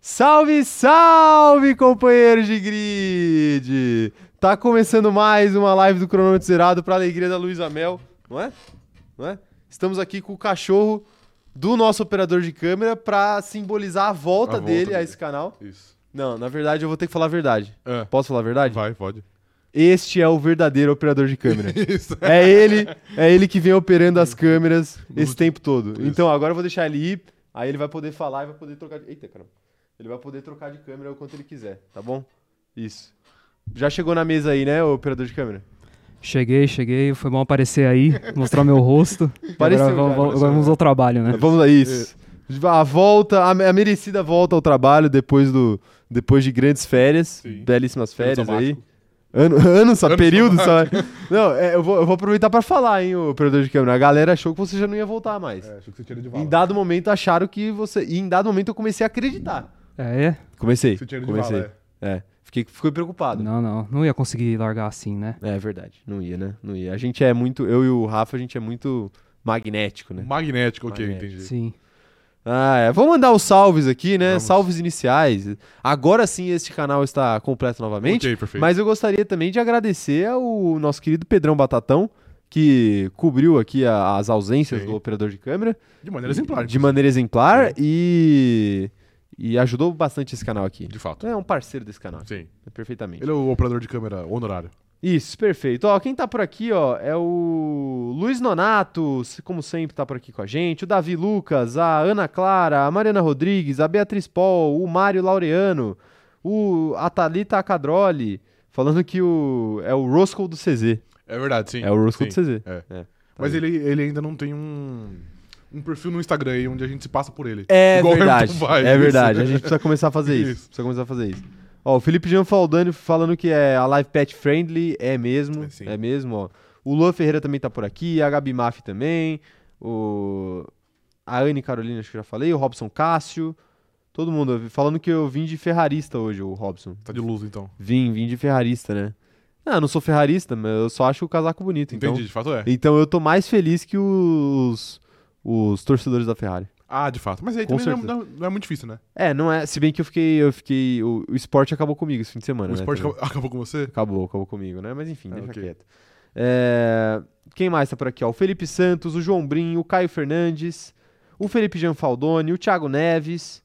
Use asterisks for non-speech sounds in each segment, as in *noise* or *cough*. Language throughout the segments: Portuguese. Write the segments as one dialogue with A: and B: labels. A: Salve, salve, companheiros de grid! Tá começando mais uma live do Cronômetro Zerado pra alegria da Luísa Mel, não é? Não é? Estamos aqui com o cachorro do nosso operador de câmera pra simbolizar a volta,
B: A volta
A: dele a
B: dele.
A: esse canal.
B: Isso.
A: Não, na verdade eu vou ter que falar a verdade.
B: É.
A: Posso falar a verdade?
B: Vai, pode.
A: Este é o verdadeiro operador de câmera.
B: *laughs* Isso.
A: É ele, é ele que vem operando as câmeras esse tempo todo.
B: Uhum. Isso.
A: Então agora eu vou deixar ele ir, aí ele vai poder falar e vai poder trocar de. Eita, caramba. Ele vai poder trocar de câmera o quanto ele quiser, tá bom? Isso. Já chegou na mesa aí, né, o operador de câmera?
C: Cheguei, cheguei. Foi bom aparecer aí, mostrar
B: *laughs*
C: meu rosto.
A: Apareceu
C: agora
A: já,
C: vamos,
A: apareceu
C: vamos
A: já.
C: ao trabalho, né?
A: Vamos a isso.
B: É.
A: A volta, a, a merecida volta ao trabalho depois, do, depois de grandes férias,
B: Sim.
A: belíssimas férias aí.
B: sabático.
A: Ano, *laughs* ano só,
B: Ano
A: período só. Não, é, eu, vou, eu vou aproveitar pra falar, hein, o operador de câmera. A galera achou que você já não ia voltar mais.
B: É, achou que você tira de
A: Em
B: vala.
A: dado momento acharam que você. E em dado momento eu comecei a acreditar.
B: Tá
C: É, é?
A: Comecei.
B: Você tira de
A: comecei.
B: vala,
A: é. Fiquei, fiquei preocupado.
C: Não, não. Não ia conseguir largar assim, né?
A: É verdade. Não ia, né? Não ia. A gente é muito. Eu e o Rafa, a gente é muito magnético,
B: é.
A: né?
B: Magnético, ok,
A: Magnético.
B: entendi.
C: Sim.
A: Ah, é. Vamos mandar os salves aqui, né?
B: Vamos.
A: Salves iniciais. Agora sim este canal está completo novamente.
B: Ok, perfeito.
A: Mas eu gostaria também de agradecer ao nosso querido Pedrão Batatão, que cobriu aqui a- as ausências
B: Sim.
A: do operador de câmera.
B: De maneira exemplar. É.
A: De maneira exemplar e. E ajudou bastante esse canal aqui.
B: De fato.
A: É um parceiro desse canal,
B: Sim.
A: perfeitamente.
B: Ele é um o operador de câmera honorário.
A: Isso, perfeito. Ó, quem tá por aqui, ó, é o Luiz Nonato, se- como sempre tá por aqui com a gente, o Davi Lucas, a Ana Clara, a Mariana Rodrigues, a Beatriz Paul, o Mário Laureano, o a Thalita Acadroli, falando que o é o Roscoe do CZ.
B: É verdade, sim.
A: é o Roscoe do
B: Sim.
A: CZ.
B: É.
A: É, tá
B: Mas
A: aí.
B: ele, ele ainda não tem um, um perfil no Instagram aí onde a gente se passa por ele.
A: É
B: Igual o
A: verdade.
B: Hamilton Vaz,
A: é
B: isso.
A: verdade. A gente precisa começar a fazer isso.
B: Isso.
A: Precisa começar a fazer isso. Ó, o Felipe Gianfaldani falando que é a live pet friendly. É mesmo.
B: É sim.
A: É, mesmo, ó. O Luan Ferreira também tá por aqui. A Gabi Maff também. O... A Anne Carolina, acho que eu já falei. O Robson Cássio. Todo mundo falando que eu vim de ferrarista hoje, o Robson.
B: Tá de luz, então.
A: Vim, vim de ferrarista, né? Ah, não sou ferrarista, mas eu só acho o casaco bonito. Então,
B: Entendi, de fato é.
A: então eu tô mais feliz que os, os torcedores da Ferrari.
B: Ah, de fato. Mas aí
A: Com
B: também não é, não é- não é muito difícil, né?
A: É, não é. Se bem que eu fiquei. Eu fiquei. O, o esporte acabou comigo esse fim de semana.
B: o
A: né,
B: esporte
A: também.
B: acabou, acabou com você?
A: acabou. Acabou comigo, né? Mas enfim,
B: Ah,
A: deixa
B: ok.
A: quieto. É, quem mais tá por aqui? Ó, o Felipe Santos, o João Brim, o Caio Fernandes, o Felipe Gianfaldoni, o Thiago Neves.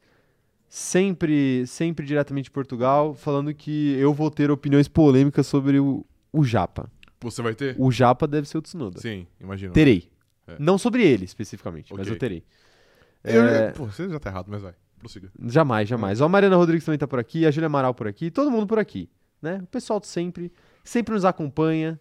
A: Sempre, sempre diretamente de Portugal, falando que eu vou ter opiniões polêmicas sobre o, o Japa.
B: Você vai ter?
A: O Japa deve ser o Tsunoda.
B: Sim, imagino.
A: Terei.
B: É.
A: Não sobre ele especificamente, mas
B: Ok.
A: eu terei.
B: Eu-
A: É,
B: Pô, você já tá errado, mas vai. Prossiga.
A: Jamais, jamais.
B: Hum.
A: Ó, a Mariana Rodrigues também tá por aqui, a Júlia Amaral por aqui, todo mundo por aqui, né? O pessoal de sempre, sempre nos acompanha.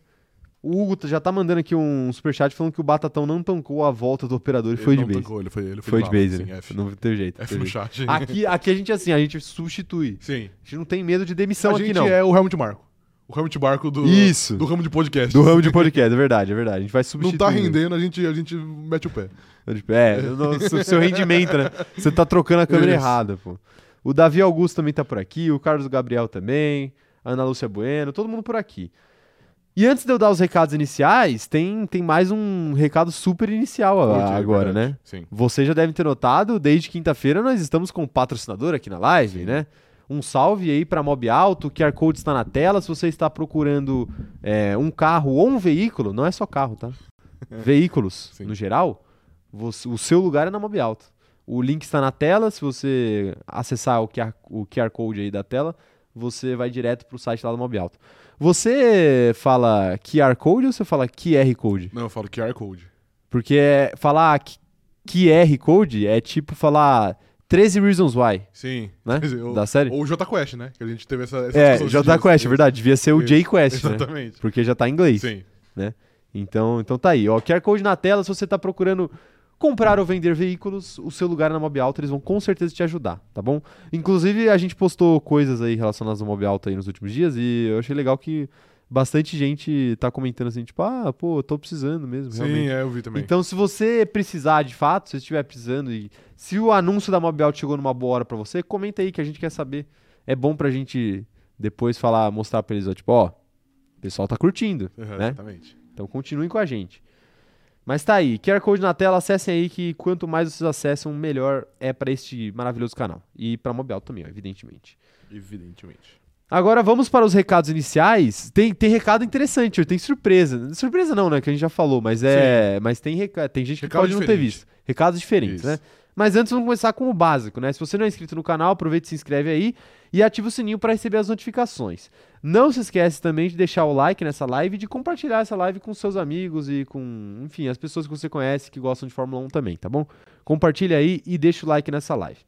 A: O Hugo já tá mandando aqui um superchat falando que o Batatão não tancou a volta do operador e foi de
B: não
A: base.
B: tancou, Ele foi, ele foi,
A: Foi de
B: bala,
A: base,
B: sim,
A: né?
B: F.
A: Não teve jeito. não
B: F
A: teve
B: no
A: jeito.
B: chat.
A: Aqui, aqui a gente é assim, a gente substitui.
B: Sim.
A: A gente não tem medo de demissão
B: a
A: aqui
B: gente
A: não.
B: é o Helmut Marco. O Helmut Marco do,
A: Isso.
B: do ramo de podcast.
A: Do ramo de podcast, é verdade, é verdade. A gente vai
B: Não
A: substituir.
B: tá rendendo, a gente, a gente mete o pé.
A: É, o seu- seu rendimento, né? Você tá trocando a câmera
B: Isso.
A: errada, pô. O Davi Augusto também tá por aqui, o Carlos Gabriel também, a Ana Lúcia Bueno, todo mundo por aqui. E antes de eu dar os recados iniciais, tem, tem mais um recado super inicial a-
B: Hoje, é
A: agora,
B: verdade.
A: né?
B: Sim.
A: Vocês já devem ter notado, desde quinta-feira nós estamos com um patrocinador aqui na live, né? Um salve aí para Mob Alto, o QR Code está na tela. Se você está procurando é, um carro ou um veículo, não é só carro,
B: *laughs*
A: tá? Veículos,
B: Sim.
A: no geral, você- o seu lugar é na Mob Alto. O link está na tela, se você acessar o QR, o QR Code aí da tela, você vai direto para o site lá da Mob Alto. Você fala QR Code ou você fala QR Code?
B: Não, eu falo QR Code.
A: Porque é- falar que- QR Code é tipo falar 13 Reasons Why,
B: Sim.
A: né?
B: Quer dizer, ou-
A: da série.
B: Ou o J Quest, né? Que a gente teve essa, essa
A: é,
B: discussão esses
A: J
B: dias.
A: Quest, é verdade. Devia ser o
B: Isso,
A: J Quest, né?
B: Exatamente.
A: Porque já tá em inglês.
B: Sim.
A: Então, então tá aí. Ó, QR Code na tela, se você tá procurando comprar ou vender veículos, o seu lugar é na Mob Alta, eles vão com certeza te ajudar, tá bom? Inclusive, a gente postou coisas aí relacionadas ao Mob Alta aí nos últimos dias e eu achei legal que bastante gente tá comentando assim, tipo, ah, pô, eu tô precisando mesmo, realmente.
B: Sim, é, eu vi também.
A: Então, se você precisar de fato, se você estiver precisando, e se o anúncio da Mobial chegou numa boa hora pra você, comenta aí que a gente quer saber. É bom pra gente depois falar, mostrar pra eles, ó, tipo, ó, o pessoal tá curtindo,
B: Uhum,
A: né?
B: Exatamente.
A: Então continuem com a gente. Mas tá aí, QR Code na tela, acessem aí que quanto mais vocês acessam, melhor é pra este maravilhoso canal. E pra Mobial também, ó, evidentemente.
B: Evidentemente.
A: Agora vamos para os recados iniciais. Tem, tem recado interessante, hoje, tem surpresa. Surpresa não, né? Que a gente já falou, mas é. Mas tem, reca... tem gente que
B: Recado
A: pode não ter
B: diferente.
A: visto. Recados diferentes,
B: Isso.
A: né? Mas antes vamos começar com o básico, né? Se você não é inscrito no canal, aproveita e se inscreve aí e ativa o sininho para receber as notificações. Não se esquece também de deixar o like nessa live e de compartilhar essa live com seus amigos e com, enfim, as pessoas que você conhece que gostam de Fórmula 1 também, tá bom? Compartilha aí e deixa o like nessa live.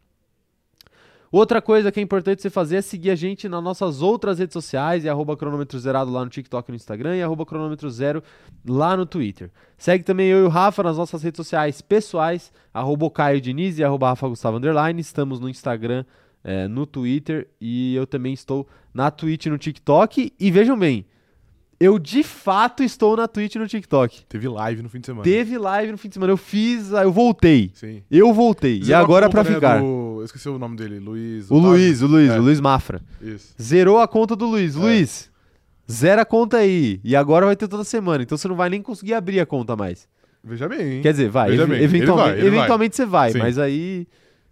A: Outra coisa que é importante você fazer é seguir a gente nas nossas outras redes sociais, é arroba cronômetro zerado lá no TikTok e no Instagram, e arroba cronômetro zero lá no Twitter. Segue também eu e o Rafa nas nossas redes sociais pessoais, arroba o Caio Diniz e arroba Rafa Gustavo Underline. Estamos no Instagram, eh, no Twitter e eu também estou na Twitch e no TikTok. E vejam bem, eu de fato estou na Twitch e no TikTok.
B: Teve live no fim de semana.
A: Teve live no fim de semana, eu fiz, eu voltei.
B: Sim.
A: Eu voltei. e
B: Zerou a
A: agora é
B: conta,
A: pra
B: né,
A: ficar.
B: do- Eu esqueci o nome dele, Luiz.
A: O
B: Otávio.
A: Luiz, o Luiz,
B: É.
A: o Luiz Mafra.
B: Isso.
A: Zerou a conta do Luiz.
B: É.
A: Luiz, zera a conta aí. E agora vai ter toda semana. Então você não vai nem conseguir abrir a conta mais.
B: Veja bem, hein?
A: Quer dizer, vai.
B: Veja
A: ev-
B: bem, ele
A: eventualme-
B: vai, ele vai.
A: eventualmente você vai,
B: Sim.
A: mas aí.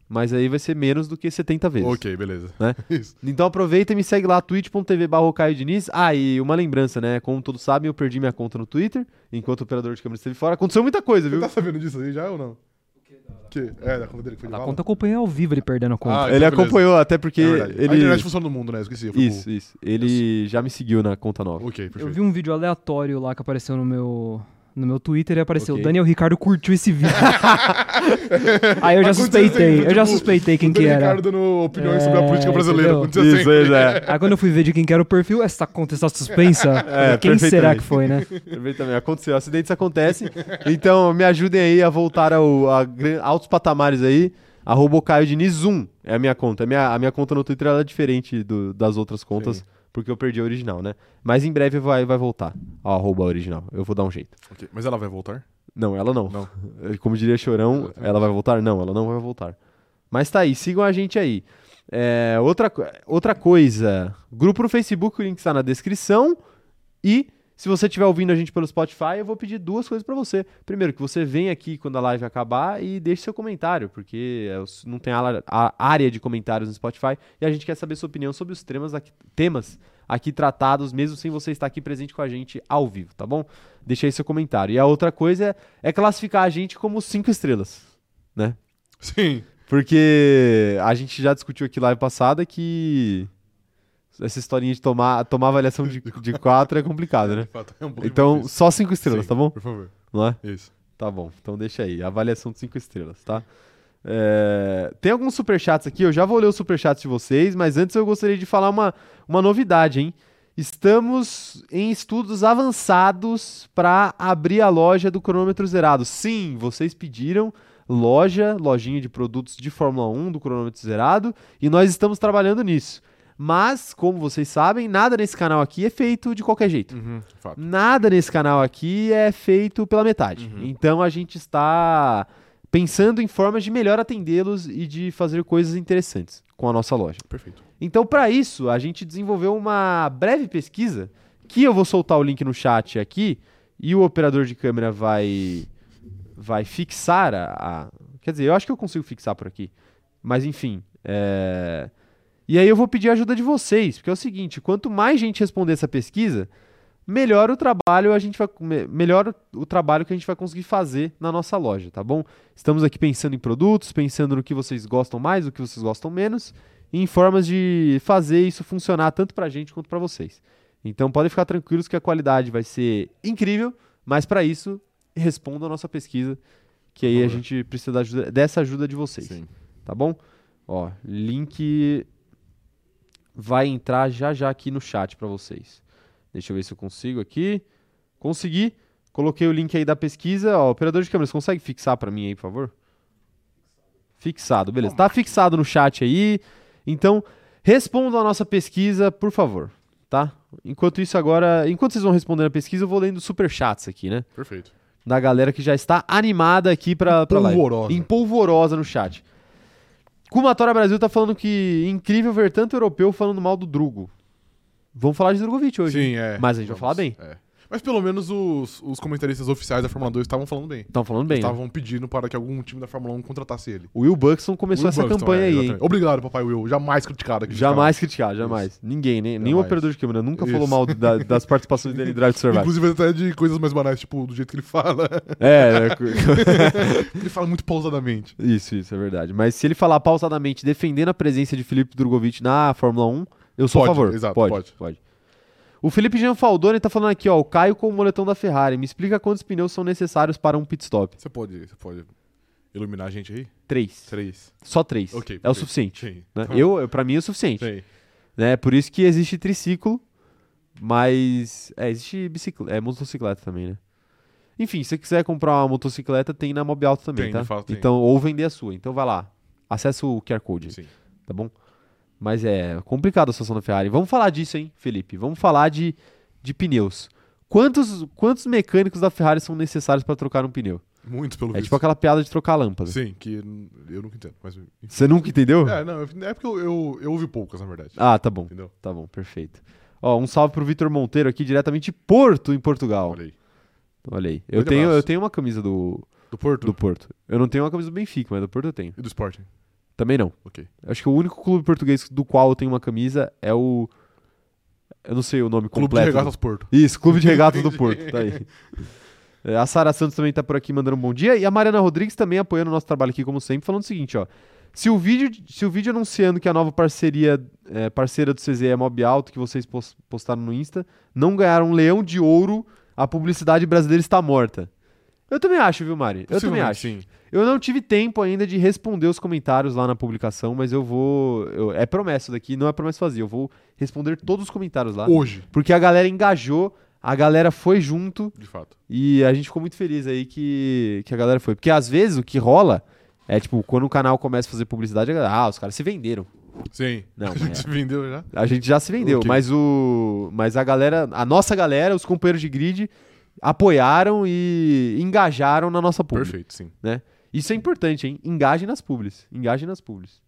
A: Mas aí vai ser menos do que 70 vezes.
B: Ok, beleza.
A: Né?
B: *laughs* Isso.
A: Então aproveita e me segue lá, twitch.tv barra o Caio Diniz. Ah, e uma lembrança, né? Como todos sabem, eu perdi minha conta no Twitter, enquanto o operador de câmera esteve fora. Aconteceu muita coisa,
B: Você
A: viu?
B: tá sabendo disso aí já ou não? O que? É, da conta dele
A: Ah,
B: que foi de
C: A
B: bala?
C: conta acompanha ao vivo ele perdendo a conta.
B: Ah,
A: ele
B: então beleza.
A: acompanhou até
B: É
A: porque
B: verdade. A
A: ele.
B: internet funciona no mundo, né? Eu esqueci. Eu fui
A: Isso, isso. Ele já me seguiu na conta nova.
B: burro. Ok,
C: eu
B: perfeito.
C: vi um vídeo aleatório lá que apareceu no meu, no meu Twitter e apareceu:
A: Ok.
C: Daniel Ricardo curtiu
B: *laughs*
C: esse vídeo. Aí eu já
B: Aconteceu
C: suspeitei,
B: sempre,
C: eu já
B: tipo,
C: suspeitei quem
B: O
C: que
B: Daniel
C: era.
B: Ricardo dando opiniões sobre a
C: É,
B: política brasileira.
C: entendeu?
B: Aconteceu assim. sempre.
A: isso, é.
B: *laughs*
C: Aí quando eu fui ver de quem que era o perfil, essa conta está suspensa.
A: É,
C: quem será
A: perfeitamente.
C: que foi,
B: *laughs*
C: né?
A: Perfeito também. Aconteceu, acidentes acontecem. Então, me ajudem aí a voltar ao, a gran- altos patamares aí. Arroba o Caio Diniz 1 é a minha conta. A minha, a minha conta no Twitter ela é diferente do- das outras contas,
B: Sim.
A: porque eu perdi a original, né? Mas em breve vai, vai voltar ao arroba original. Eu vou dar um jeito.
B: Ok, Mas ela vai
A: *laughs*
B: voltar?
A: Não, ela não.
B: Não.
A: *laughs* Como diria Chorão,
B: Exatamente.
A: ela vai voltar? Não, ela não vai voltar. Mas tá aí, sigam a gente aí. É, outra, co- outra coisa, grupo no Facebook, o link está na descrição. E se você estiver ouvindo a gente pelo Spotify, eu vou pedir duas coisas para você. Primeiro, que você venha aqui quando a live acabar e deixe seu comentário, porque é, os- não tem ala- a, área de comentários no Spotify e a gente quer saber sua opinião sobre os temas aqui, temas aqui tratados, mesmo sem você estar aqui presente com a gente ao vivo, tá bom? Deixa aí seu comentário. E a outra coisa é, é classificar a gente como cinco estrelas.
B: Sim.
A: Porque a gente já discutiu aqui live passada que essa historinha de tomar, tomar avaliação de, de quatro é complicada, né?
B: De fato, é um pouco
A: Então,
B: difícil.
A: só cinco estrelas,
B: Sim,
A: tá bom?
B: Por favor.
A: Não é?
B: Isso.
A: Tá bom, então deixa aí. Avaliação de cinco estrelas, tá? É, Tem alguns superchats aqui, eu já vou ler os superchats de vocês, mas antes eu gostaria de falar uma, uma novidade, hein? Estamos em estudos avançados para abrir a loja do cronômetro zerado. Sim, vocês pediram loja, lojinha de produtos de Fórmula 1 do cronômetro zerado, e nós estamos trabalhando nisso. Mas, como vocês sabem, nada nesse canal aqui é feito de qualquer jeito.
B: Uhum, fato.
A: Nada nesse canal aqui é feito pela metade.
B: Uhum.
A: Então a gente está pensando em formas de melhor atendê-los e de fazer coisas interessantes com a nossa loja.
B: Perfeito.
A: Então, para isso, a gente desenvolveu uma breve pesquisa que eu vou soltar o link no chat aqui e o operador de câmera vai vai fixar a, a- quer dizer, eu acho que eu consigo fixar por aqui, mas enfim, é, e aí eu vou pedir a ajuda de vocês, porque é o seguinte, quanto mais gente responder essa pesquisa, melhor o trabalho a gente vai me- melhor o trabalho que a gente vai conseguir fazer na nossa loja, tá bom? Estamos aqui pensando em produtos, pensando no que vocês gostam mais, o que vocês gostam menos em formas de fazer isso funcionar tanto pra gente quanto pra vocês. Então podem ficar tranquilos que a qualidade vai ser incrível, mas pra isso responda a nossa pesquisa, que aí
B: Por
A: a
B: favor.
A: gente precisa da ajuda- dessa ajuda de vocês,
B: Sim.
A: tá bom? Ó, link vai entrar já já aqui no chat pra vocês. Deixa eu ver se eu consigo aqui. Consegui. Coloquei o link aí da pesquisa. Ó, operador de câmeras, consegue fixar pra mim aí, por favor? Fixado, beleza. Tá fixado no chat aí. Então, respondam a nossa pesquisa, por favor, tá? Enquanto isso agora, enquanto vocês vão respondendo a pesquisa, eu vou lendo superchats aqui, né?
B: Perfeito.
A: Da galera que já está animada aqui pra, pra live.
B: Polvorosa.
A: Em polvorosa no chat. Kumatora Brasil tá falando que incrível ver tanto europeu falando mal do Drugo. Vamos falar de Drogovic hoje. hein?
B: Sim, é.
A: Mas a gente vai falar bem.
B: É. Mas Mas pelo menos os, os comentaristas oficiais da Fórmula 2 estavam falando bem.
A: Estão falando bem. né?
B: Estavam pedindo para que algum time da Fórmula 1 contratasse ele.
A: O Will Buxton começou
B: Will
A: essa
B: Buxton,
A: campanha
B: é,
A: aí, hein?
B: exatamente. Obrigado, papai Will. Jamais criticado aqui.
A: Jamais criticar, jamais. Ninguém, nem, nenhum
B: Então, Jamais.
A: operador de câmera nunca
B: Isso.
A: falou mal da-
B: *laughs*
A: das participações dele em Drive to Survive.
B: Inclusive até de coisas mais banais, tipo, do jeito que ele fala. *laughs*
A: É, é, *laughs* cu-
B: ele fala muito pausadamente.
A: isso, isso, é verdade. Mas se ele falar pausadamente defendendo a presença de Felipe Drogovic na Fórmula 1, eu sou a
B: Pode,
A: favor.
B: exato,
A: pode, pode.
B: pode.
A: O Felipe Gianfaldoni tá falando aqui, ó, o Caio com o moletom da Ferrari. Me explica quantos pneus são necessários para um pit stop.
B: Você pode, você pode iluminar a gente aí?
A: Três.
B: Três.
A: Só três.
B: Ok,
A: é o
B: perfeito.
A: suficiente.
B: Sim. Tá.
A: né? Eu, para mim é o suficiente.
B: Sim.
A: né? Por isso que existe triciclo, mas é, existe bicicleta, é motocicleta também, né? Enfim, se você quiser comprar uma motocicleta, tem na Mob Alto também,
B: Tem,
A: tá?
B: de fato, tem.
A: então, ou vender a sua. Então vai lá, acessa o QR Code,
B: Sim.
A: tá bom? Mas é complicado a situação da Ferrari. Vamos falar disso, hein, Felipe? Vamos falar de, de pneus. Quantos, quantos mecânicos da Ferrari são necessários para trocar um pneu?
B: Muito pelo
A: É
B: visto.
A: tipo aquela piada de trocar a né? lâmpada.
B: Sim, que eu nunca entendo, mas... enfim.
A: Você nunca entendeu?
B: É, não, eu- é porque eu, eu, eu ouvi poucas, na verdade.
A: Ah, tá bom,
B: Entendeu?
A: tá bom, perfeito. Ó, um salve pro Vitor Monteiro aqui, diretamente de Porto, em Portugal.
B: Olha aí.
A: Olha aí. Eu
B: Grande
A: tenho,
B: abraço.
A: eu tenho uma camisa do,
B: Do Porto
A: do Porto. Eu não tenho uma camisa do Benfica, mas do Porto eu tenho.
B: e do Sporting.
A: Também não.
B: Ok.
A: Acho que o único clube português do qual eu tenho uma camisa é o. Eu não sei o nome
B: Clube de
A: completo.
B: Regatas Porto.
A: Isso, Clube de Regatas
B: *laughs*
A: do
B: Entendi.
A: Porto. Tá aí. É, A Sara Santos também tá por aqui mandando um bom dia. E a Mariana Rodrigues também apoiando o nosso trabalho aqui, como sempre, falando o seguinte, ó. Se o vídeo, se o vídeo anunciando que a nova parceria, é, parceira do CZ é Mob Alto, que vocês pos- postaram no Insta, não ganharam um leão de ouro, a publicidade brasileira está morta. Eu também acho, viu, Mari? Eu também
B: Possivelmente,
A: acho.
B: Sim.
A: Eu não tive tempo ainda de responder os comentários lá na publicação, mas eu vou. eu- é promessa isso daqui, não é promessa vazia. Eu vou responder todos os comentários lá.
B: Hoje,
A: Porque a galera engajou, a galera foi junto
B: de fato.
A: e a gente ficou muito feliz aí que, que a galera foi. Porque às vezes o que rola é tipo, quando o canal começa a fazer publicidade, a galera, ah, os caras se venderam.
B: Sim.
A: Não, é.
B: a
A: mas
B: gente vendeu já?
A: A gente já se vendeu,
B: Ok.
A: mas o mas a galera, a nossa galera, os companheiros de grid apoiaram e engajaram na nossa publi.
B: Perfeito, sim.
A: Isso é importante, hein? Engajem nas publis. Engajem nas publis.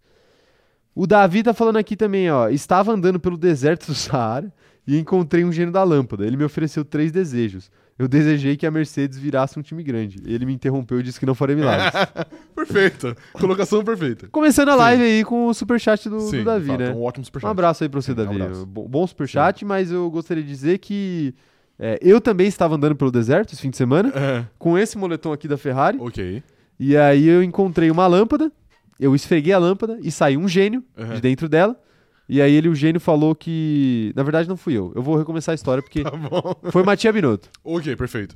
A: O Davi tá falando aqui também, ó. Estava andando pelo deserto do Saara e encontrei um gênio da lâmpada. Ele me ofereceu três desejos. Eu desejei que a Mercedes virasse um time grande. Ele me interrompeu e disse que não faria milagres.
B: *laughs*
A: *laughs*
B: Perfeita. Colocação perfeita.
A: Começando a live aí com o superchat do, do
B: sim, de
A: Davi,
B: fato,
A: né?
B: Um ótimo superchat.
A: Um abraço aí pra você,
B: Sim,
A: Davi.
B: abraço.
A: Bo- Bom superchat, mas eu gostaria de dizer que é, eu também estava andando pelo deserto esse fim de semana
B: É,
A: com esse moletom aqui da Ferrari.
B: ok.
A: E aí eu encontrei uma lâmpada, eu esfreguei a lâmpada e saiu um gênio
B: Aham.
A: de dentro dela. E aí ele, o gênio falou que. Na verdade, não fui eu. Eu vou recomeçar a história porque
B: Tá bom. *laughs*
A: foi Matia Binotto.
B: Ok, perfeito.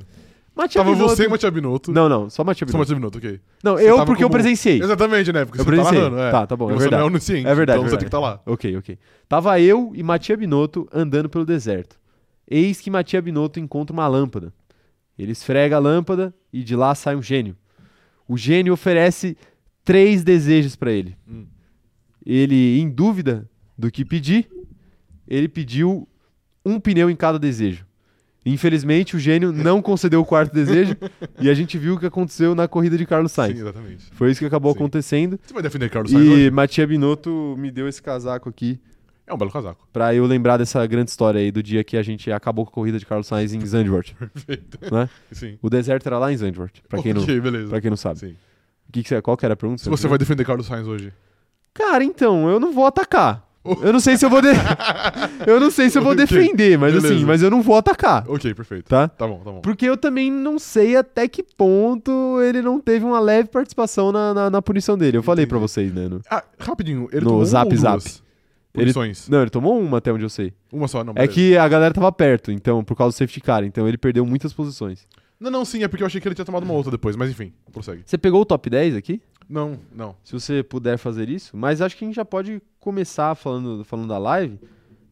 A: Matia
B: tava
A: Binotto.
B: você e Matia Binotto.
A: Não, não, só Matia
B: Só
A: Binotto.
B: Matia Binotto, ok.
A: Não,
B: Você
A: eu
B: tava
A: porque eu
B: como-
A: presenciei.
B: Exatamente, né? Porque
A: Eu
B: você tá
A: presenciei.
B: narrando, é.
A: Tá, tá bom,
B: E
A: é
B: você
A: verdade.
B: não é onisciente,
A: É verdade,
B: então
A: é
B: você tem que estar lá.
A: Ok, ok. Tava eu e Matia Binotto andando pelo deserto. Eis que Matia Binotto encontra uma lâmpada. Ele esfrega a lâmpada e de lá sai um gênio. O gênio oferece três desejos pra ele.
B: Hum.
A: Ele, em dúvida do que pedir, ele pediu um pneu em cada desejo. Infelizmente, o gênio não concedeu o quarto
B: *laughs*
A: desejo e a gente viu o que aconteceu na corrida de Carlos Sainz.
B: Sim, exatamente.
A: Foi isso que acabou
B: Sim.
A: acontecendo.
B: Você vai defender Carlos Sainz hoje?
A: E Matia Binotto me deu esse casaco aqui
B: É um belo casaco.
A: pra eu lembrar dessa grande história aí do dia que a gente acabou com a corrida de Carlos Sainz em Zandvoort.
B: *laughs* Perfeito.
A: Né?
B: Sim.
A: O deserto era lá em Zandvoort, pra quem,
B: *laughs* ok,
A: não,
B: beleza.
A: pra quem não sabe.
B: Sim.
A: O Que que você- qual que era a pergunta?
B: Se você vai defender Carlos Sainz hoje.
A: Cara, então, eu não vou atacar.
B: *laughs*
A: Eu não sei se eu vou de- Eu não sei se eu vou
B: Ok,
A: defender, mas assim,
B: beleza.
A: mas eu não vou atacar,
B: Ok, perfeito.
A: tá?
B: Tá bom, tá bom.
A: Porque eu também não sei até que ponto ele não teve uma leve participação na, na, na punição dele. Eu falei pra vocês, né? no-
B: Ah, rapidinho. Ele
A: No
B: tomou
A: Zap
B: uma ou
A: Zap.
B: duas
A: Ele-
B: punições?
A: Não, ele tomou uma até onde eu sei.
B: Uma só, não.
A: É
B: beleza.
A: que a galera tava perto, então, por causa do safety car, então ele perdeu muitas posições.
B: Não, não, sim, é porque eu achei que ele tinha tomado uma outra depois, mas enfim, prossegue.
A: Você pegou o top 10 aqui?
B: Não, não.
A: Se você puder fazer isso, mas acho que a gente já pode começar falando, falando da live,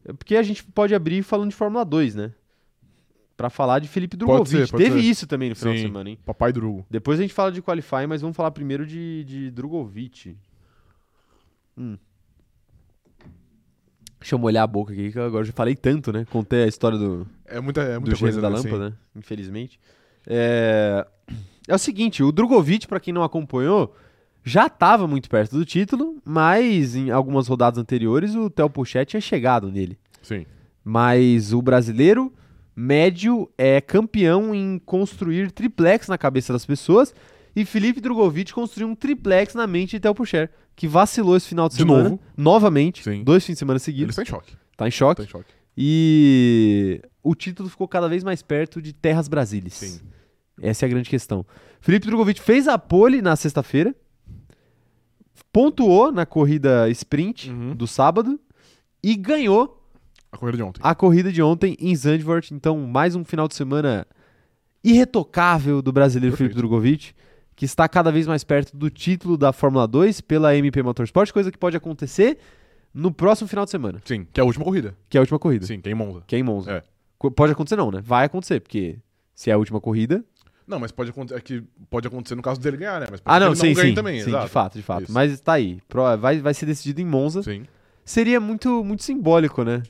A: é porque a gente pode abrir falando de Fórmula 2, né? Pra falar de Felipe Drogovic.
B: ser, pode
A: Teve
B: ser.
A: isso também no final de
B: Sim.
A: semana, hein?
B: Papai Drugo.
A: Depois a gente fala de qualify, mas vamos falar primeiro de, de Drogovic. Hum. Deixa eu molhar a boca aqui, que eu agora já falei tanto, né? Contei a história do,
B: É muita, é
A: do
B: muita
A: gênio
B: coisa
A: da
B: né, assim.
A: lâmpada, né? Infelizmente. É... é o seguinte, o Drogovic, pra quem não acompanhou, já tava muito perto do título, mas em algumas rodadas anteriores o Theo Pochette tinha chegado nele.
B: Sim.
A: Mas o brasileiro médio é campeão em construir triplex na cabeça das pessoas. E Felipe Drogovic construiu um triplex na mente de Theo Pucher, que vacilou esse final de,
B: De
A: semana.
B: novo.
A: Novamente.
B: Sim.
A: Dois fins de semana
B: Ele
A: seguidos.
B: está em choque.
A: Tá em choque.
B: Tá em choque.
A: E o título ficou cada vez mais perto de Terras Brasílias.
B: Sim.
A: Essa é a grande questão. Felipe Drogovic fez a pole na sexta-feira, pontuou na corrida sprint
B: Uhum.
A: do sábado e ganhou
B: A corrida de ontem.
A: a corrida de ontem em Zandvoort. Então, mais um final de semana irretocável do brasileiro Felipe
B: Perfeito.
A: Drogovic, que está cada vez mais perto do título da Fórmula 2 pela MP Motorsport, coisa que pode acontecer no próximo final de semana,
B: Sim, que é a última corrida.
A: que é a última corrida.
B: Sim, que é em Monza.
A: Que é em Monza.
B: É.
A: Co- Pode acontecer não, né? Vai acontecer, porque se é a última corrida...
B: Não, mas pode acontecer, é que pode acontecer no caso dele ganhar, né? Mas pode
A: Ah, não, sim,
B: ser que ele ganhe
A: sim.
B: também,
A: sim de
B: exato.
A: fato, de fato.
B: Isso.
A: Mas tá aí. Pro- Vai, vai ser decidido em Monza.
B: Sim.
A: Seria muito, muito simbólico, né?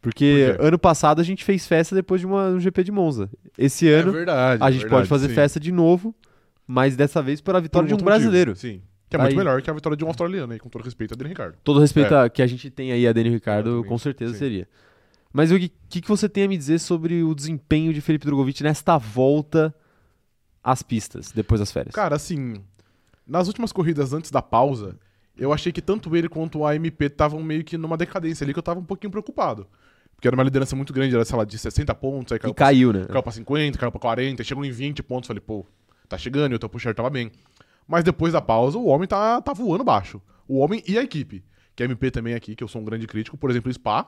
A: Porque
B: Por
A: ano passado a gente fez festa depois de uma- um GP de Monza. Esse
B: É
A: ano
B: verdade.
A: a gente
B: verdade,
A: pode fazer
B: sim.
A: festa de novo, mas dessa vez pela
B: Por
A: vitória de um
B: outro
A: brasileiro.
B: motivo, Sim. Que é
A: Tá
B: muito
A: aí.
B: melhor que a vitória de um australiano aí, com todo respeito a Daniel Ricardo.
A: Todo respeito a, que a gente tem aí a Daniel Ricardo,
B: É. Exatamente,
A: com certeza
B: sim.
A: seria. Mas o que, que que você tem a me dizer sobre o desempenho de Felipe Drogovic nesta volta às pistas, depois das férias?
B: Cara, assim, nas últimas corridas antes da pausa, eu achei que tanto ele quanto a MP estavam meio que numa decadência ali que eu tava um pouquinho preocupado. Porque era uma liderança muito grande, era, sei lá, de 60 pontos, aí caiu,
A: e caiu, né?
B: Pra, caiu pra 50, caiu pra 40, chegou em 20 pontos, falei, pô, tá chegando, e o Topo tava bem. Mas depois da pausa, o homem tá, tá voando baixo. O homem e a equipe. Que a MP também aqui, que eu sou um grande crítico, por exemplo, o Spa,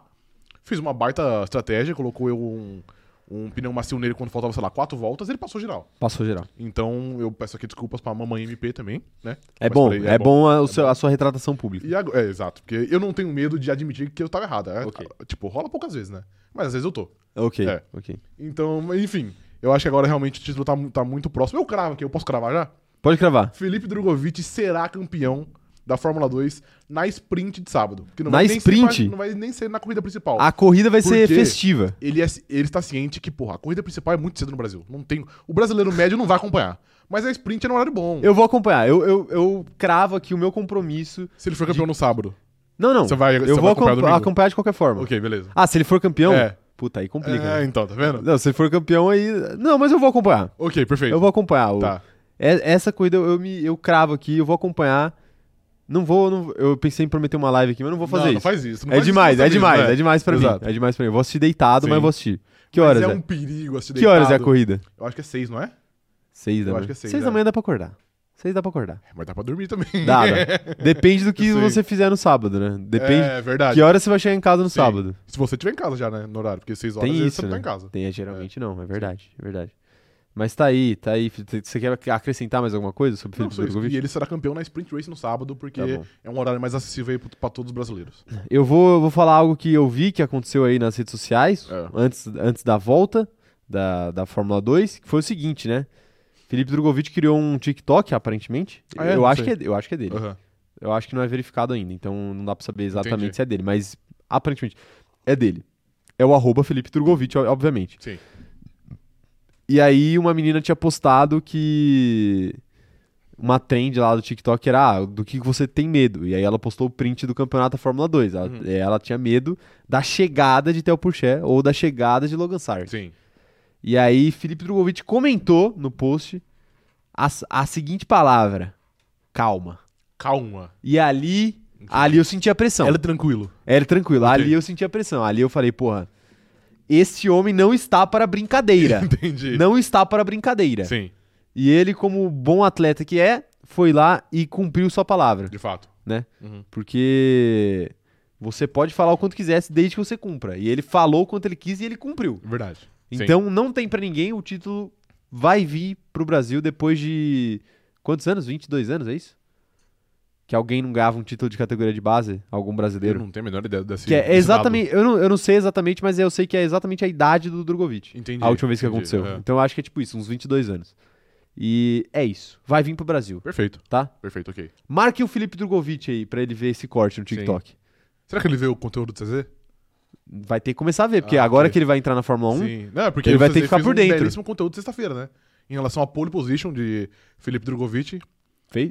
B: fez uma baita estratégia, colocou eu um, um pneu macio nele quando faltava, sei lá, quatro voltas, ele passou geral.
A: Passou geral.
B: Então eu peço aqui desculpas pra mamãe MP também, né?
A: É
B: Mas
A: bom,
B: falei,
A: é, bom, a, o seu- a sua retratação pública.
B: E agora, é, exato, porque eu não tenho medo de admitir que eu tava errado. É,
A: Ok.
B: Tipo, rola poucas vezes, né? Mas às vezes eu tô.
A: Ok,
B: É.
A: ok.
B: Então, mas, enfim, eu acho que agora realmente o título tá, mu- tá muito próximo. Eu cravo aqui, eu posso cravar já?
A: Pode cravar.
B: Felipe Drogovic será campeão da Fórmula 2 na sprint de sábado. Que não
A: Na
B: vai nem ser
A: sprint? Ah.
B: pra- não vai nem ser na corrida principal.
A: A corrida vai
B: Por
A: ser
B: quê?
A: festiva.
B: ele, é- ele está ciente que, porra, a corrida principal é muito cedo no Brasil. Não tem, o brasileiro médio não vai acompanhar. Mas a sprint é no horário bom.
A: Eu vou acompanhar. Eu, eu, eu cravo aqui o meu compromisso.
B: Se ele for campeão no sábado.
A: Não, não.
B: Você vai- você
A: eu vou acompa-
B: vai acompanhar
A: acompanhar,
B: domingo?
A: de qualquer forma.
B: Ok, beleza.
A: Ah, se ele for campeão?
B: É.
A: Puta, aí complica.
B: É,
A: né?
B: então, tá vendo?
A: Não, se ele for campeão aí. Não, mas eu vou acompanhar.
B: Ok, perfeito.
A: Eu vou acompanhar. O-
B: Tá.
A: É- Essa corrida eu, eu me, eu cravo aqui, eu vou acompanhar. Não vou. não- Eu pensei em prometer uma live aqui, mas não vou fazer
B: não,
A: isso.
B: Não faz isso. não
A: é
B: faz isso né?
A: demais,
B: com
A: é
B: você
A: demais,
B: mesmo,
A: é demais pra
B: Exato.
A: mim. É demais pra mim. Eu vou assistir deitado, mas
B: Sim.
A: eu vou assistir. Que
B: Mas
A: horas
B: é
A: é?
B: um perigo assistir
A: Que horas é a
B: deitado.
A: corrida?
B: Eu acho que é seis, não é?
A: Seis da
B: Eu
A: manhã.
B: acho que é seis,
A: seis da
B: é.
A: manhã dá pra acordar. Seis dá pra acordar.
B: É, Mas dá pra dormir também.
A: Dá,
B: *laughs*
A: dá. Depende do que
B: Sim.
A: você fizer no sábado, né? Depende
B: É verdade.
A: que hora você vai chegar em casa no
B: Sim.
A: sábado.
B: Se você estiver em casa já, né? No horário, porque seis horas
A: Tem
B: às vezes
A: isso,
B: você não
A: né?
B: tá em casa.
A: Tem, é, geralmente não, é verdade, é verdade. Mas tá aí, tá aí. Você- Você quer ac- acrescentar mais alguma coisa sobre o
B: Não,
A: Felipe
B: só isso.
A: Drogovic?
B: E ele será campeão na Sprint Race no sábado, porque
A: Tá bom.
B: é um horário mais acessível aí pro- pra todos os brasileiros.
A: Eu vou, eu vou falar algo que eu vi que aconteceu aí nas redes sociais,
B: É.
A: antes, antes da volta da, da Fórmula 2, que foi o seguinte, né? Felipe Drogovic criou um TikTok, aparentemente.
B: Ah, é?
A: eu,
B: Não
A: acho que
B: sei.
A: é, eu acho que é dele.
B: Aham.
A: Eu acho que não é verificado ainda, então não dá pra saber exatamente
B: Entendi.
A: se é dele, mas aparentemente é dele. É o arroba Felipe Turgovic, o- obviamente.
B: Sim.
A: E aí uma menina tinha postado que uma trend lá do TikTok era ah, do que você tem medo. E aí ela postou o print do campeonato da Fórmula 2. Ela, eh,
B: Uhum.
A: ela tinha medo da chegada de Theo Pourchaire ou da chegada de Logan Sargent.
B: Sim.
A: E aí Felipe Drogovic comentou no post a, a seguinte palavra: calma.
B: Calma.
A: E ali, ali eu senti a pressão.
B: Ela é tranquilo.
A: Era tranquilo.
B: Entendi.
A: Ali eu senti a pressão. Ali eu falei, porra, este homem não está para brincadeira.
B: *laughs* Entendi.
A: não está para brincadeira.
B: Sim,
A: E ele, como bom atleta que é, foi lá e cumpriu sua palavra,
B: de fato.
A: né?
B: Uhum.
A: Porque você pode falar o quanto quisesse desde que você cumpra. E ele falou o quanto ele quis e ele cumpriu.
B: Verdade. Sim.
A: Então não tem pra ninguém, o título vai vir pro Brasil depois de quantos anos? 22 anos, é isso? Que alguém não ganhava um título de categoria de base, algum
B: Eu
A: brasileiro.
B: não tenho a menor ideia desse.
A: Que é
B: desse
A: exatamente. Eu não, eu não sei exatamente, mas eu sei que é exatamente a idade do Drogovic.
B: dado. Entendi.
A: a última vez que
B: entendi.
A: aconteceu.
B: É.
A: Então eu acho que é tipo isso, uns 22 anos. E é isso. Vai vir pro Brasil,
B: Perfeito,
A: tá?
B: perfeito, ok.
A: Marque o Felipe Drogovic aí pra ele ver esse corte no TikTok.
B: Será que ele vê o conteúdo do CZ?
A: Vai ter que começar a ver, porque
B: Ah,
A: agora
B: ok.
A: que ele vai entrar na Fórmula 1,
B: Sim. Não, é porque
A: Ele
B: o
A: vai
B: CZ
A: ter que ficar
B: fez
A: por
B: um
A: dentro.
B: belíssimo conteúdo sexta-feira, né? Em relação à pole position de Felipe Drogovic. *laughs*
A: Fez?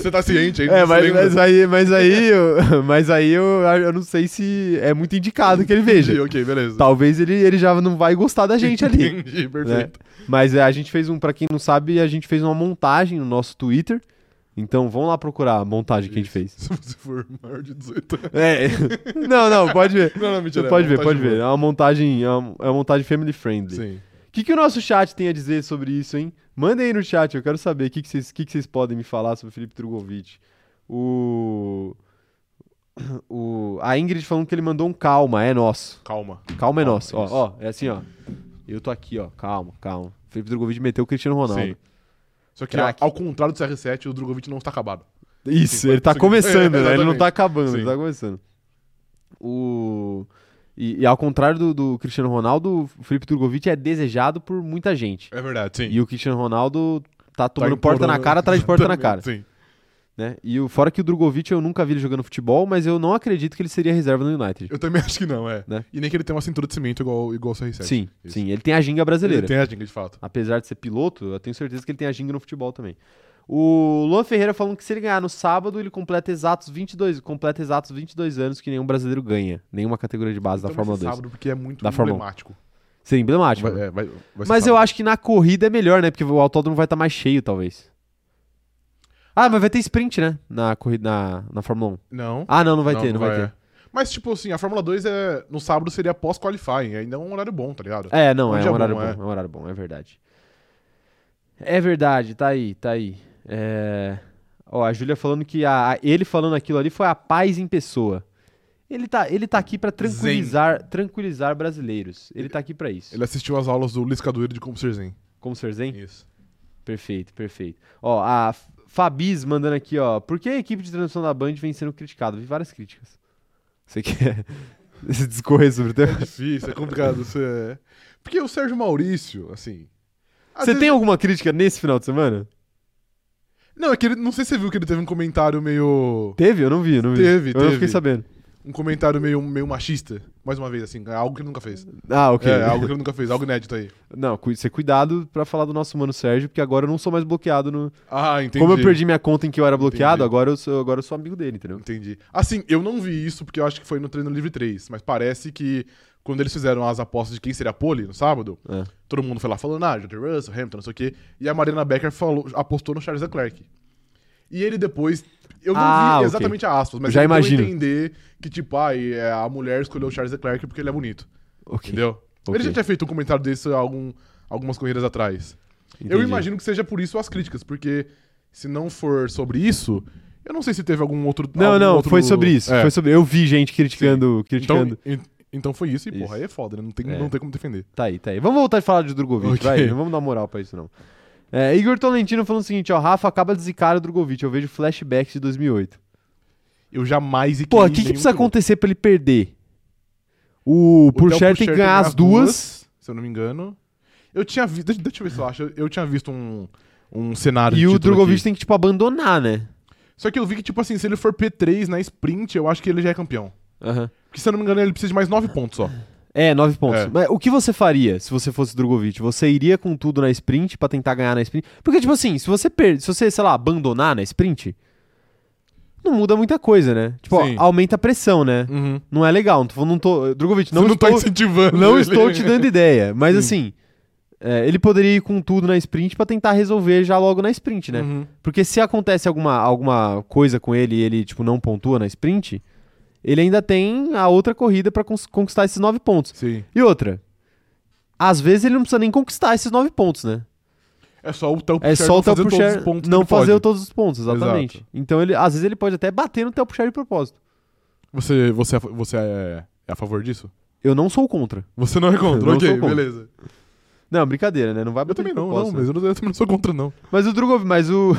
B: Você tá ciente aí,
A: *laughs* É,
B: você
A: mas,
B: lembra?
A: mas aí, mas aí, eu, *laughs* mas aí eu, eu não sei se é muito indicado que ele
B: Entendi,
A: veja.
B: ok, beleza.
A: Talvez ele, ele já não vai gostar da gente
B: *laughs*
A: ali. Né?
B: Entendi, perfeito.
A: Mas é, a gente fez um, pra quem não sabe, a gente fez uma montagem no nosso Twitter. Então vão lá procurar a montagem que a gente fez.
B: Se você for maior de 18 anos.
A: É. *laughs* Não, não, pode ver.
B: Não, não, mentira. é
A: pode ver,
B: vontade
A: pode
B: de
A: ver. É uma montagem, é uma, é uma montagem family friendly.
B: boa. Sim.
A: O que, que o nosso chat tem a dizer sobre isso, hein? Mandem aí no chat, eu quero saber o que, que, vocês, o que, que vocês podem me falar sobre o Felipe Drogovic. O... o. A Ingrid falando que ele mandou um calma, é nosso.
B: Calma.
A: Calma é
B: Calma,
A: nosso. Ó,
B: isso.
A: ó, é assim, ó. Eu tô aqui, ó. Calma, calma. Felipe Drogovic meteu o Cristiano Ronaldo.
B: Sim. Só que,
A: Craque.
B: ao contrário do CR7, o Drogovic não está acabado.
A: Isso,
B: Sim,
A: ele tá
B: pode seguir.
A: começando, né? Ele não
B: Exatamente.
A: tá acabando, ele
B: Sim.
A: tá começando. O... E, e ao contrário do, do Cristiano Ronaldo, o Felipe Drogovic é desejado por muita gente.
B: É verdade, sim.
A: E o Cristiano Ronaldo tá tomando
B: implorando.
A: porta na cara atrás de porta na cara.
B: Exatamente, Sim.
A: Né? E o, fora que o Drogovic eu nunca vi ele jogando futebol, mas eu não acredito que ele seria reserva no United.
B: Eu também *laughs* acho que não, é.
A: Né?
B: E nem que ele tem uma cintura de cimento igual, igual o CR7.
A: Sim,
B: Isso.
A: sim. Ele tem a ginga brasileira.
B: Ele tem a ginga, de fato.
A: Apesar de ser piloto, eu tenho certeza que ele tem a ginga no futebol também. O Luan Ferreira falando que se ele ganhar no sábado, ele completa exatos 22, completa exatos 22 anos que nenhum brasileiro ganha, nenhuma categoria de base da
B: Então vai
A: Fórmula
B: ser
A: 2.
B: sábado, porque é muito
A: Da Fórmula um.
B: emblemático.
A: Seria emblemático.
B: Vai- é, vai- vai ser
A: mas eu
B: sábado.
A: acho que na corrida é melhor, né? Porque o autódromo vai estar mais cheio, talvez. Ah, mas vai ter sprint, né? Na corrida na, na Fórmula 1.
B: Não.
A: Ah, não, não vai ter, não, vai ter.
B: é. Mas, tipo assim, a Fórmula 2 é... no sábado seria pós-qualifying. Ainda é um horário bom, tá ligado?
A: É, não,
B: Um
A: é
B: dia
A: um horário bom,
B: bom,
A: é.
B: é.
A: um horário bom, é verdade. É verdade, tá aí, tá aí. É... Ó, a Júlia falando que a, a- ele falando aquilo ali foi a paz em pessoa. Ele tá, ele tá aqui pra tranquilizar, tranquilizar brasileiros. Ele tá aqui pra isso.
B: Ele assistiu às aulas do Luiz Cadoeiro de como ser zen.
A: Como ser zen?
B: Isso.
A: Perfeito, perfeito. Ó, a F- Fabis mandando aqui, ó. Por que a equipe de transmissão da Band vem sendo criticada? Vi várias críticas. Você quer *laughs* se discorrer sobre o tema?
B: É difícil, é complicado. Você... Porque o Sérgio Maurício, assim... às
A: Você
B: vezes-
A: tem um alguma crítica nesse final de semana?
B: Não, é que ele... Não sei se você viu que ele teve um comentário meio...
A: Teve? Eu não vi, eu não vi.
B: Teve,
A: Eu não fiquei
B: teve.
A: sabendo.
B: Um comentário meio, meio machista. Mais uma vez, assim. Algo que ele nunca fez.
A: Ah, ok.
B: É, algo que ele nunca fez. Algo
A: *laughs*
B: inédito aí.
A: Não, cu- ser cuidado pra falar do nosso mano Sérgio, porque agora eu não sou mais bloqueado no.
B: Ah, entendi.
A: Como eu perdi minha conta em que eu era bloqueado,
B: Entendi.
A: agora eu, sou, agora eu sou amigo dele, entendeu?
B: Entendi. Assim, eu não vi isso porque eu acho que foi no Treino Livre 3, mas parece que quando eles fizeram as apostas de quem seria a pole no sábado,
A: É.
B: todo mundo foi lá falando, ah, George Russell, Hamilton, não sei o quê, e a Marina Becker falou, apostou no Charles Leclerc. E ele depois, eu não
A: Ah,
B: vi
A: ok.
B: exatamente a aspas, mas
A: Já
B: ele deu a
A: imagino.
B: entender que, tipo, ah, e, é, a mulher escolheu o Charles Leclerc porque ele é bonito,
A: Ok.
B: entendeu?
A: Ok.
B: Ele já tinha feito um comentário desse há algum, algumas corridas atrás. Eu
A: entendi.
B: imagino que seja por isso as críticas, porque se não for sobre isso, eu não sei se teve algum outro.
A: Não,
B: algum
A: não,
B: outro-
A: foi sobre isso.
B: É.
A: Foi sobre. Eu vi gente criticando.
B: Então,
A: criticando.
B: en- então foi isso, e
A: Isso.
B: porra, aí é foda, né? Não tem,
A: É.
B: não tem como defender.
A: Tá aí, tá aí. Vamos voltar a falar de Drogovic,
B: Ok.
A: vai. Não vamos dar moral pra isso, não. É, Igor Tolentino falando o seguinte, ó. Rafa acaba de zicar o Drogovic. Eu vejo flashbacks de 2008.
B: Eu jamais e
A: Pô, o que, que precisa acontecer pra ele perder? O, Purcher tem que ganhar as duas.
B: Se eu não me engano. Eu tinha visto. Deixa, deixa eu ver se eu acho. Eu tinha visto um, um cenário.
A: E
B: de
A: o
B: título
A: Drogovic
B: aqui.
A: tem que, tipo, abandonar, né?
B: Só que eu vi que, tipo assim, se ele for P3 na sprint, eu acho que ele já é campeão.
A: Aham.
B: Porque se eu não me engano, ele precisa de mais nove pontos só.
A: É, nove pontos.
B: É.
A: Mas o que você faria se você fosse Drogovic? Você iria com tudo na sprint pra tentar ganhar na sprint? Porque, tipo assim, se você per... se você, sei lá, abandonar na sprint, não muda muita coisa, né? Tipo, ó,
B: Sim. aumenta
A: aumenta a pressão, né? Não é legal. Não tô, não tô... Drogovic, não,
B: Não, não tá
A: estou,
B: incentivando.
A: não
B: ele.
A: estou te dando ideia. Mas assim, é, ele poderia ir com tudo na sprint pra tentar resolver já logo na sprint, né?
B: Uhum.
A: Porque se acontece alguma, alguma coisa com ele e ele, tipo, não pontua na sprint, ele ainda tem a outra corrida pra cons- conquistar esses nove pontos.
B: Sim.
A: E outra, às vezes ele não precisa nem conquistar esses nove pontos, né?
B: É só o Theo
A: É
B: Pucher
A: só o
B: não
A: Theo
B: fazer todos
A: Pucher
B: os pontos que
A: não
B: ele pode.
A: fazer todos os pontos, exatamente.
B: Exato.
A: Então, ele, às vezes ele pode até bater no Theo Pucher de propósito.
B: Você, você, é- você é, é a favor disso?
A: Eu não sou contra.
B: Você *laughs* não é
A: Eu
B: contra,
A: não
B: ok,
A: sou contra.
B: beleza.
A: Não, brincadeira, né? Não vai
B: Eu
A: bater
B: também
A: de
B: não, não,
A: propósito,
B: mas eu, não- eu também não sou contra, não.
A: né? Mas o Drogovic, mas o...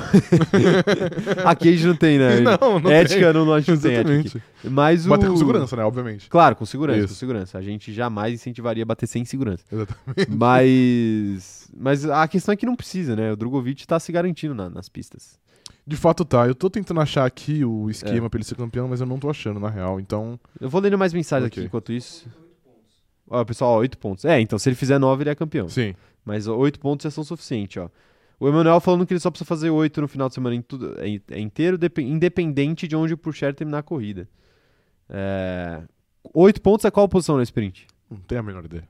A: aqui a gente não tem, né?
B: *laughs* Não, não
A: ética, Não, a gente não tem ética aqui.
B: Exatamente.
A: Mas o...
B: Bater com segurança, né? Obviamente.
A: Claro, com segurança, com
B: Isso.
A: segurança. A gente jamais incentivaria bater sem segurança.
B: Exatamente.
A: Mas... Mas a questão é que não precisa, né? O Drogovic tá se garantindo na- nas pistas.
B: De fato, tá. Eu tô tentando achar aqui o esquema pra ele ser campeão, mas eu não tô achando, na real. Então,
A: Eu vou lendo mais mensagens
B: Ok.
A: aqui enquanto isso. Ó, pessoal, ó, 8 pontos. É, então se ele fizer 9, ele é campeão.
B: sim.
A: Mas ó, oito pontos já são suficientes, ó. O Emanuel falando que ele só precisa fazer 8 no final de semana em tudo, é, é inteiro, depe- independente de onde o Puxer terminar a corrida. É... 8 pontos é qual posição na sprint?
B: Não tenho a menor ideia.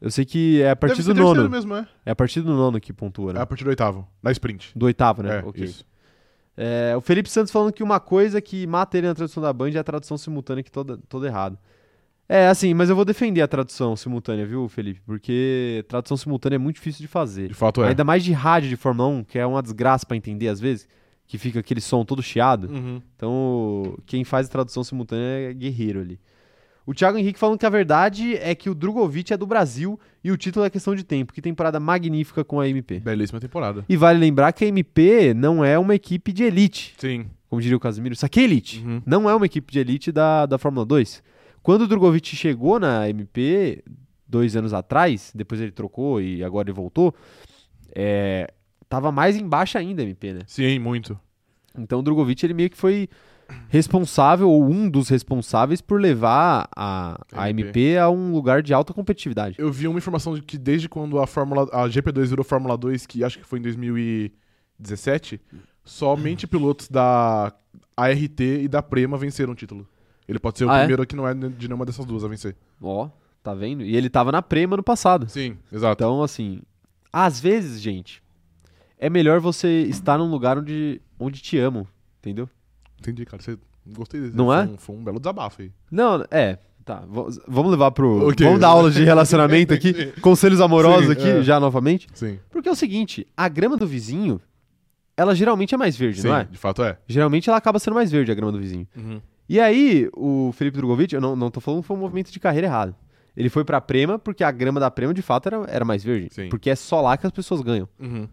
A: Eu sei que é a partir
B: Deve ser
A: do
B: terceiro
A: nono.
B: mesmo, é.
A: É a partir do nono que pontua, né?
B: É a partir do oitavo, na sprint.
A: Do oitavo, né?
B: É,
A: Ok.
B: isso.
A: É, o Felipe Santos falando que uma coisa que mata ele na tradução da Band é a tradução simultânea que toda, toda errada. É, assim, mas eu vou defender a tradução simultânea, viu, Felipe? Porque tradução simultânea é muito difícil de fazer.
B: De fato é.
A: Ainda mais de rádio de Fórmula 1, que é uma desgraça pra entender às vezes, que fica aquele som todo chiado.
B: Uhum.
A: Então, quem faz a tradução simultânea é guerreiro ali. O Thiago Henrique falando que a verdade é que o Drogovic é do Brasil e o título é questão de tempo. Que temporada magnífica com a MP.
B: Belíssima temporada.
A: E vale lembrar que a MP não é uma equipe de elite,
B: Sim.
A: como diria o Casimiro. Isso aqui é elite.
B: Uhum.
A: Não é uma equipe de elite da, da Fórmula 2. Quando o Drogovic chegou na MP, dois anos atrás, depois ele trocou e agora ele voltou, é, tava mais embaixo ainda a MP, né?
B: Sim, muito.
A: Então o Drogovic ele meio que foi responsável, ou um dos responsáveis, por levar a, a
B: MP.
A: MP a um lugar de alta competitividade.
B: Eu vi uma informação de que desde quando a Fórmula a GP2 virou Fórmula 2, que acho que foi em 2017, somente pilotos da ART e da Prema venceram o título. Ele pode ser o
A: Ah, é?
B: primeiro que não é de nenhuma dessas duas a vencer.
A: Ó, tá vendo? E ele tava na Prema no passado.
B: Sim, exato.
A: Então, assim, às vezes, gente, é melhor você estar num lugar onde, onde te amam, entendeu?
B: Então, Entendi, cara. Você gostei desse.
A: Não
B: foi
A: é?
B: Um, foi um belo desabafo aí.
A: Não, é. Tá, vo- vamos levar pro.
B: Ok.
A: Vamos dar aula de relacionamento aqui, conselhos amorosos
B: *laughs* Sim,
A: aqui,
B: é.
A: já novamente.
B: Sim.
A: Porque é o seguinte: a grama do vizinho, ela geralmente é mais verde,
B: Sim,
A: não é?
B: de fato é.
A: Geralmente ela acaba sendo mais verde, a grama do vizinho.
B: Uhum,
A: E aí, o Felipe Drogovic, eu não, não tô falando que foi um movimento de carreira errado. Ele foi pra Prema porque a grama da Prema de fato era, era mais verde.
B: Sim.
A: Porque é só lá que as pessoas ganham.
B: Uhum.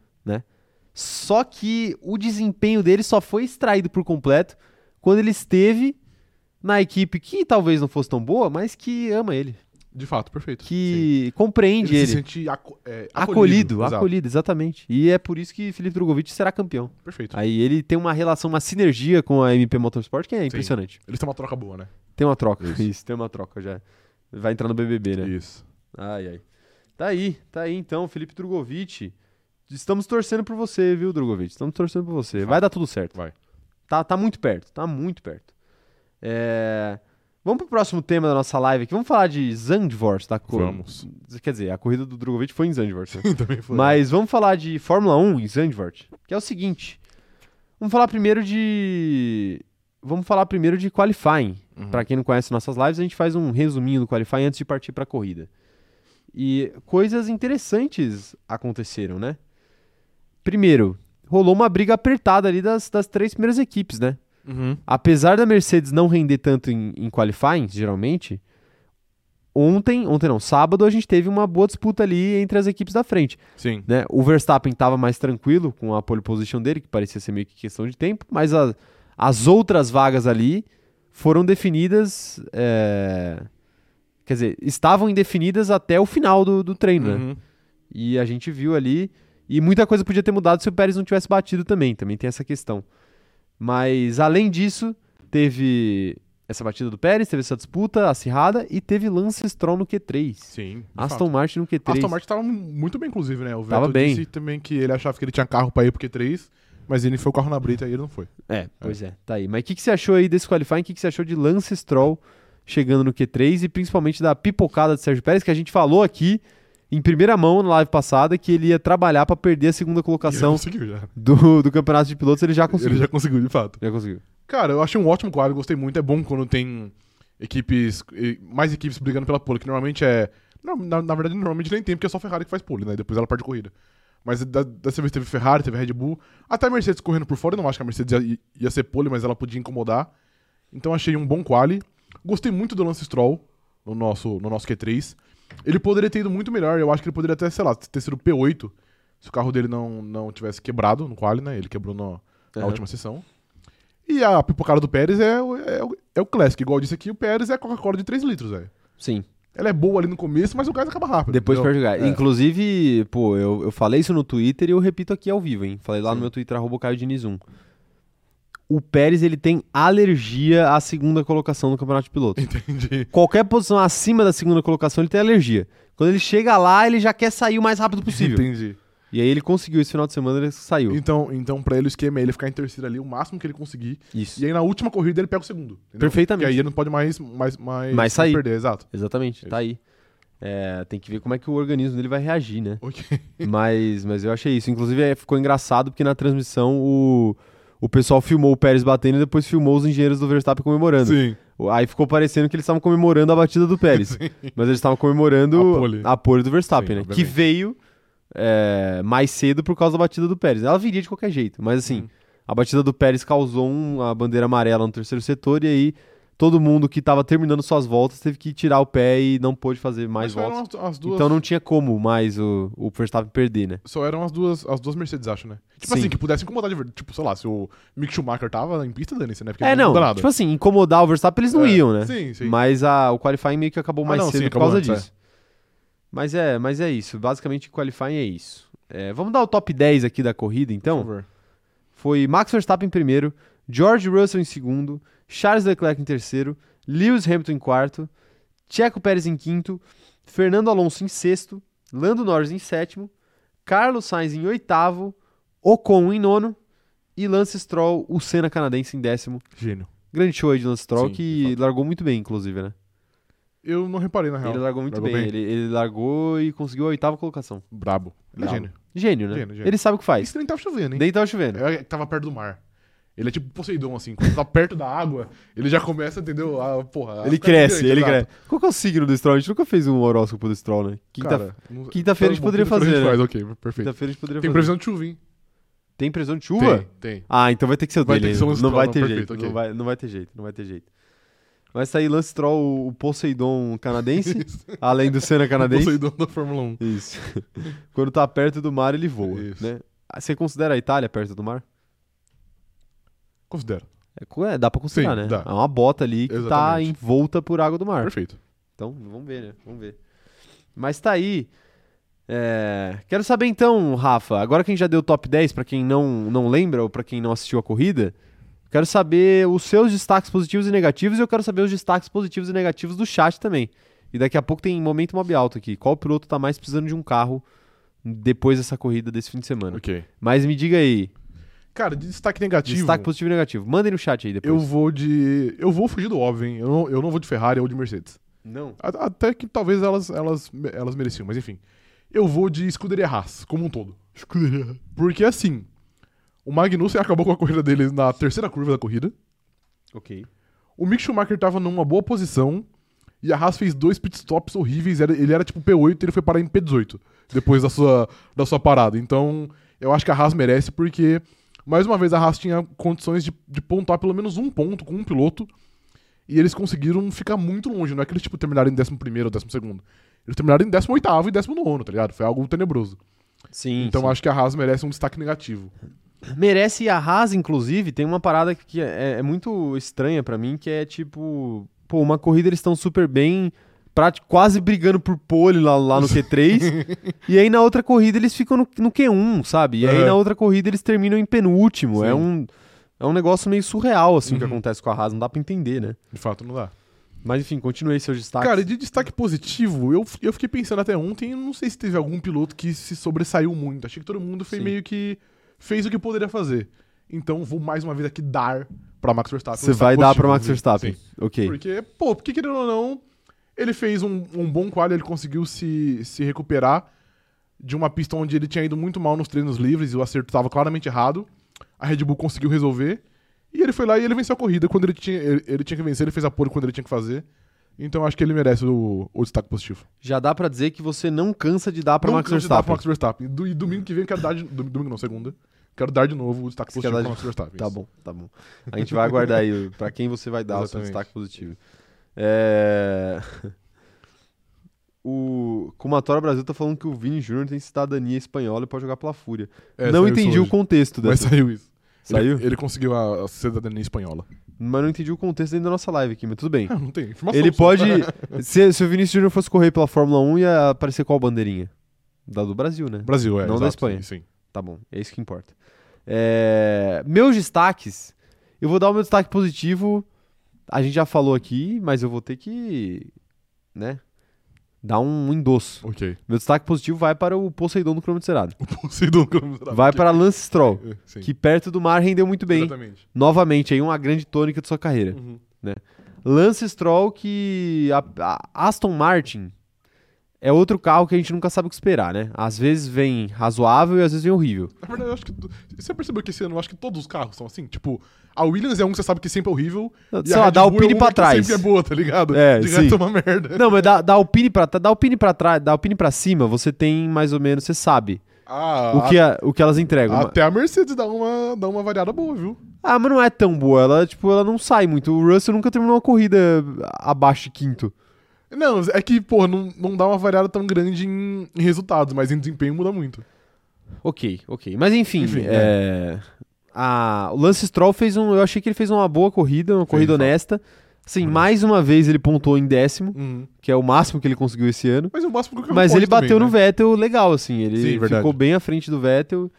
A: Só que o desempenho dele só foi extraído por completo quando ele esteve na equipe que talvez não fosse tão boa, mas que ama ele,
B: De fato, perfeito. Sim.
A: que compreende
B: Ele
A: ele.
B: se sente aco- é,
A: Acolhido,
B: exato.
A: acolhido, exatamente. E é por isso que Felipe Drogovic será campeão.
B: Perfeito.
A: Aí ele tem uma relação, uma sinergia com a MP Motorsport que é impressionante.
B: Eles têm uma troca boa, né?
A: Tem uma troca.
B: Isso.
A: Isso. *laughs* tem uma troca já. Vai entrar no BBB, né?
B: Isso.
A: Ai, ai. Tá aí, tá aí então, Felipe Drogovic. Estamos torcendo por você, viu, Drogovic? Estamos torcendo por você. Vai dar tudo certo.
B: Vai.
A: Tá, tá muito perto, tá muito perto. É, Vamos pro próximo tema da nossa live aqui. Vamos falar de Zandvoort, da cor.
B: Vamos.
A: Quer dizer, a corrida do Drogovic foi em Zandvoort. né?
B: Também foi.
A: Mas vamos falar de Fórmula 1 em Zandvoort, que é o seguinte. Vamos falar primeiro de. Vamos falar primeiro de qualifying.
B: Uhum.
A: Pra quem não conhece nossas lives, a gente faz um resuminho do qualifying antes de partir pra corrida. E coisas interessantes aconteceram, né? Primeiro, rolou uma briga apertada ali das, das três primeiras equipes, né?
B: Uhum.
A: Apesar da Mercedes não render tanto em, em qualifying, geralmente, ontem, ontem não, sábado a gente teve uma boa disputa ali entre as equipes da frente
B: Sim.
A: né? O Verstappen estava mais tranquilo com a pole position dele, que parecia ser meio que questão de tempo, mas a- as outras vagas ali foram definidas. é, Quer dizer, estavam indefinidas até o final do, do treino, né?
B: Uhum.
A: E a gente viu ali. E muita coisa podia ter mudado se o Pérez não tivesse batido também. Também tem essa questão. Mas, além disso, teve essa batida do Pérez, teve essa disputa acirrada e teve Lance Stroll no Q3.
B: Sim. de fato.
A: Aston Martin no Q3.
B: Aston Martin tava muito bem, inclusive, né? O Vettel
A: Tava bem.
B: disse também que ele achava que ele tinha carro pra ir pro Q3, mas ele foi o carro na brita e ele não foi.
A: É, pois é. Tá aí. Mas o que, que você achou aí desse qualifying? O que, que você achou de Lance Stroll chegando no Q3 e principalmente da pipocada de Sérgio Pérez, que a gente falou aqui em primeira mão na live passada que ele ia trabalhar pra perder a segunda
B: Ele
A: colocação
B: conseguiu já.
A: do, do campeonato de pilotos. Ele já Tá conseguiu.
B: Ele já conseguiu, de fato.
A: Já conseguiu.
B: Cara, eu achei um ótimo quadro, gostei muito. É bom quando tem equipes, e- mais equipes brigando pela pole, que normalmente é. não, na, na verdade, normalmente nem tem, porque é só a Ferrari que faz pole, né? Depois ela parte de corrida. Mas da- dessa vez teve Ferrari, teve Red Bull, até a Mercedes correndo por fora. Eu não acho que a Mercedes ia, ia ser pole, mas ela podia incomodar. Então achei um bom quali. Gostei muito do Lance Stroll no nosso, no nosso Q3. Ele poderia ter ido muito melhor, eu acho que ele poderia até, sei lá, ter sido P8 se o carro dele não, não tivesse quebrado no quali, né? Ele quebrou no- na
A: Aham.
B: última sessão. E a pipocada do Pérez é, o- é, o- é o clássico. Igual eu disse aqui, o Pérez é a Coca-Cola de 3 litros, velho.
A: Sim.
B: Ela é boa ali no começo, mas o gás acaba rápido.
A: Depois
B: entendeu?
A: perde o gás.
B: É.
A: Inclusive, pô, eu, eu falei isso no Twitter e eu repito aqui ao vivo, hein? Falei lá
B: Sim.
A: no meu Twitter, arroba o Caio Diniz 1. O Pérez, ele tem alergia à segunda colocação no campeonato de pilotos.
B: *laughs* Entendi.
A: Qualquer posição
B: *laughs*
A: acima da segunda colocação, ele tem alergia. Quando ele chega lá, ele já quer sair o mais rápido possível.
B: Entendi.
A: E aí ele conseguiu esse final de semana, ele saiu.
B: Então, então pra ele o esquema é ele ficar em terceiro ali o máximo que ele conseguir.
A: Isso.
B: E aí na última corrida ele pega o segundo. entendeu?
A: Perfeitamente.
B: Porque aí ele não pode mais, mais, mais,
A: Mais sair.
B: perder, exato.
A: Exatamente, tá aí. É, tem que ver como é que o organismo dele vai reagir,
B: *laughs*
A: né?
B: Ok.
A: Mas, mas eu achei isso. Inclusive, é, ficou engraçado porque na transmissão o, o pessoal filmou o Pérez batendo e depois filmou os engenheiros do Verstappen comemorando.
B: Sim.
A: O- Aí ficou parecendo que eles estavam comemorando a batida do
B: *laughs*
A: Pérez. mas eles estavam comemorando
B: A pole.
A: a pole do Verstappen,
B: Sim,
A: né? Que
B: obviamente.
A: veio é, mais cedo por causa da batida do Pérez. Ela viria de qualquer jeito, mas assim,
B: Uhum.
A: a batida do Pérez causou um- a bandeira amarela no terceiro setor e aí todo mundo que estava terminando suas voltas teve que tirar o pé e não pôde fazer mais
B: Mas só
A: voltas.
B: eram as, as duas.
A: Então não tinha como mais o, o Verstappen perder, né?
B: Só eram as duas, as duas Mercedes, acho, né? Tipo
A: Sim.
B: assim, que pudesse incomodar de verdade. Tipo, sei lá, se o Mick Schumacher tava em pista, dane-se, né? Porque
A: é,
B: muda
A: não.
B: nada.
A: Tipo assim, incomodar o Verstappen eles não
B: É,
A: iam, né?
B: Sim, sim.
A: Mas a- o qualifying meio que acabou
B: Ah,
A: mais
B: não,
A: cedo
B: sim,
A: por
B: acabou
A: causa
B: antes,
A: disso. Mas é, mas é isso. Basicamente, qualifying é isso. É, vamos dar o top 10 aqui da corrida,
B: Por
A: então.
B: favor.
A: Foi Max Verstappen em primeiro, George Russell em segundo, Charles Leclerc em terceiro, Lewis Hamilton em quarto, Checo Pérez em quinto, Fernando Alonso em sexto, Lando Norris em sétimo, Carlos Sainz em oitavo, Ocon em nono e Lance Stroll, o Senna canadense, em décimo.
B: Gênio.
A: Grande show aí de Lance Stroll,
B: Sim, de
A: que largou muito bem, inclusive, né?
B: Eu não reparei, na real.
A: Ele largou muito
B: Largou
A: bem.
B: bem?
A: Ele, ele largou e conseguiu a oitava colocação.
B: Brabo. Ele é
A: Brabo.
B: gênio.
A: Gênio, né?
B: Gênio, gênio.
A: Ele sabe o que faz.
B: Isso nem tava chovendo, hein?
A: Nem tava chovendo.
B: É que tava perto do mar. Ele é tipo Poseidon, assim. Quando tá perto da água, ele já começa, entendeu? A, porra, a
A: ele
B: ficar
A: cresce,
B: gigante,
A: ele
B: exato.
A: cresce. Qual que é o signo do Stroll? A gente nunca fez um horóscopo do Stroll, né? Quinta-
B: Cara, não-
A: Quinta-feira a gente
B: Tá bom,
A: poderia
B: quinta-feira
A: fazer,
B: a
A: né?
B: gente faz, ok, perfeito.
A: Quinta-feira a gente poderia
B: Tem
A: fazer.
B: previsão de chuva, hein?
A: Tem previsão de chuva?
B: Tem, tem.
A: Ah, então vai ter que ser o
B: Vai ter
A: dele.
B: que ser o Lance
A: não
B: Stroll,
A: vai
B: não,
A: ter
B: perfeito,
A: jeito. Não,
B: ok.
A: vai, não vai ter jeito, não vai ter jeito. Mas tá aí Lance Stroll, o Poseidon
B: *laughs*
A: canadense, além do Senna canadense.
B: Poseidon da Fórmula 1.
A: Isso. *laughs* Quando tá perto do mar, ele voa,
B: Isso.
A: né? Ah, Você considera a Itália perto do mar?
B: Considero.
A: É, co- é, dá pra considerar,
B: Sim,
A: né?
B: dá.
A: É uma bota ali que tá
B: Exatamente.
A: envolta por água do mar.
B: Perfeito.
A: Então, vamos ver, né? Vamos ver. Mas tá aí. É, Quero saber então, Rafa, agora que a gente já deu o top 10 pra quem não, não lembra ou pra quem não assistiu a corrida, quero saber os seus destaques positivos e negativos e eu quero saber os destaques positivos e negativos do chat também. E daqui a pouco tem momento mob alto aqui. Qual piloto tá mais precisando de um carro depois dessa corrida desse fim de semana?
B: Ok.
A: Mas me diga aí,
B: Cara, de destaque negativo.
A: destaque positivo e negativo. Mandem no chat aí depois.
B: Eu vou de. Eu vou fugir do óbvio, hein? Eu não, eu não vou de Ferrari ou de Mercedes.
A: Não.
B: A- Até que talvez elas, elas, elas mereciam, mas enfim. Eu vou de escuderia Haas, como um todo. Escuderia. Porque assim, o Magnussen acabou com a corrida dele na terceira curva da corrida.
A: Ok.
B: O Mick Schumacher tava numa boa posição. E a Haas fez dois pitstops horríveis. era- Ele era tipo P8 e ele foi parar em P18 depois da sua, da sua parada. Então, eu acho que a Haas merece, porque, mais uma vez, a Haas tinha condições de, de pontuar pelo menos um ponto com um piloto. E eles conseguiram ficar muito longe. Não é que eles tipo, terminaram em 11 ou 12. Eles terminaram em 18 e 19, tá ligado? Foi algo tenebroso.
A: Sim.
B: então,
A: sim.
B: acho que a Haas merece um destaque negativo.
A: merece e a Haas, inclusive, tem uma parada que é, é muito estranha pra mim, que é tipo, pô, uma corrida eles estão super bem, prati- quase brigando por pole lá, lá no
B: *laughs*
A: Q3, e aí na outra corrida eles ficam no, no Q1, sabe? E aí
B: É.
A: na outra corrida eles terminam em penúltimo. É
B: Sim.
A: um, é um negócio meio surreal, assim, o que
B: Uhum.
A: acontece com a Haas, não dá pra entender, né?
B: De fato, não dá.
A: Mas enfim, continuei seus destaques.
B: Cara, e de destaque positivo, eu, eu fiquei pensando até ontem, não sei se teve algum piloto que se sobressaiu muito. Achei que todo mundo foi
A: Sim.
B: meio que fez o que poderia fazer. Então vou mais uma vez aqui dar pra Max Verstappen.
A: Você
B: um
A: vai
B: destaque
A: dar
B: positivo,
A: pra Max Verstappen.
B: inclusive. Sim.
A: Ok.
B: Porque, pô, porque querendo ou não, ele fez um, um bom quali, ele conseguiu se, se recuperar de uma pista onde ele tinha ido muito mal nos treinos livres e o acerto estava claramente errado. A Red Bull conseguiu resolver. E ele foi lá e ele venceu a corrida quando ele tinha, ele, ele tinha que vencer, ele fez a pole quando ele tinha que fazer. Então acho que ele merece o, o destaque positivo.
A: Já dá pra dizer que você não cansa de dar pra
B: Não
A: Max
B: canso de dar
A: Verstappen.
B: pro Max Verstappen. Do- e domingo que vem eu quero dar de, dom- domingo não, segunda. Quero dar de novo o destaque
A: Você
B: positivo
A: quer dar
B: pro
A: de-
B: Max Verstappen.
A: Tá
B: Isso.
A: bom, tá bom. A gente vai aguardar
B: *laughs*
A: aí pra quem você vai dar o seu
B: Exatamente.
A: destaque positivo. É... *laughs* O Comatório Brasil tá falando que o Vini Júnior tem cidadania espanhola e pode jogar pela Fúria.
B: É,
A: não
B: saiu isso
A: entendi o
B: hoje.
A: contexto
B: Mas
A: dessa.
B: saiu isso.
A: Saiu?
B: Ele, ele conseguiu a, a cidadania espanhola.
A: Mas não entendi o contexto ainda da nossa live aqui, mas tudo bem.
B: *laughs* Ah, não tem informação.
A: Ele
B: só.
A: pode. se, se o Vinícius Júnior fosse correr pela Fórmula 1, ia aparecer qual bandeirinha? Da do Brasil, né?
B: *laughs* Brasil, é.
A: Não da
B: exato,
A: Espanha.
B: Sim. sim.
A: Tá bom, é isso que importa. É, Meus destaques. Eu vou dar o meu destaque positivo. A gente já falou aqui, mas eu vou ter que. né? Dá um endosso.
B: *laughs* Ok.
A: Meu destaque positivo vai para o Poseidon do Cronômetro Cerado.
B: Poseidon Cronometrado.
A: Vai para Lance Stroll,
B: É, Sim.
A: que perto do mar rendeu muito bem.
B: Exatamente.
A: Novamente, aí uma grande tônica de sua carreira.
B: Uhum.
A: Lance Stroll, que a, a Aston Martin é outro carro que a gente nunca sabe o que esperar, né? Às vezes vem razoável e às vezes vem horrível.
B: Na verdade, eu acho que. tu- Você percebeu que esse ano eu acho que todos os carros são assim? Tipo, a Williams é um que você sabe que sempre é horrível. e
A: Sei
B: a
A: lá,
B: Red
A: dá o
B: Bull é
A: pine
B: uma
A: pra
B: que
A: trás.
B: Sempre é boa, tá ligado?
A: É,
B: De resto
A: sim.
B: é
A: *laughs*
B: uma merda.
A: Não, mas da, da Alpine pra tra- da Alpine pra trás, da Alpine pra cima, você tem mais ou menos, você sabe
B: Ah,
A: o, que é a- o que elas
B: a-
A: entregam. Ma-
B: até a Mercedes dá uma, dá uma variada boa, viu?
A: Ah, mas não é tão boa, ela tipo, ela não sai muito. O Russell nunca terminou uma corrida abaixo de quinto.
B: Não, é que, pô, não, não dá uma variada tão grande em, em resultados, mas em desempenho muda muito.
A: OK, OK. Mas enfim,
B: Enfim,
A: é, a- o Lance Stroll fez um, eu achei que ele fez uma boa corrida, uma corrida
B: de fato.
A: honesta. Assim, mais uma vez ele pontuou em décimo,
B: Uhum.
A: que é o máximo que ele conseguiu esse ano.
B: Mas eu gosto um porque
A: Mas ele bateu no
B: né?
A: Vettel legal, assim. Ele
B: Sim, verdade.
A: ficou bem à frente do Vettel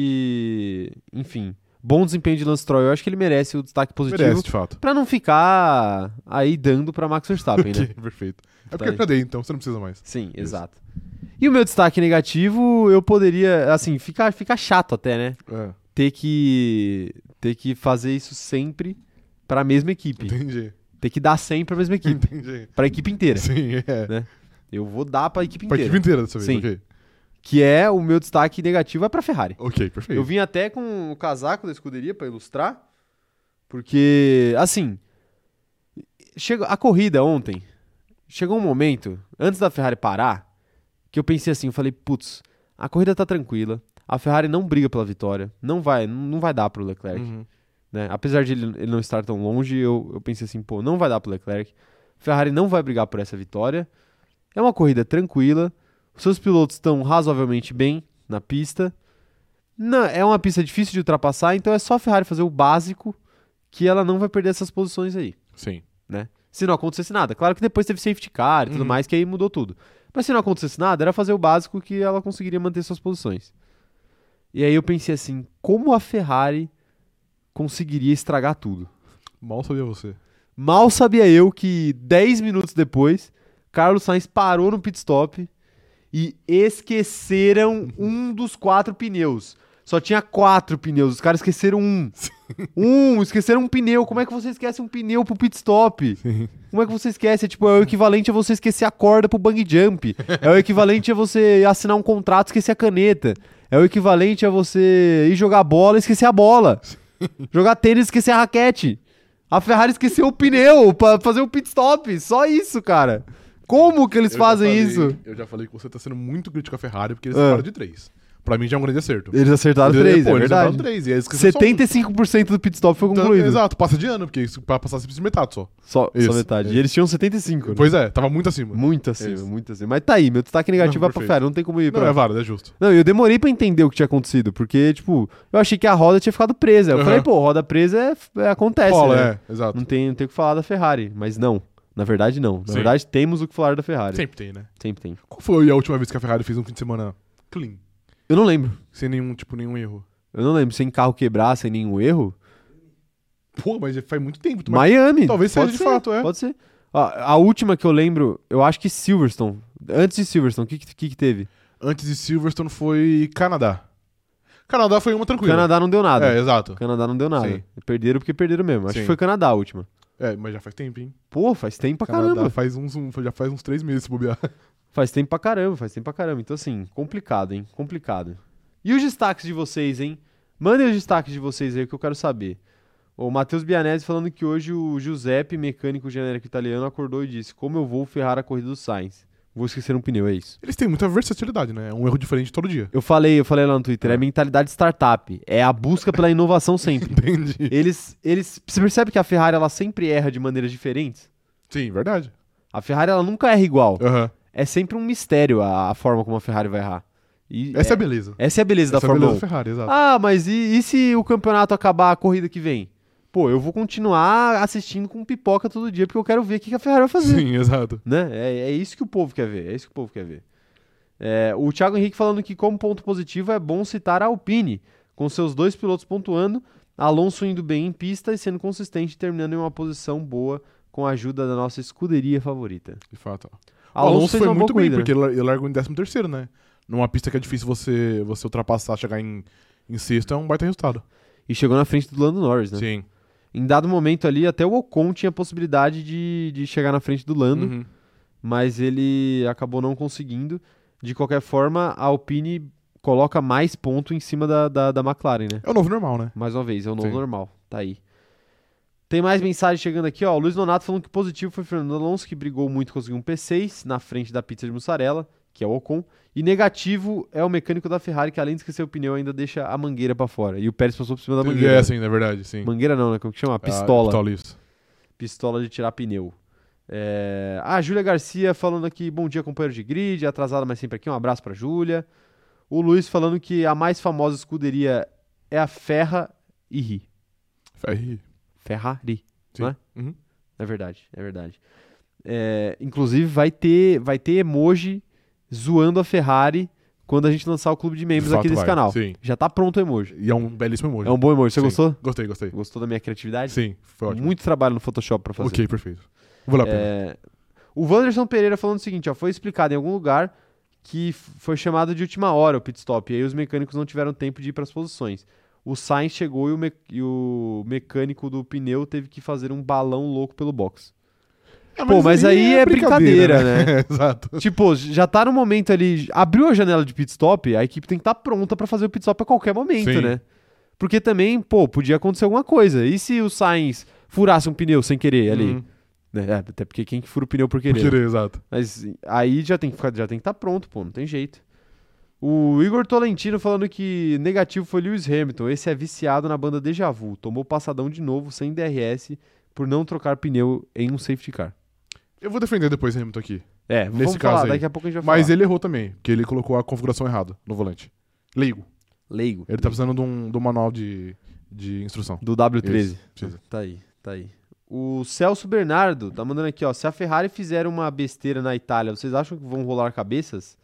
A: e. Enfim. Bom desempenho de Lance Stroll. Eu acho que ele merece o destaque positivo.
B: Merece, de fato.
A: Pra não ficar aí dando pra Max Verstappen, né?
B: *laughs* Ok, perfeito. É
A: Tá
B: porque
A: aí.
B: eu já dei, então, você não precisa mais.
A: Sim, exato. E o meu destaque negativo, eu poderia. Assim, fica, fica chato até, né?
B: É,
A: Ter que. Ter que fazer isso sempre pra mesma equipe.
B: entendi.
A: Ter que dar sempre pra mesma equipe.
B: Entendi.
A: pra equipe inteira.
B: Sim, é.
A: Eu vou dar pra equipe
B: Pra
A: inteira.
B: equipe inteira dessa vez,
A: Sim.
B: ok.
A: Que é o meu destaque negativo, é pra Ferrari.
B: Ok,
A: Eu
B: perfeito.
A: vim até com o casaco da escuderia pra ilustrar, porque assim, chega a corrida ontem, chegou um momento antes da Ferrari parar que eu pensei assim, eu falei, putz, a corrida tá tranquila, a Ferrari não briga pela vitória, não vai, não vai dar pro Leclerc,
B: Uhum.
A: né? Apesar de ele, ele não estar tão longe, eu, eu pensei assim, pô, não vai dar pro Leclerc, Ferrari não vai brigar por essa vitória. É uma corrida tranquila, os seus pilotos estão razoavelmente bem na pista. Não, é uma pista difícil de ultrapassar, então é só a Ferrari fazer o básico que ela não vai perder essas posições aí,
B: Sim.
A: né? Se não acontecesse nada. Claro que depois teve safety car e tudo
B: Uhum.
A: mais, que aí mudou tudo. Mas se não acontecesse nada, era fazer o básico que ela conseguiria manter suas posições. E aí eu pensei assim, como a Ferrari conseguiria estragar tudo?
B: Mal sabia você.
A: Mal sabia eu que 10 minutos depois, Carlos Sainz parou no pit stop e esqueceram um dos quatro pneus. Só tinha quatro pneus, os caras esqueceram um. Um, esqueceram um pneu. Como é que você esquece um pneu pro pit stop? Como é que você esquece? É, Tipo, é o equivalente a você esquecer a corda pro bang jump. É o equivalente a você assinar um contrato e esquecer a caneta. É o equivalente a você ir jogar bola e esquecer a bola. Jogar tênis e esquecer a raquete. A Ferrari esqueceu o pneu pra fazer o pit stop. Só isso, cara. Como que eles
B: Eu já
A: fazem
B: falei-
A: isso?
B: Eu já falei que você tá sendo muito crítico à Ferrari porque eles
A: Ah.
B: separam de três. Pra mim já é um grande acerto.
A: Eles acertaram
B: Eles-
A: três,
B: pô,
A: é
B: eles
A: verdade. um
B: separaram três, e eles esqueceram só um.
A: 75% do pit stop foi
B: Então,
A: concluído.
B: Exato, passa de ano, porque isso, pra passar você precisa de metade só.
A: Só, só
B: Isso.
A: metade. E eles tinham 75. né?
B: Pois é, tava muito acima.
A: Muito acima,
B: Isso.
A: muito acima. Mas tá aí, meu destaque negativo é
B: Não,
A: pra
B: perfeito.
A: Ferrari, não tem como ir pra...
B: Não, é válido, é justo.
A: Não, eu demorei pra entender o que tinha acontecido, porque, tipo, eu achei que a roda tinha ficado presa. Eu
B: Aham.
A: falei, pô, roda presa é- é- acontece,
B: Fala,
A: né?
B: é, exato.
A: Não tem, não tem o que falar da Ferrari, mas não. Na verdade, não. Na
B: Sim.
A: verdade, temos o que falar da Ferrari.
B: Sempre tem, né?
A: Sempre tem.
B: Qual foi a última vez que a Ferrari fez um fim de semana clean?
A: Eu não lembro.
B: Sem nenhum, tipo, nenhum erro.
A: Eu não lembro. Sem carro quebrar, sem nenhum erro.
B: Pô, mas faz muito tempo. tu-
A: Miami.
B: talvez seja
A: pode
B: de
A: ser,
B: fato, é.
A: Pode ser. A, a última que eu lembro, eu acho que Silverstone. Antes de Silverstone, o que, que, que que teve?
B: Antes de Silverstone foi Canadá. Canadá foi uma tranquila.
A: Canadá não deu nada.
B: É, exato.
A: Canadá não deu nada.
B: Sim.
A: Perderam porque perderam mesmo. Acho
B: Sim.
A: que foi Canadá a última.
B: É, mas já faz tempo, hein?
A: Pô, faz tempo pra
B: Canadá
A: caramba.
B: faz uns, um- já faz uns três meses se bobear. *laughs*
A: Faz tempo pra caramba, faz tempo pra caramba. Então, assim, complicado, hein? Complicado. E os destaques de vocês, hein? Mandem os destaques de vocês aí que eu quero saber. O Matheus Bianese falando que hoje o Giuseppe, mecânico genérico italiano, acordou e disse: Como eu vou ferrar a corrida do Sainz? Vou esquecer um pneu, é isso.
B: Eles têm muita versatilidade, né? É um erro diferente
A: *laughs*
B: todo dia.
A: Eu falei, eu falei lá no Twitter, é mentalidade startup. É a busca pela inovação
B: *laughs*
A: sempre.
B: Entendi.
A: Eles, eles. Você percebe que a Ferrari ela sempre erra de maneiras diferentes?
B: Sim, verdade.
A: A Ferrari ela nunca erra igual.
B: Aham.
A: É sempre um mistério a, a forma como a Ferrari vai errar. E
B: Essa é a beleza.
A: Essa é a beleza
B: Essa
A: da
B: é a
A: Fórmula
B: beleza da
A: 1.
B: Ferrari, exato.
A: Ah, mas e, e se o campeonato acabar a corrida que vem? Pô, eu vou continuar assistindo com pipoca todo dia, porque eu quero ver o que que a Ferrari vai fazer.
B: Sim, *laughs* exato.
A: Né? É, é isso que o povo quer ver. É isso que o povo quer ver. É, o Thiago Henrique falando que, como ponto positivo, é bom citar a Alpine, com seus dois pilotos pontuando, Alonso indo bem em pista e sendo consistente, terminando em uma posição boa com a ajuda da nossa escuderia favorita.
B: De fato. ó.
A: Alonso, fez
B: foi
A: uma
B: muito
A: boa
B: bem,
A: corrida, né?
B: porque ele lar- ele largou em 13º, né? Numa pista que é difícil você, você ultrapassar, chegar em, em sexto, é um baita resultado.
A: E chegou na frente do Lando Norris, né?
B: Sim.
A: Em dado momento ali, até o Ocon tinha a possibilidade de, de chegar na frente do Lando,
B: Uhum.
A: mas ele acabou não conseguindo. De qualquer forma, a Alpine coloca mais ponto em cima da, da, da McLaren, né?
B: É o novo normal, né?
A: Mais uma vez, é o novo
B: Sim.
A: normal. Tá aí. Tem mais mensagem chegando aqui, ó. O Luiz Nonato falando que positivo foi Fernando Alonso, que brigou muito, conseguiu um P6 na frente da pizza de mussarela, que é o Ocon. E negativo é o mecânico da Ferrari, que além de esquecer o pneu, ainda deixa a mangueira pra fora. E o Pérez passou por cima da mangueira.
B: É, sim, na verdade, sim.
A: Mangueira não, né? Como que chama? A
B: Ah,
A: pistola.
B: pistola, isso.
A: Pistola de tirar pneu. É... Ah, Júlia Garcia falando aqui, bom dia, companheiro de grid, atrasada, mas sempre aqui. Um abraço pra Júlia. O Luiz falando que a mais famosa escuderia é a Ferra e Ri.
B: Ferri.
A: Ferrari,
B: Sim.
A: não é?
B: Uhum.
A: É verdade, é verdade. É, inclusive vai ter, vai ter emoji zoando a Ferrari quando a gente lançar o clube de membros
B: De fato
A: aqui desse
B: vai,
A: canal.
B: Sim.
A: Já tá pronto o emoji.
B: E é um belíssimo emoji.
A: É um bom emoji. Você
B: Sim.
A: gostou?
B: Gostei, gostei.
A: Gostou da minha criatividade?
B: Sim, foi ótimo.
A: Muito trabalho no Photoshop pra fazer.
B: Ok, perfeito. Vou lá, Pedro.
A: É, o Wanderson Pereira falando o seguinte, ó, foi explicado em algum lugar que f- foi chamado de última hora o pit stop, e aí os mecânicos não tiveram tempo de ir para as posições. O Sainz chegou e o, me- e o mecânico do pneu teve que fazer um balão louco pelo box.
B: É,
A: Pô, mas aí é brincadeira,
B: né? *laughs*
A: *laughs*
B: Exato.
A: tipo, já tá no momento ali, abriu a janela de pit stop, a equipe tem que estar pronta pra fazer o pit stop a qualquer momento,
B: Sim.
A: né? Porque também, pô, podia acontecer alguma coisa. E se o Sainz furasse um pneu sem querer ali?
B: Uhum.
A: Né? É, até porque quem que fura o pneu por querer?
B: Por
A: né?
B: querer, exato.
A: Mas aí já tem que ficar, já tem que estar pronto, pô, não tem jeito. O Igor Tolentino falando que negativo foi Lewis Hamilton. Esse é viciado na banda Deja Vu. Tomou passadão de novo, sem DRS, por não trocar pneu em um safety car.
B: Eu vou defender depois o Hamilton aqui.
A: É, vamos
B: Nesse caso
A: falar,
B: aí.
A: daqui a pouco a gente vai
B: Mas
A: falar.
B: ele errou também, porque ele colocou a configuração errada no volante. Leigo.
A: Leigo.
B: Ele tá precisando de um, de um manual de, de instrução.
A: Do W13.
B: Isso, precisa.
A: Tá aí, tá aí. O Celso Bernardo tá mandando aqui, ó. Se a Ferrari fizer uma besteira na Itália, vocês acham que vão rolar cabeças?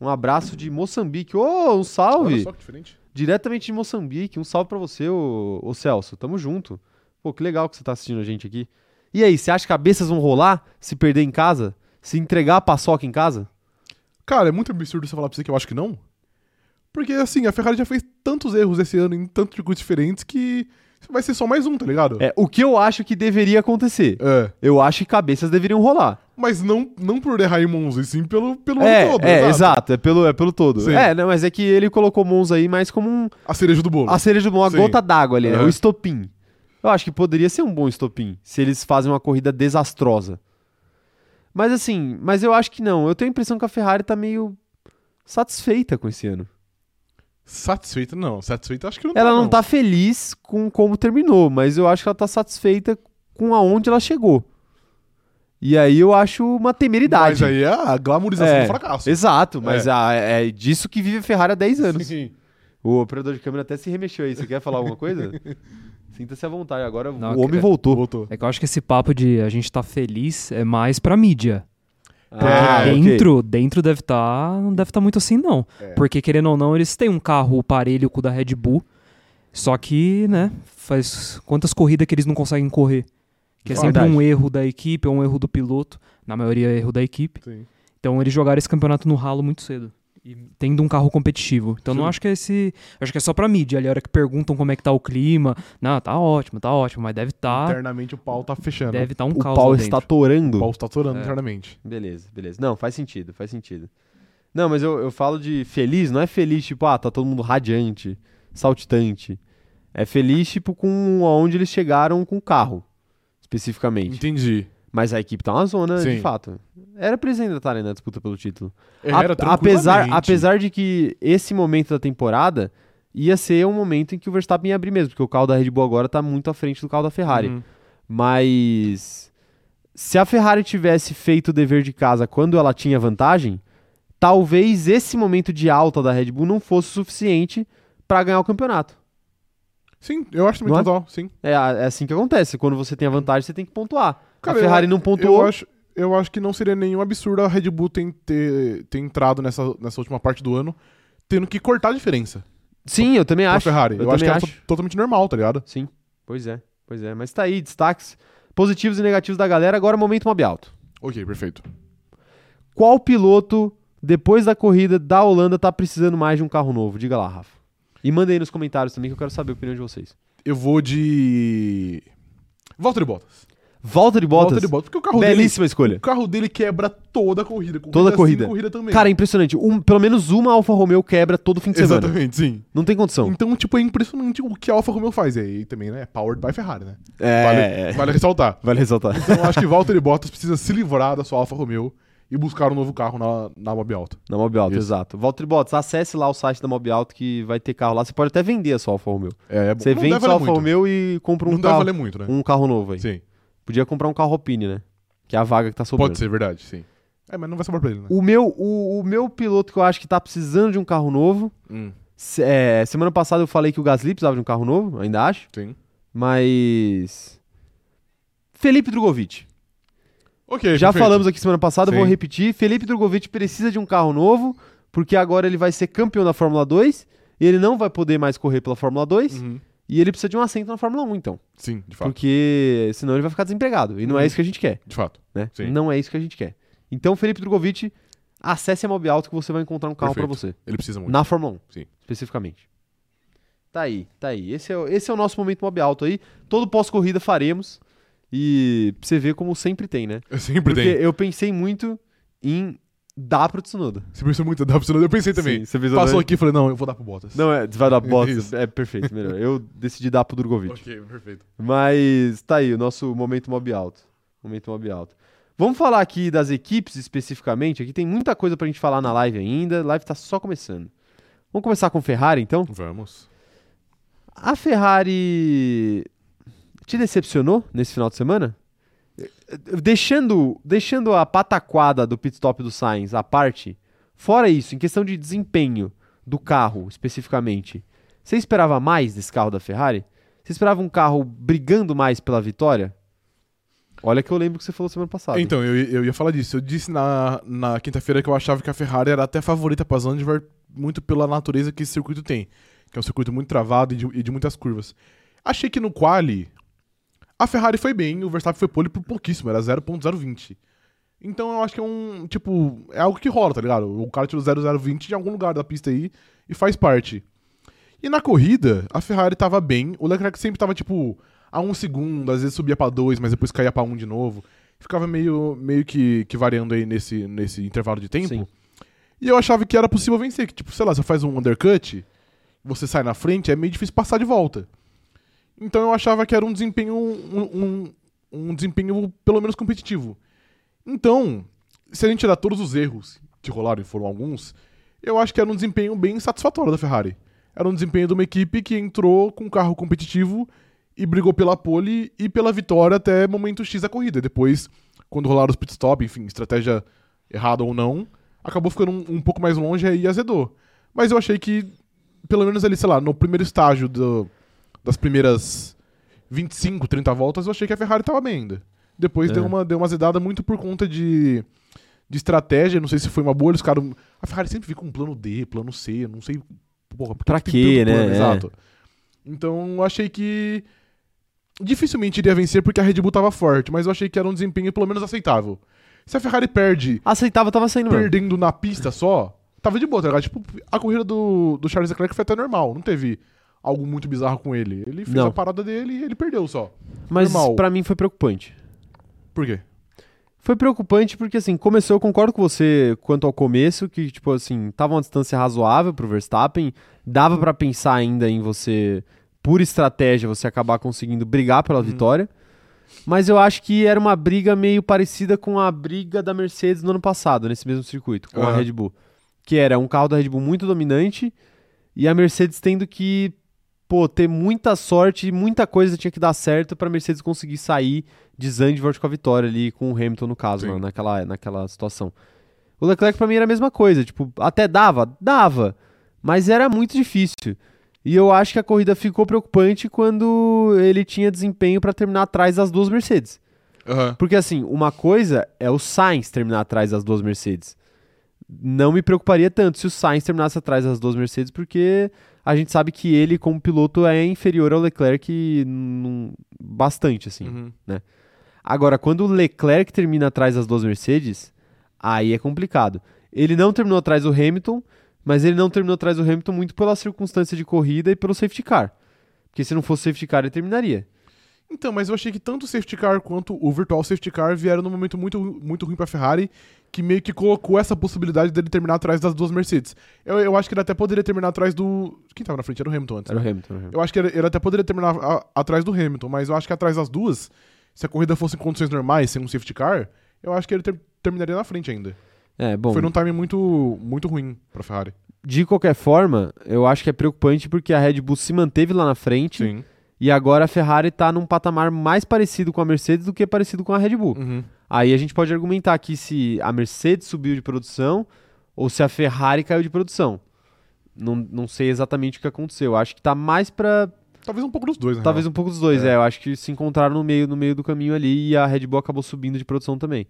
A: Um abraço de Moçambique. Ô, um salve!
B: Olha só que diferente.
A: diretamente de Moçambique. Um salve pra você, ô, ô Celso. Tamo junto. Pô, que legal que você tá assistindo a gente aqui. E aí, você acha que cabeças vão rolar se perder em casa? Se entregar a paçoca em casa?
B: Cara, é muito absurdo você falar pra você que eu acho que não. Porque, assim, a Ferrari já fez tantos erros esse ano em tantos circuitos diferentes que vai ser só mais um, tá ligado?
A: É, o que eu acho que deveria acontecer.
B: É.
A: Eu acho que cabeças deveriam rolar.
B: Mas não, não por errar em Monza, e sim pelo, pelo
A: é,
B: ano todo.
A: é, exato. É pelo, é pelo todo.
B: Sim.
A: É, não, mas é que ele colocou Mons aí mais como um,
B: A cereja do bolo.
A: a cereja do bolo, uma
B: Sim.
A: gota d'água ali, né?
B: Uhum.
A: O estopim. Eu acho que poderia ser um bom estopim se eles fazem uma corrida desastrosa. Mas assim, mas eu acho que não. Eu tenho a impressão que a Ferrari tá meio satisfeita com esse ano.
B: Satisfeita, não. Satisfeita acho que não
A: Ela não tá feliz com como terminou, mas eu acho que ela tá satisfeita com aonde ela chegou. E aí eu acho uma temeridade.
B: Mas aí é a glamorização
A: É,
B: do fracasso.
A: Exato, mas
B: É.
A: a- é disso que vive a Ferrari há 10 anos.
B: *laughs* Sim.
A: O operador de câmera até se remexeu aí. Você quer falar alguma
B: *laughs*
A: coisa? Sinta-se à vontade. Agora
C: Não,
A: o homem
C: é-
A: voltou.
B: Voltou.
C: É que eu acho que esse papo de a gente tá feliz é mais pra mídia. Porque
B: Ah, ok.
C: dentro, dentro deve estar. não deve estar muito assim, não.
B: É.
C: Porque, querendo ou não, eles têm um carro parelho com o da Red Bull. Só que, né, faz quantas corridas que eles não conseguem correr? Que é
A: É
C: sempre
A: verdade.
C: um erro da equipe ou um erro do piloto. Na maioria é erro da equipe.
B: Sim.
C: Então eles jogaram esse campeonato no ralo muito cedo. E tendo um carro competitivo. Então não
B: Sim.
C: acho que é esse. Acho que é só pra mídia. Ali a hora que perguntam como é que tá o clima. Não, tá ótimo, tá ótimo, mas deve
A: Ah.
C: tá.
B: Internamente o pau tá fechando.
C: Deve tá um
A: o
C: caos.
A: pau
C: lá
A: está
C: dentro.
A: torando.
B: O pau tá atorando
C: É.
B: internamente.
A: Beleza, beleza. Não, faz sentido, faz sentido. Não, mas eu, eu falo de feliz, não é feliz, tipo, ah, tá todo mundo radiante, saltitante. É feliz, tipo, com aonde eles chegaram com o carro, especificamente.
B: Entendi.
A: Mas a equipe tá uma zona, de
B: Sim.
A: fato. Era pra eles ainda estarem na disputa pelo título.
B: Era
A: A- apesar,
B: tranquilamente.
A: apesar de que esse momento da temporada ia ser um momento em que o Verstappen ia abrir mesmo, porque o carro da Red Bull agora tá muito à frente do carro da Ferrari.
B: Uhum.
A: Mas se a Ferrari tivesse feito o dever de casa quando ela tinha vantagem, talvez esse momento de alta da Red Bull não fosse o suficiente pra ganhar o campeonato.
B: Sim, eu acho também
A: Não é?
B: total, sim.
A: É, a- é assim que acontece. Quando você tem a vantagem, você tem que pontuar.
B: Cara,
A: a
B: eu-
A: Ferrari não
B: Eu
A: pontuou.
B: acho, eu acho que não seria nenhum absurdo a Red Bull ter, ter, ter entrado nessa, nessa última parte do ano tendo que cortar a diferença
A: Sim, eu também
B: pra
A: acho.
B: Ferrari.
A: Eu,
B: Eu, acho que
A: também
B: era
A: acho.
B: to- totalmente normal, tá ligado?
A: Sim, pois é, pois é. Mas tá aí, destaques positivos e negativos da galera. Agora, momento mob alto.
B: Ok, perfeito.
A: Qual piloto, depois da corrida da Holanda, tá precisando mais de um carro novo? Diga lá, Rafa. E mandem aí nos comentários também que eu quero saber a opinião de vocês.
B: Eu vou de. Valtteri Bottas.
A: Volta de Bottas.
B: Valtteri Bottas, porque o carro dele.
A: Belíssima escolha.
B: O carro dele quebra toda a corrida.
A: Toda a
B: sim,
A: corrida.
B: corrida também. *laughs*
A: Cara, é impressionante. Um- pelo menos uma Alfa Romeo quebra todo fim de semana.
B: Exatamente, sim.
A: Não tem condição.
B: Então, tipo, é impressionante o que a Alfa Romeo faz. E aí também, né? É powered by Ferrari, né?
A: É.
B: Vale, vale ressaltar.
A: Vale ressaltar.
B: Então, eu acho que Valtteri Bottas precisa se livrar da sua Alfa Romeo e buscar um novo carro na, *laughs* na Mob Alta.
A: Na Mob Alto,
B: Isso.
A: exato. Valtteri Bottas, acesse lá o site da Mob Alto que vai ter carro lá. Você pode até vender a sua Alfa Romeo.
B: É, é bom.
A: Você
B: Não
A: vende
B: deve
A: sua
B: valer
A: Alfa
B: muito.
A: Romeo e compra um
B: Não deve
A: carro,
B: valer muito, né?
A: um carro novo aí.
B: Sim.
A: Podia comprar um carro Alpine, né? Que é a vaga que tá sobrando.
B: Pode ser, verdade, sim. É, mas não vai sobrar pra ele, né?
A: O meu, o, o meu piloto que eu acho que tá precisando de um carro novo. se- é, semana passada eu falei que o Gasly precisava de um carro novo, ainda acho.
B: Sim.
A: Mas. Felipe Drogovic.
B: Ok,
A: Já
B: perfeito.
A: falamos aqui semana passada, eu vou
B: Sim.
A: repetir. Felipe Drogovic precisa de um carro novo, porque agora ele vai ser campeão da Fórmula 2. Ele não vai poder mais correr pela Fórmula 2
B: Uhum.
A: e ele precisa de um assento na Fórmula 1, então.
B: Sim, de fato.
A: Porque senão ele vai ficar desempregado. E não é
B: Uhum.
A: isso que a gente quer,
B: De fato.
A: né?
B: Sim.
A: Não é isso que a gente quer. Então, Felipe Drogovic, acesse a Mob Alto que você vai encontrar um carro pra
B: Perfeito.
A: você.
B: Ele precisa muito.
A: Na Fórmula 1,
B: Sim.
A: especificamente. Tá aí, tá aí. Esse é, o- esse é o nosso momento Mob Alto aí. Todo pós-corrida faremos. E pra você ver como sempre tem, né?
B: Eu sempre
A: Porque
B: tenho.
A: eu pensei muito em dar pro Tsunoda.
B: Você pensou muito, dá pra você- eu pensei também.
A: Sim, você pensou
B: Passou
A: também?
B: aqui e falei, não, eu vou dar pro Bottas.
A: Não, é, vai dar
B: Isso.
A: bosta. É perfeito, melhor.
B: *laughs*
A: Eu decidi dar pro Drogovic.
B: Ok, perfeito.
A: Mas tá aí, o nosso momento mob alto. Momento mob alto. Vamos falar aqui das equipes especificamente. Aqui tem muita coisa pra gente falar na live ainda. A live tá só começando. Vamos começar com Ferrari, então?
B: Vamos.
A: A Ferrari te decepcionou nesse final de semana? Eh, eh, Deixando, deixando a pataquada do pit stop do Sainz à parte, fora isso, em questão de desempenho do carro especificamente, você esperava mais desse carro da Ferrari? Você esperava um carro brigando mais pela vitória? Olha que eu lembro que você falou semana passada. hein?
B: Então, eu, eu ia falar disso. Eu disse na, na quinta-feira que eu achava que a Ferrari era até favorita pra Zandvoort, muito pela natureza que esse circuito tem. Que é um circuito muito travado e de, e de muitas curvas. Achei que no quali, a Ferrari foi bem, o Verstappen foi pole por pouquíssimo, era 0.020. Então eu acho que é um, tipo, é algo que rola, tá ligado? O cara tirou 0.020 de algum lugar da pista aí e faz parte. E na corrida, a Ferrari tava bem, o Leclerc sempre tava, tipo, a um segundo, às vezes subia pra dois, mas depois caía pra um de novo. Ficava meio, meio que, que variando aí nesse, nesse intervalo de tempo.
A: Sim.
B: E eu achava que era possível vencer, que, tipo, sei lá, você faz um undercut, você sai na frente, é meio difícil passar de volta. Então eu achava que era um desempenho. Um, um, um desempenho pelo menos competitivo. Então, se a gente tirar todos os erros que rolaram e foram alguns, eu acho que era um desempenho bem satisfatório da Ferrari. Era um desempenho de uma equipe que entrou com um carro competitivo e brigou pela pole e pela vitória até momento X da corrida. Depois, quando rolaram os pitstop, enfim, estratégia errada ou não, acabou ficando um, um pouco mais longe e azedou. Mas eu achei que, pelo menos ali, sei lá, no primeiro estágio do- das primeiras 25, 30 voltas, eu achei que a Ferrari tava bem ainda. Depois
A: É.
B: deu, uma, deu uma azedada muito por conta de, de estratégia, não sei se foi uma boa, eles ficaram... A Ferrari sempre fica com plano D, plano C, eu não sei... Porra, por que
A: Pra
B: que tem
A: quê,
B: tanto plano?
A: né? É.
B: Exato. Então, eu achei que dificilmente iria vencer porque a Red Bull tava forte, mas eu achei que era um desempenho pelo menos aceitável. Se a Ferrari perde
A: Aceitava, tava saindo mesmo.
B: perdendo na pista só, tava de boa, tá ligado? Tipo, a corrida do, do Charles Leclerc foi até normal, não teve algo muito bizarro com ele. Ele fez
A: Não.
B: a parada dele e ele perdeu só.
A: Mas
B: normal.
A: pra mim foi preocupante.
B: Por quê?
A: Foi preocupante porque, assim, começou, eu concordo com você quanto ao começo, que, tipo, assim, tava uma distância razoável pro Verstappen, dava pra pensar ainda em você, por estratégia, você acabar conseguindo brigar pela vitória, mas eu acho que era uma briga meio parecida com a briga da Mercedes no ano passado, nesse mesmo circuito, com a
B: Aham.
A: Red Bull, que era um carro da Red Bull muito dominante e a Mercedes tendo que, pô, ter muita sorte, e muita coisa tinha que dar certo pra Mercedes conseguir sair de Zandvoort com a vitória ali, com o Hamilton no caso,
B: Sim.
A: né, naquela, naquela situação. O Leclerc pra mim era a mesma coisa, tipo, até dava, dava, mas era muito difícil. E eu acho que a corrida ficou preocupante quando ele tinha desempenho pra terminar atrás das duas Mercedes. Porque assim, uma coisa é o Sainz terminar atrás das duas Mercedes. Não me preocuparia tanto se o Sainz terminasse atrás das duas Mercedes, porque a gente sabe que ele, como piloto, é inferior ao Leclerc num- bastante, assim.
B: Uhum.
A: Agora, quando o Leclerc termina atrás das duas Mercedes, Aí é complicado. Ele não terminou atrás do Hamilton, mas ele não terminou atrás do Hamilton muito pela circunstância de corrida e pelo safety car. Porque se não fosse safety car, ele terminaria.
B: Então, mas eu achei que tanto o safety car quanto o virtual safety car vieram num momento muito, muito ruim pra Ferrari, que meio que colocou essa possibilidade dele terminar atrás das duas Mercedes. Eu, eu acho que ele até poderia terminar atrás do. Quem tava na frente era o Hamilton antes.
A: Era o Hamilton. Era o Hamilton.
B: Eu acho que ele, ele até poderia terminar a- atrás do Hamilton, mas eu acho que atrás das duas, se a corrida fosse em condições normais, sem um safety car, eu acho que ele ter- terminaria na frente ainda.
A: É, bom.
B: Foi num timing muito, muito ruim pra Ferrari.
A: De qualquer forma, eu acho que é preocupante porque a Red Bull se manteve lá na frente
B: Sim.
A: e agora a Ferrari tá num patamar mais parecido com a Mercedes do que parecido com a Red Bull.
B: Uhum.
A: Aí a gente pode argumentar aqui se a Mercedes subiu de produção ou se a Ferrari caiu de produção. Não, não sei exatamente o que aconteceu. Acho que tá mais pra.
B: Talvez um pouco dos dois, né?
A: Talvez um pouco dos dois, é. Eu acho que se encontraram no meio, no meio do caminho ali e a Red Bull acabou subindo de produção também.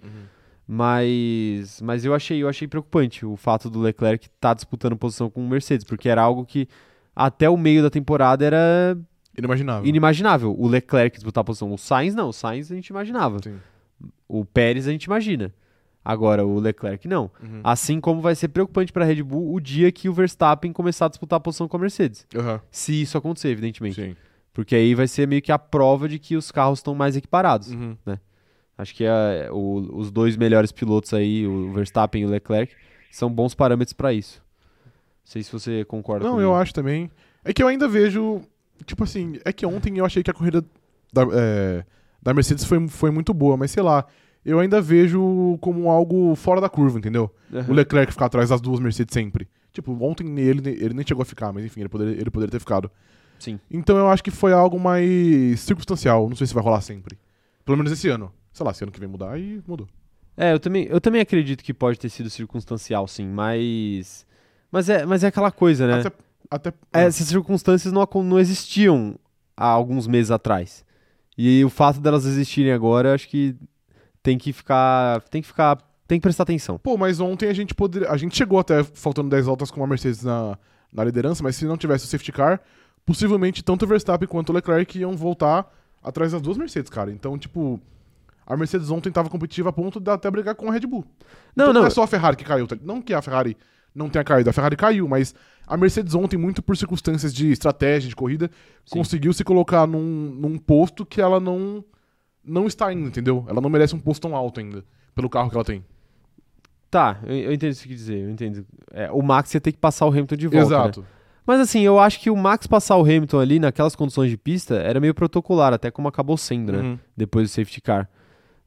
A: Mas, mas eu achei, eu achei preocupante o fato do Leclerc estar disputando posição com o Mercedes, porque era algo que até o meio da temporada era
B: Inimaginável.
A: inimaginável. O Leclerc disputar posição, o Sainz não, o Sainz a gente imaginava.
B: Sim.
A: O Pérez a gente imagina. Agora o Leclerc não.
B: Uhum.
A: Assim como vai ser preocupante para a Red Bull o dia que o Verstappen começar a disputar a posição com a Mercedes.
B: Aham.
A: Se isso acontecer, evidentemente.
B: Sim.
A: Porque aí vai ser meio que a prova de que os carros estão mais equiparados.
B: Uhum.
A: Acho que é, o- os dois melhores pilotos aí, o Verstappen e o Leclerc, são bons parâmetros para isso. Não sei se você concorda
B: Não,
A: comigo.
B: eu acho também. É que eu ainda vejo. Tipo assim, é que ontem eu achei que a corrida da, é, da Mercedes foi, foi muito boa, mas sei lá. Eu ainda vejo como algo fora da curva, entendeu?
A: Uhum.
B: O Leclerc ficar atrás das duas Mercedes sempre. Tipo, ontem ele, ele nem chegou a ficar, mas enfim, ele poderia, ele poderia ter ficado.
A: Sim.
B: Então eu acho que foi algo mais circunstancial. Não sei se vai rolar sempre. Pelo menos esse ano. Sei lá, se ano que vem mudar, aí mudou.
A: É, eu também, eu também acredito que pode ter sido circunstancial, sim, mas. Mas é, mas é aquela coisa, né?
B: Até. até
A: Essas circunstâncias não, acon- não existiam há alguns meses atrás. E o fato delas existirem agora, acho que tem que ficar. Tem que ficar. Tem que prestar atenção.
B: Pô, mas ontem a gente poderia. A gente chegou até faltando 10 voltas com a Mercedes na, na liderança, mas se não tivesse o safety car, possivelmente tanto o Verstappen quanto o Leclerc iam voltar atrás das duas Mercedes, cara. Então, tipo, a Mercedes ontem tava competitiva a ponto de até brigar com a Red Bull.
A: Não,
B: Então,
A: não.
B: é só a Ferrari que caiu, tá? Não que a Ferrari não tenha caído, a Ferrari caiu, mas a Mercedes ontem, muito por circunstâncias de estratégia, de corrida,
A: Sim.
B: conseguiu se colocar num, num posto que ela não, não está ainda, entendeu? Ela não merece um posto tão alto ainda, pelo carro que ela tem.
A: Tá, eu, eu entendo isso que dizer, eu entendo. É, o Max ia ter que passar o Hamilton de volta. né?
B: Exato.
A: Mas assim, eu acho que o Max passar o Hamilton ali naquelas condições de pista era meio protocolar, até como acabou sendo, né?
B: Uhum.
A: Depois do safety car.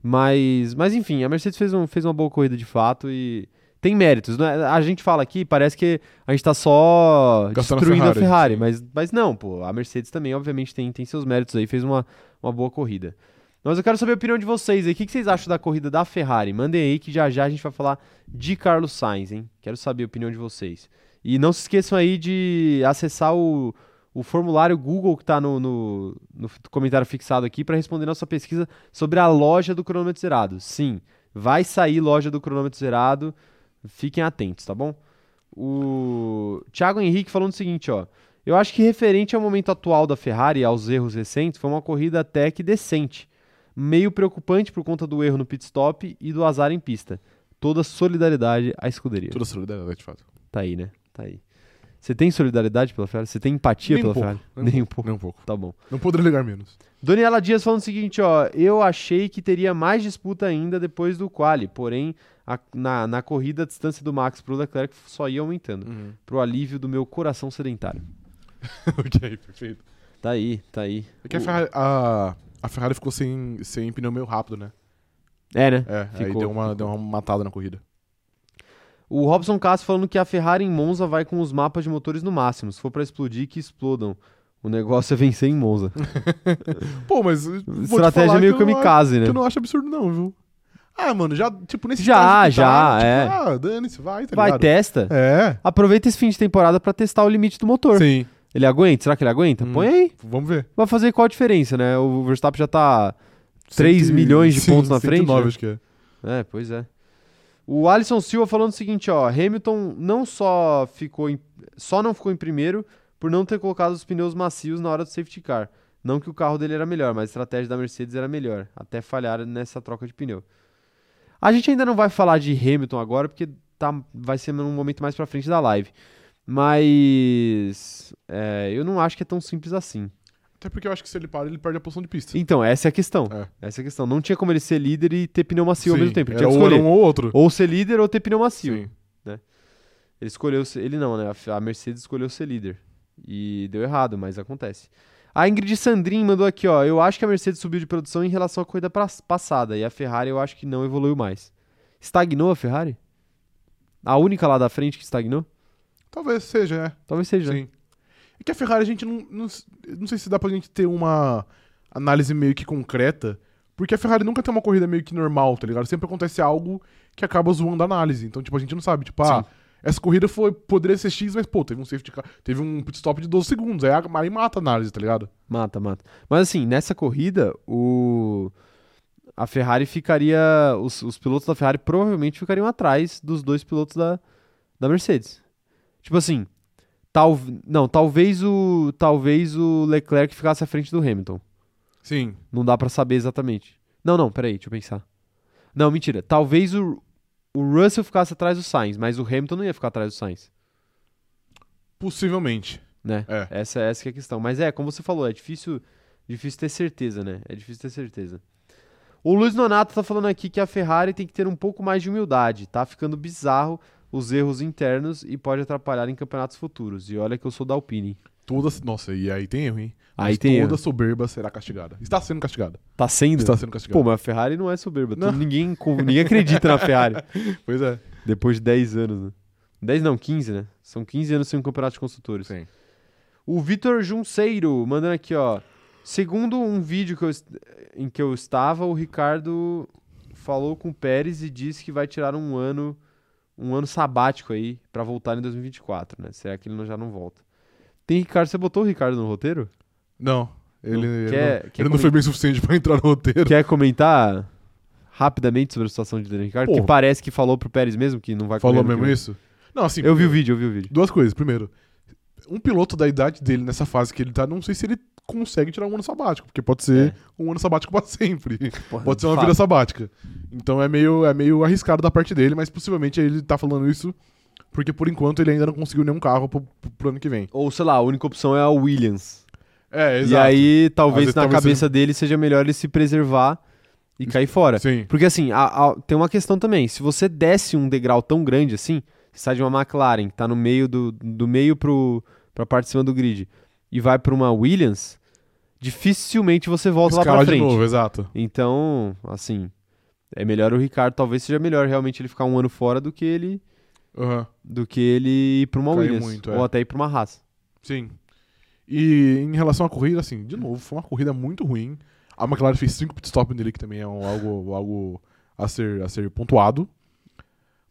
A: Mas, mas enfim, a Mercedes fez, um, fez uma boa corrida de fato e tem méritos. Né? A gente fala aqui, parece que a gente tá só
B: Gastando a
A: destruindo a Ferrari,
B: Ferrari, sim.
A: mas, mas não, pô. A Mercedes também, obviamente, tem, tem seus méritos aí, fez uma, uma boa corrida. Mas eu quero saber a opinião de vocês aí. O que que vocês acham da corrida da Ferrari? Mandem aí que já já a gente vai falar de Carlos Sainz, hein? Quero saber a opinião de vocês. E não se esqueçam aí de acessar o, o formulário Google que tá no, no, no f- comentário fixado aqui para responder nossa pesquisa sobre a loja do cronômetro zerado. Sim, vai sair loja do cronômetro zerado. Fiquem atentos, tá bom? O Thiago Henrique falando o seguinte, ó. Eu acho que referente ao momento atual da Ferrari e aos erros recentes, foi uma corrida até que decente. Meio preocupante por conta do erro no pit stop e do azar em pista. Toda solidariedade à escuderia.
B: Toda solidariedade, de fato.
A: Tá aí, né? Tá aí. Você tem solidariedade pela Ferrari? Você tem empatia
B: Nem
A: pela
B: um pouco,
A: Ferrari?
B: nem um
A: um pouco.
B: Nem um pouco.
A: Tá bom.
B: Não poderia ligar
A: *laughs*
B: menos.
A: Daniela Dias falando o seguinte, ó. Eu achei que teria mais disputa ainda depois do quali, porém, a- na, na corrida, a distância do Max pro Leclerc só ia aumentando.
B: Uhum.
A: Pro alívio do meu coração sedentário.
B: ok, perfeito.
A: Tá aí, tá aí.
B: É que a Ferrari, a, a Ferrari ficou sem, sem pneu meio rápido, né?
A: É, né?
B: É, aí
A: Ficou,
B: deu uma, deu uma matada na corrida.
A: O Robson Castro falando que a Ferrari em Monza vai com os mapas de motores no máximo. Se for pra explodir, que explodam. O negócio é vencer em Monza.
B: Pô, mas. vou te
A: Estratégia
B: falar
A: meio
B: que eu não acho-
A: kamikaze, né?
B: Que eu não acho absurdo, não, viu? Ah, mano, já, tipo, nesse
A: Já,
B: estágio que
A: já,
B: tipo,
A: é.
B: Ah, dane-se, vai, tá
A: Vai,
B: ligado?
A: testa.
B: É.
A: Aproveita esse fim de temporada pra testar o limite do motor.
B: Sim.
A: Ele aguenta? Será que ele aguenta?
B: Hum.
A: Põe aí.
B: Vamos ver.
A: Vai fazer qual a diferença, né? O Verstappen já tá 3
B: Cento e-
A: milhões de
B: sim,
A: pontos na frente,
B: 109,
A: né?
B: acho que é.
A: É, pois é. O Alisson Silva falando o seguinte, ó, Hamilton não só ficou em, só não ficou em primeiro por não ter colocado os pneus macios na hora do safety car. Não que o carro dele era melhor, mas a estratégia da Mercedes era melhor, até falhar nessa troca de pneu. A gente ainda não vai falar de Hamilton agora, porque tá, vai ser num momento mais pra frente da live. Mas é, eu não acho que é tão simples assim.
B: Até porque eu acho que se ele para, ele perde a posição de pista.
A: Então, essa é a questão.
B: É.
A: Essa é a questão. Não tinha como ele ser líder e ter pneu macio ao
B: Sim,
A: mesmo tempo. Ele
B: era
A: tinha que
B: ou era
A: escolher.
B: um ou *laughs* outro.
A: Ou ser líder ou ter pneu macio.
B: Sim.
A: Ele escolheu ser, ele não, né? A- A Mercedes escolheu ser líder. E deu errado, mas acontece. A Ingrid Sandrin mandou aqui, ó. Eu acho que a Mercedes subiu de produção em relação à corrida pras- passada. E a Ferrari eu acho que não evoluiu mais. Estagnou a Ferrari? A única lá da frente que estagnou?
B: Talvez seja, né?
A: Talvez seja.
B: Sim. É que a Ferrari a gente não, não. Não sei se dá pra gente ter uma análise meio que concreta. Porque a Ferrari nunca tem uma corrida meio que normal, tá ligado? Sempre acontece algo que acaba zoando a análise. Então, tipo, a gente não sabe. Tipo, ah,
A: Sim.
B: essa corrida foi, poderia ser X, mas, pô, teve um safety car. Teve um pit stop de 12 segundos. Aí, a- aí mata a análise, tá ligado?
A: Mata, mata. Mas assim, nessa corrida, o a Ferrari ficaria. Os, os pilotos da Ferrari provavelmente ficariam atrás dos dois pilotos da, da Mercedes. Tipo assim, tal... não, talvez o talvez o Leclerc ficasse à frente do Hamilton.
B: Sim.
A: Não dá pra saber exatamente. Não, não, peraí, deixa eu pensar. Não, mentira. Talvez o, o Russell ficasse atrás do Sainz, mas o Hamilton não ia ficar atrás do Sainz,
B: Possivelmente.
A: né?
B: É.
A: Essa, essa que é a questão. Mas é, como você falou, é difícil, difícil ter certeza, né? É difícil ter certeza. O Luiz Nonato tá falando aqui que a Ferrari tem que ter um pouco mais de humildade. Tá ficando bizarro os erros internos e pode atrapalhar em campeonatos futuros. E olha que eu sou da Alpine.
B: Toda. Nossa, e aí tem erro, hein?
A: Aí
B: Mas
A: tem
B: Toda
A: erro.
B: soberba será castigada. Está sendo castigada.
A: Tá sendo?
B: Está sendo castigada.
A: Pô, mas a Ferrari não é soberba.
B: Não.
A: Todo- Ninguém, com- ninguém acredita na Ferrari.
B: Pois é.
A: Depois de 10 anos, né? 10 não, 15, né? São 15 anos sem um campeonato de construtores.
B: Sim.
A: O Vitor Junceiro mandando aqui, ó. Segundo um vídeo que eu est- em que eu estava, o Ricardo falou com o Pérez e disse que vai tirar um ano, um ano sabático aí pra voltar em 2024, né? Será que ele não- já não volta? Tem Ricardo, você botou o Ricardo no roteiro?
B: Não. Ele, ele
A: Quer-
B: não,
A: quer
B: ele não foi bem suficiente pra entrar no roteiro.
A: Quer comentar rapidamente sobre a situação de Daniel Ricardo?
B: Pô.
A: Porque parece que falou pro Pérez mesmo que não vai correr
B: Falou
A: ano que
B: mesmo
A: vem.
B: isso? Não, assim.
A: né? Eu vi o vídeo, eu vi o vídeo.
B: Duas coisas. Primeiro, um piloto da idade dele nessa fase que ele tá, não sei se ele consegue tirar um ano sabático, porque pode ser
A: É.
B: um ano sabático pra
A: *laughs*
B: sempre. pode ser uma vida sabática. Então é meio, é meio arriscado da parte dele, mas possivelmente ele tá falando isso porque por enquanto ele ainda não conseguiu nenhum carro pro, pro- pro ano que vem.
A: Ou sei lá, a única opção é a Williams.
B: É,
A: E aí, talvez
B: Às vezes,
A: na
B: talvez
A: cabeça dele seja melhor ele se preservar e cair fora.
B: Sim.
A: Porque assim, a- a- tem uma questão também. Se você desce um degrau tão grande assim, você sai de uma McLaren, que tá no meio do, do meio pro, pra parte de cima do grid, e vai pra uma Williams, dificilmente você volta lá
B: Escala
A: pra
B: de
A: frente.
B: novo, é. exato.
A: Então, assim, é melhor o Ricardo, talvez seja melhor realmente ele ficar um ano fora do que ele
B: Aham.
A: do que ele ir pra uma
B: Cair
A: Williams.
B: muito, é.
A: ou até ir pra uma raça.
B: Sim. E em relação à corrida, assim, de novo, foi uma corrida muito ruim. A McLaren fez cinco pitstops nele, que também é um- algo, algo a, ser, a ser pontuado.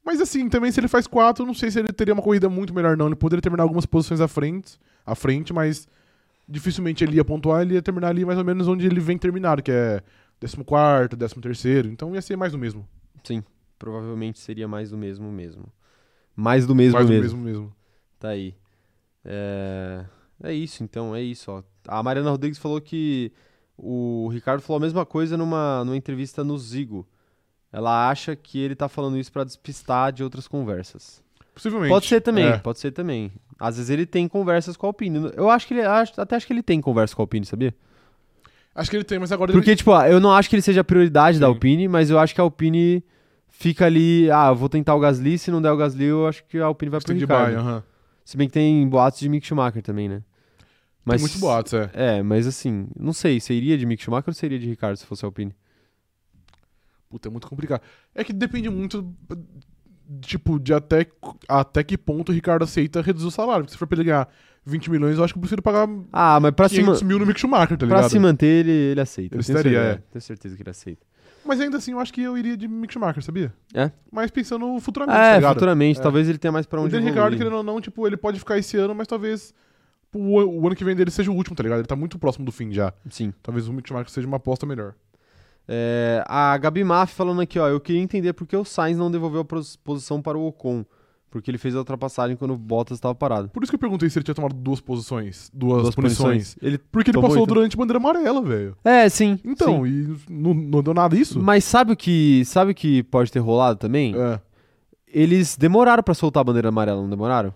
B: Mas assim, também se ele faz quatro, não sei se ele teria uma corrida muito melhor, não. Ele poderia terminar algumas posições à frente, à frente, mas dificilmente ele ia pontuar, ele ia terminar ali mais ou menos onde ele vem terminar, que é 14, 13. Então ia ser mais do mesmo.
A: Provavelmente seria mais do mesmo mesmo. Mais do mesmo
B: mais
A: mesmo.
B: do mesmo mesmo.
A: Tá aí. É... é isso, então, é isso. Ó. A Mariana Rodrigues falou que o Ricardo falou a mesma coisa numa, numa entrevista no Zigo. Ela acha que ele tá falando isso pra despistar de outras conversas.
B: Possivelmente.
A: Pode ser também,
B: É.
A: pode ser também. Às vezes ele tem conversas com a Alpine. Eu acho que ele acho- até acho que ele tem conversa com a Alpine, sabia?
B: Acho que ele tem, mas agora ele-
A: Porque, tipo, ah, eu não acho que ele seja a prioridade da
B: Sim.
A: Alpine, mas eu acho que a Alpine fica ali, ah, eu vou tentar o Gasly, se não der o Gasly, eu acho que a Alpine vai pro
B: Stand-by,
A: Ricardo.
B: aham.
A: Se bem que tem boatos de Mick Schumacher também, né?
B: Tem muitos boatos, é.
A: É, mas assim, não sei, seria de Mick Schumacher ou seria de Ricardo se fosse Alpine?
B: Puta, é muito complicado. É que depende muito, tipo, de até, até que ponto o Ricardo aceita reduzir o salário. Porque se for pra ele ganhar 20 milhões, eu acho que eu prefiro pagar
A: Ah, mas pra, se, ma
B: 500 mil no Mick Schumacher, tá
A: pra
B: ligado?
A: se manter ele, ele aceita.
B: Ele
A: eu tenho
B: estaria, é.
A: certeza, tenho certeza que ele aceita.
B: Mas ainda assim, eu acho que eu iria de Mick Schumacher, sabia?
A: É?
B: Mas pensando futuramente, tá
A: É,
B: ligado?
A: futuramente,
B: É.
A: talvez ele tenha mais pra
B: O
A: onde
B: Daniel
A: evoluir.
B: Ricardo, querendo ou não, tipo, ele pode ficar esse ano, mas talvez tipo, o, o ano que vem dele seja o último, tá ligado? Ele tá muito próximo do fim já.
A: Sim.
B: Talvez o Mick Schumacher seja uma aposta melhor.
A: É, a Gabi Maff falando aqui, ó, eu queria entender por que o Sainz não devolveu a pos- posição para o Ocon. Porque ele fez a ultrapassagem quando o Bottas estava parado.
B: Por isso que eu perguntei se ele tinha tomado duas posições, duas,
A: Duas
B: punições.
A: Ele...
B: Porque ele
A: Tomou
B: passou
A: oito.
B: durante bandeira amarela, velho.
A: É, sim.
B: Então,
A: sim.
B: e não, não deu nada isso?
A: Mas sabe o que, sabe o que pode ter rolado também?
B: É.
A: Eles demoraram pra soltar a bandeira amarela, não demoraram?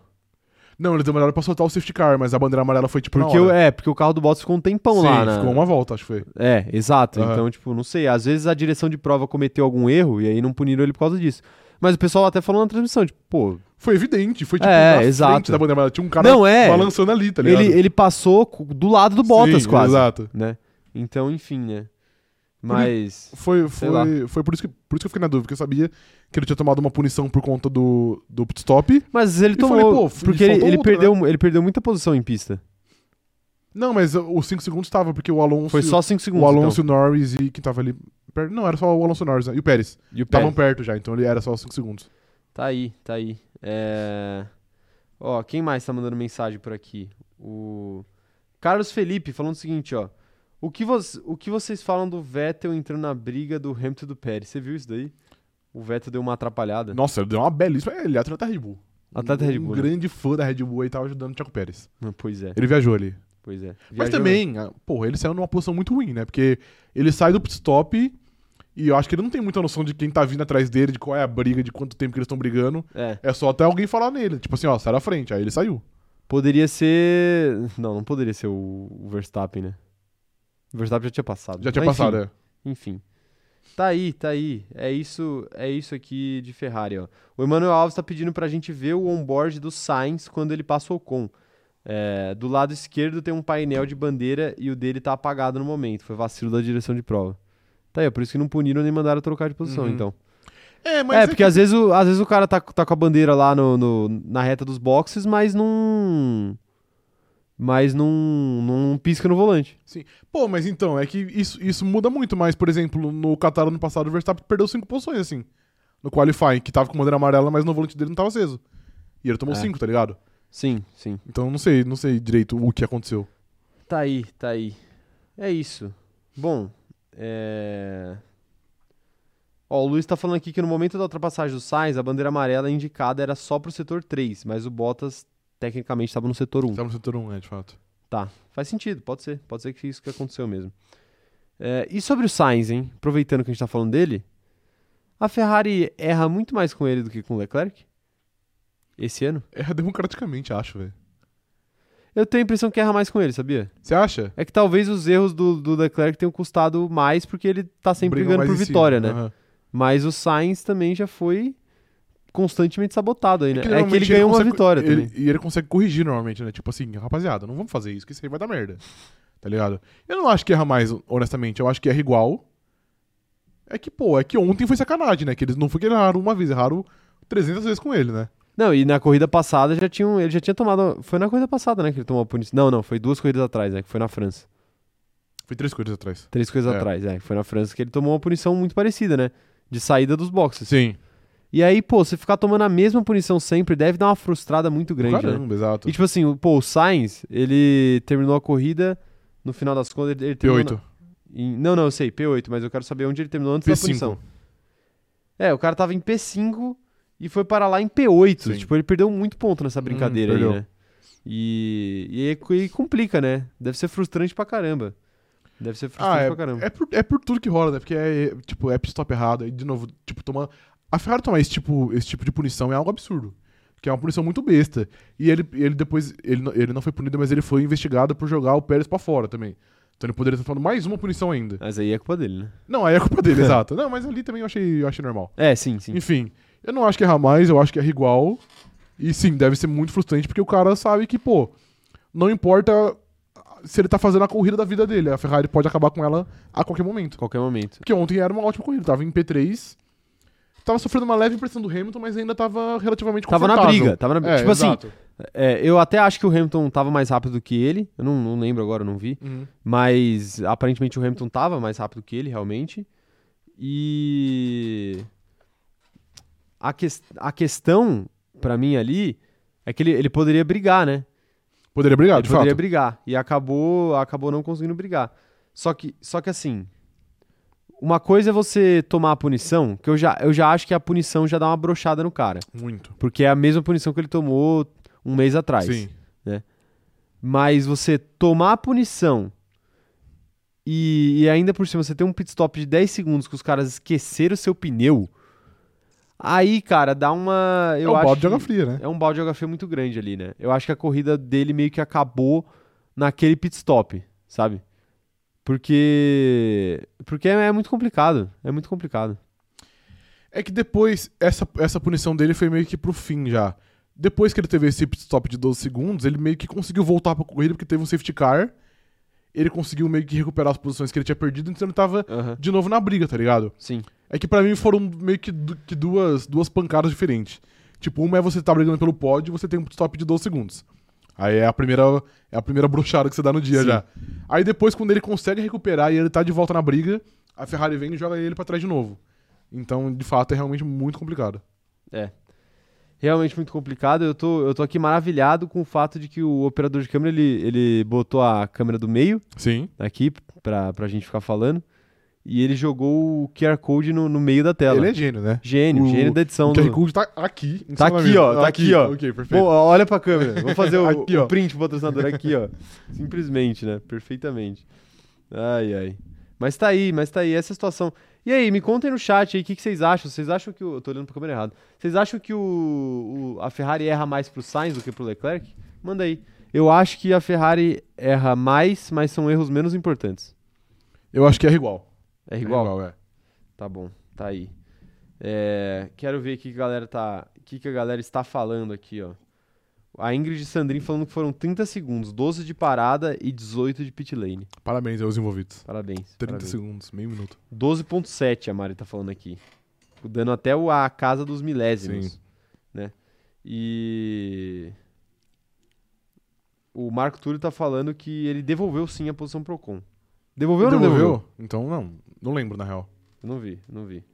B: Não, eles demoraram pra soltar o safety car, mas a bandeira amarela foi tipo
A: Porque
B: na
A: o,
B: hora.
A: é, porque o carro do Bottas ficou um tempão
B: Sim,
A: lá, né?
B: ficou uma volta, acho que foi.
A: É, exato.
B: Aham.
A: Então, tipo, não sei. Às vezes a direção de prova cometeu algum erro e aí não puniram ele por causa disso. Mas o pessoal até falou na transmissão, tipo, pô,
B: Foi evidente, foi tipo
A: É,
B: na frente
A: exato.
B: da bandeira amarela. Tinha um cara
A: Não, é.
B: balançando ali, tá ligado?
A: ele, ele passou co- do lado do Bottas
B: Sim,
A: quase,
B: Exato.
A: né? Então, enfim, né? Mas
B: Foi,
A: Sei lá.
B: foi, foi por, isso que, por isso que eu fiquei na dúvida, porque eu sabia que ele tinha tomado uma punição por conta do, do pit stop.
A: mas ele
B: E falei, pô,
A: tomou,
B: f-
A: porque ele,
B: faltou
A: ele
B: outra,
A: perdeu, ele perdeu muita posição em pista.
B: Não, mas os 5 segundos tava, porque o Alonso.
A: Foi só 5 segundos. então.
B: o Alonso e o Norris e quem tava ali. per- Não, era só o Alonso e o Norris né? e o Pérez.
A: então. E o
B: Estavam
A: Pérez.
B: perto já, então ele era só 5 segundos.
A: Tá aí, tá aí. É... Ó, quem mais tá mandando mensagem por aqui? O Carlos Felipe falando o seguinte, ó. O que, vo- o que vocês falam do Vettel entrando na briga do Hamilton e do Pérez? Você viu isso daí? O Vettel deu uma atrapalhada.
B: Nossa, ele deu uma belíssima. Ele é atleta Red Bull.
A: Atleta Red
B: Um
A: Bull, né?
B: grande fã da Red Bull e tava ajudando o Thiago Pérez.
A: Pois é,
B: Ele viajou ali.
A: pois é.
B: Mas
A: Viajou-
B: também, ah, porra, ele saiu numa posição muito ruim, né? Porque ele sai do pit stop e eu acho que ele não tem muita noção de quem tá vindo atrás dele, de qual é a briga, de quanto tempo que eles estão brigando.
A: É,
B: É só até alguém falar nele. Tipo assim, ó, sai da frente. Aí ele saiu.
A: poderia ser... Não, não poderia ser o, o Verstappen, né? O Verstappen já tinha passado.
B: Já tinha
A: Mas, enfim,
B: passado, é.
A: Enfim. Tá aí, tá aí. É isso, é isso aqui de Ferrari, ó. O Emmanuel Alves tá pedindo pra gente ver o onboard do Sainz quando ele passa o Ocon. É, do lado esquerdo tem um painel de bandeira e o dele tá apagado no momento. Foi vacilo da direção de prova. Tá aí, ó, por isso que não puniram nem mandaram trocar de posição,
B: Uhum.
A: então.
B: É,
A: é, porque às, vezes o, às vezes o cara tá, tá com a bandeira lá no, no- na reta dos boxes, mas não... Mas não, não pisca no volante.
B: Pô, mas então, é que isso, isso muda muito, mas, por exemplo, no Qatar ano passado, o Verstappen perdeu cinco posições, assim. No qualifying, que tava com bandeira amarela, mas no volante dele não tava aceso. E ele tomou
A: É.
B: cinco, tá ligado?
A: Sim, sim.
B: Então não sei, não sei direito o que aconteceu.
A: Tá aí, tá aí. É isso. Bom, é... Ó, o Luiz tá falando aqui que no momento da ultrapassagem do Sainz, a bandeira amarela indicada era só pro setor 3, mas o Bottas tecnicamente estava no setor 1.
B: Tava no setor 1, é, de fato.
A: Faz sentido, pode ser. Pode ser que isso que aconteceu mesmo. É, e sobre o Sainz, hein? Aproveitando que a gente tá falando dele, a Ferrari erra muito mais com ele do que com o Leclerc? Esse ano?
B: É democraticamente, acho, velho.
A: Eu tenho a impressão que erra mais com ele, sabia?
B: Você acha?
A: É que talvez os erros do, do Leclerc tenham custado mais porque ele tá sempre brigando
B: Brigam mais
A: por
B: em cima.
A: vitória, né?
B: Aham.
A: Mas o Sainz também já foi constantemente sabotado aí, né? É que
B: normalmente
A: ele ganhou uma
B: consegue-
A: vitória
B: ele-
A: também.
B: E ele consegue corrigir normalmente, né? Tipo assim, rapaziada, não vamos fazer isso, que isso aí vai dar merda. Tá ligado? Eu não acho que erra mais, honestamente. Eu acho que erra igual. É que, pô, é que ontem foi sacanagem, né? Que eles não foi que erraram uma vez, erraram 300 vezes com ele, né?
A: Não, e na corrida passada já tinham, ele já tinha tomado. Foi na corrida passada, né? Que ele tomou a punição. Não, não, foi duas corridas atrás, né? Que foi na França.
B: Foi três coisas atrás.
A: Três corridas
B: É.
A: atrás, é. que Foi na França que ele tomou uma punição muito parecida, né? De saída dos boxes.
B: Sim.
A: E aí, pô, você ficar tomando a mesma punição sempre deve dar uma frustrada muito grande, né?
B: Caramba, exato.
A: E tipo assim, o, pô, o Sainz, ele terminou a corrida, no final das contas, ele, ele terminou.
B: P8.
A: em- não, não, eu sei, P8, mas eu quero saber onde ele terminou antes da
B: P5.
A: punição. É, o cara tava em P5 e foi parar lá em P8.
B: Sim. Hum,
A: Tipo, ele perdeu muito ponto nessa brincadeira aí,
B: perdeu.
A: né? E, e aí cu- e complica, né? Deve ser frustrante pra caramba. Deve ser
B: Ah,
A: frustrante pra
B: é,
A: caramba.
B: é, por, é por tudo que rola, né? Porque é, é, tipo, é pit stop errado, aí de novo, tipo, toma. A Ferrari tomar esse tipo, esse tipo de punição é algo absurdo. Que é uma punição muito besta. E ele, ele depois. Ele, não- ele não foi punido, mas ele foi investigado por jogar o Pérez pra fora também. Então ele poderia ter tomado mais uma punição ainda.
A: Mas aí é culpa dele, né?
B: Não, aí é culpa dele, *laughs* exato. Não, mas ali também eu achei, eu achei normal.
A: É, sim, sim.
B: Enfim, eu não acho que erra mais, eu acho que erra igual. E sim, deve ser muito frustrante, porque o cara sabe que, pô, não importa se ele tá fazendo a corrida da vida dele, a Ferrari pode acabar com ela a qualquer momento.
A: Qualquer momento.
B: Porque ontem era uma ótima corrida, tava em P3, tava sofrendo uma leve pressão do Hamilton, mas ainda tava relativamente
A: Tava
B: confortável.
A: na briga, tava na briga.
B: É,
A: tipo
B: exato.
A: assim, é, eu até acho que o Hamilton tava mais rápido do que ele. Eu não, não lembro agora, eu não vi.
B: Uhum.
A: Mas aparentemente o Hamilton tava mais rápido que ele, realmente. E. A, ques- a questão, pra mim ali, é que ele, ele poderia brigar, né?
B: Poderia brigar,
A: ele
B: Ah, de
A: poderia
B: fato.
A: brigar. E acabou, acabou não conseguindo brigar. Só que, só que assim. Uma coisa é você tomar a punição, que eu já, eu já acho que a punição já dá uma brochada no cara.
B: Muito.
A: Porque é a mesma punição que ele tomou um mês atrás.
B: Sim.
A: Mas você tomar a punição e, e ainda por cima você ter um pit stop de 10 segundos que os caras esqueceram o seu pneu. Aí, cara, dá uma. Eu
B: é o
A: acho
B: balde de
A: que-
B: água fria, né?
A: é um balde de água fria muito grande ali, né? Eu acho que a corrida dele meio que acabou naquele pit stop, sabe? Porque. Porque é muito complicado. É muito complicado.
B: É que depois, essa, essa punição dele foi meio que pro fim já. Depois que ele teve esse pit stop de 12 segundos, ele meio que conseguiu voltar pra corrida porque teve um safety car. Ele conseguiu meio que recuperar as posições que ele tinha perdido, então ele tava de novo na briga, tá ligado?
A: Sim.
B: É que pra mim foram meio que, du- que duas, duas pancadas diferentes. Tipo, uma é você tá brigando pelo pódio e você tem um pit stop de 12 segundos. Aí é a primeira é a primeira brochada que você dá no dia
A: Sim.
B: já. Aí depois, quando ele consegue recuperar e ele tá de volta na briga, a Ferrari vem e joga ele pra trás de novo. Então, de fato, é realmente muito complicado.
A: Realmente muito complicado. Eu tô, eu tô aqui maravilhado com o fato de que o operador de câmera ele, ele botou a câmera do meio
B: Sim.
A: aqui pra, pra gente ficar falando. E ele jogou o QR Code no, no meio da tela.
B: Ele é gênio, né?
A: Gênio,
B: O-
A: gênio da edição
B: o QR
A: do.
B: Code tá aqui. em
A: Então, Tá
B: cima da
A: aqui,
B: mesa.
A: ó, tá aqui, ó.
B: Ok, perfeito.
A: Bom, ó, olha pra câmera. Vou fazer *laughs* o,
B: Aqui,
A: o
B: ó.
A: print pro patrocinador aqui, ó. *laughs* Simplesmente, né? Perfeitamente. Ai, ai. Mas tá aí, mas tá aí. Essa é a situação. E aí, me contem no chat aí o que, que vocês acham. Vocês acham que o. Eu tô olhando pra câmera errada. Vocês acham que o, o- a Ferrari erra mais pro Sainz do que pro Leclerc? Manda aí. Eu acho que a Ferrari erra mais, mas são erros menos importantes.
B: Eu acho que é igual.
A: É igual?
B: É igual, é.
A: Tá bom, tá aí. É, quero ver o que que a galera tá, o que que a galera está falando aqui, ó. A Ingrid Sandrin falando que foram 30 segundos, 12 de parada e 18 de pit lane.
B: Parabéns aos envolvidos.
A: Parabéns.
B: 30
A: parabéns.
B: segundos, meio minuto.
A: 12.7 a Mari tá falando aqui. Dando até o- a casa dos milésimos,
B: Sim.
A: né? E o Marco Túlio tá falando que ele devolveu sim a posição Procon. Devolveu ou não devolveu?
B: Então, não. Não lembro, na real.
A: Não vi, não vi.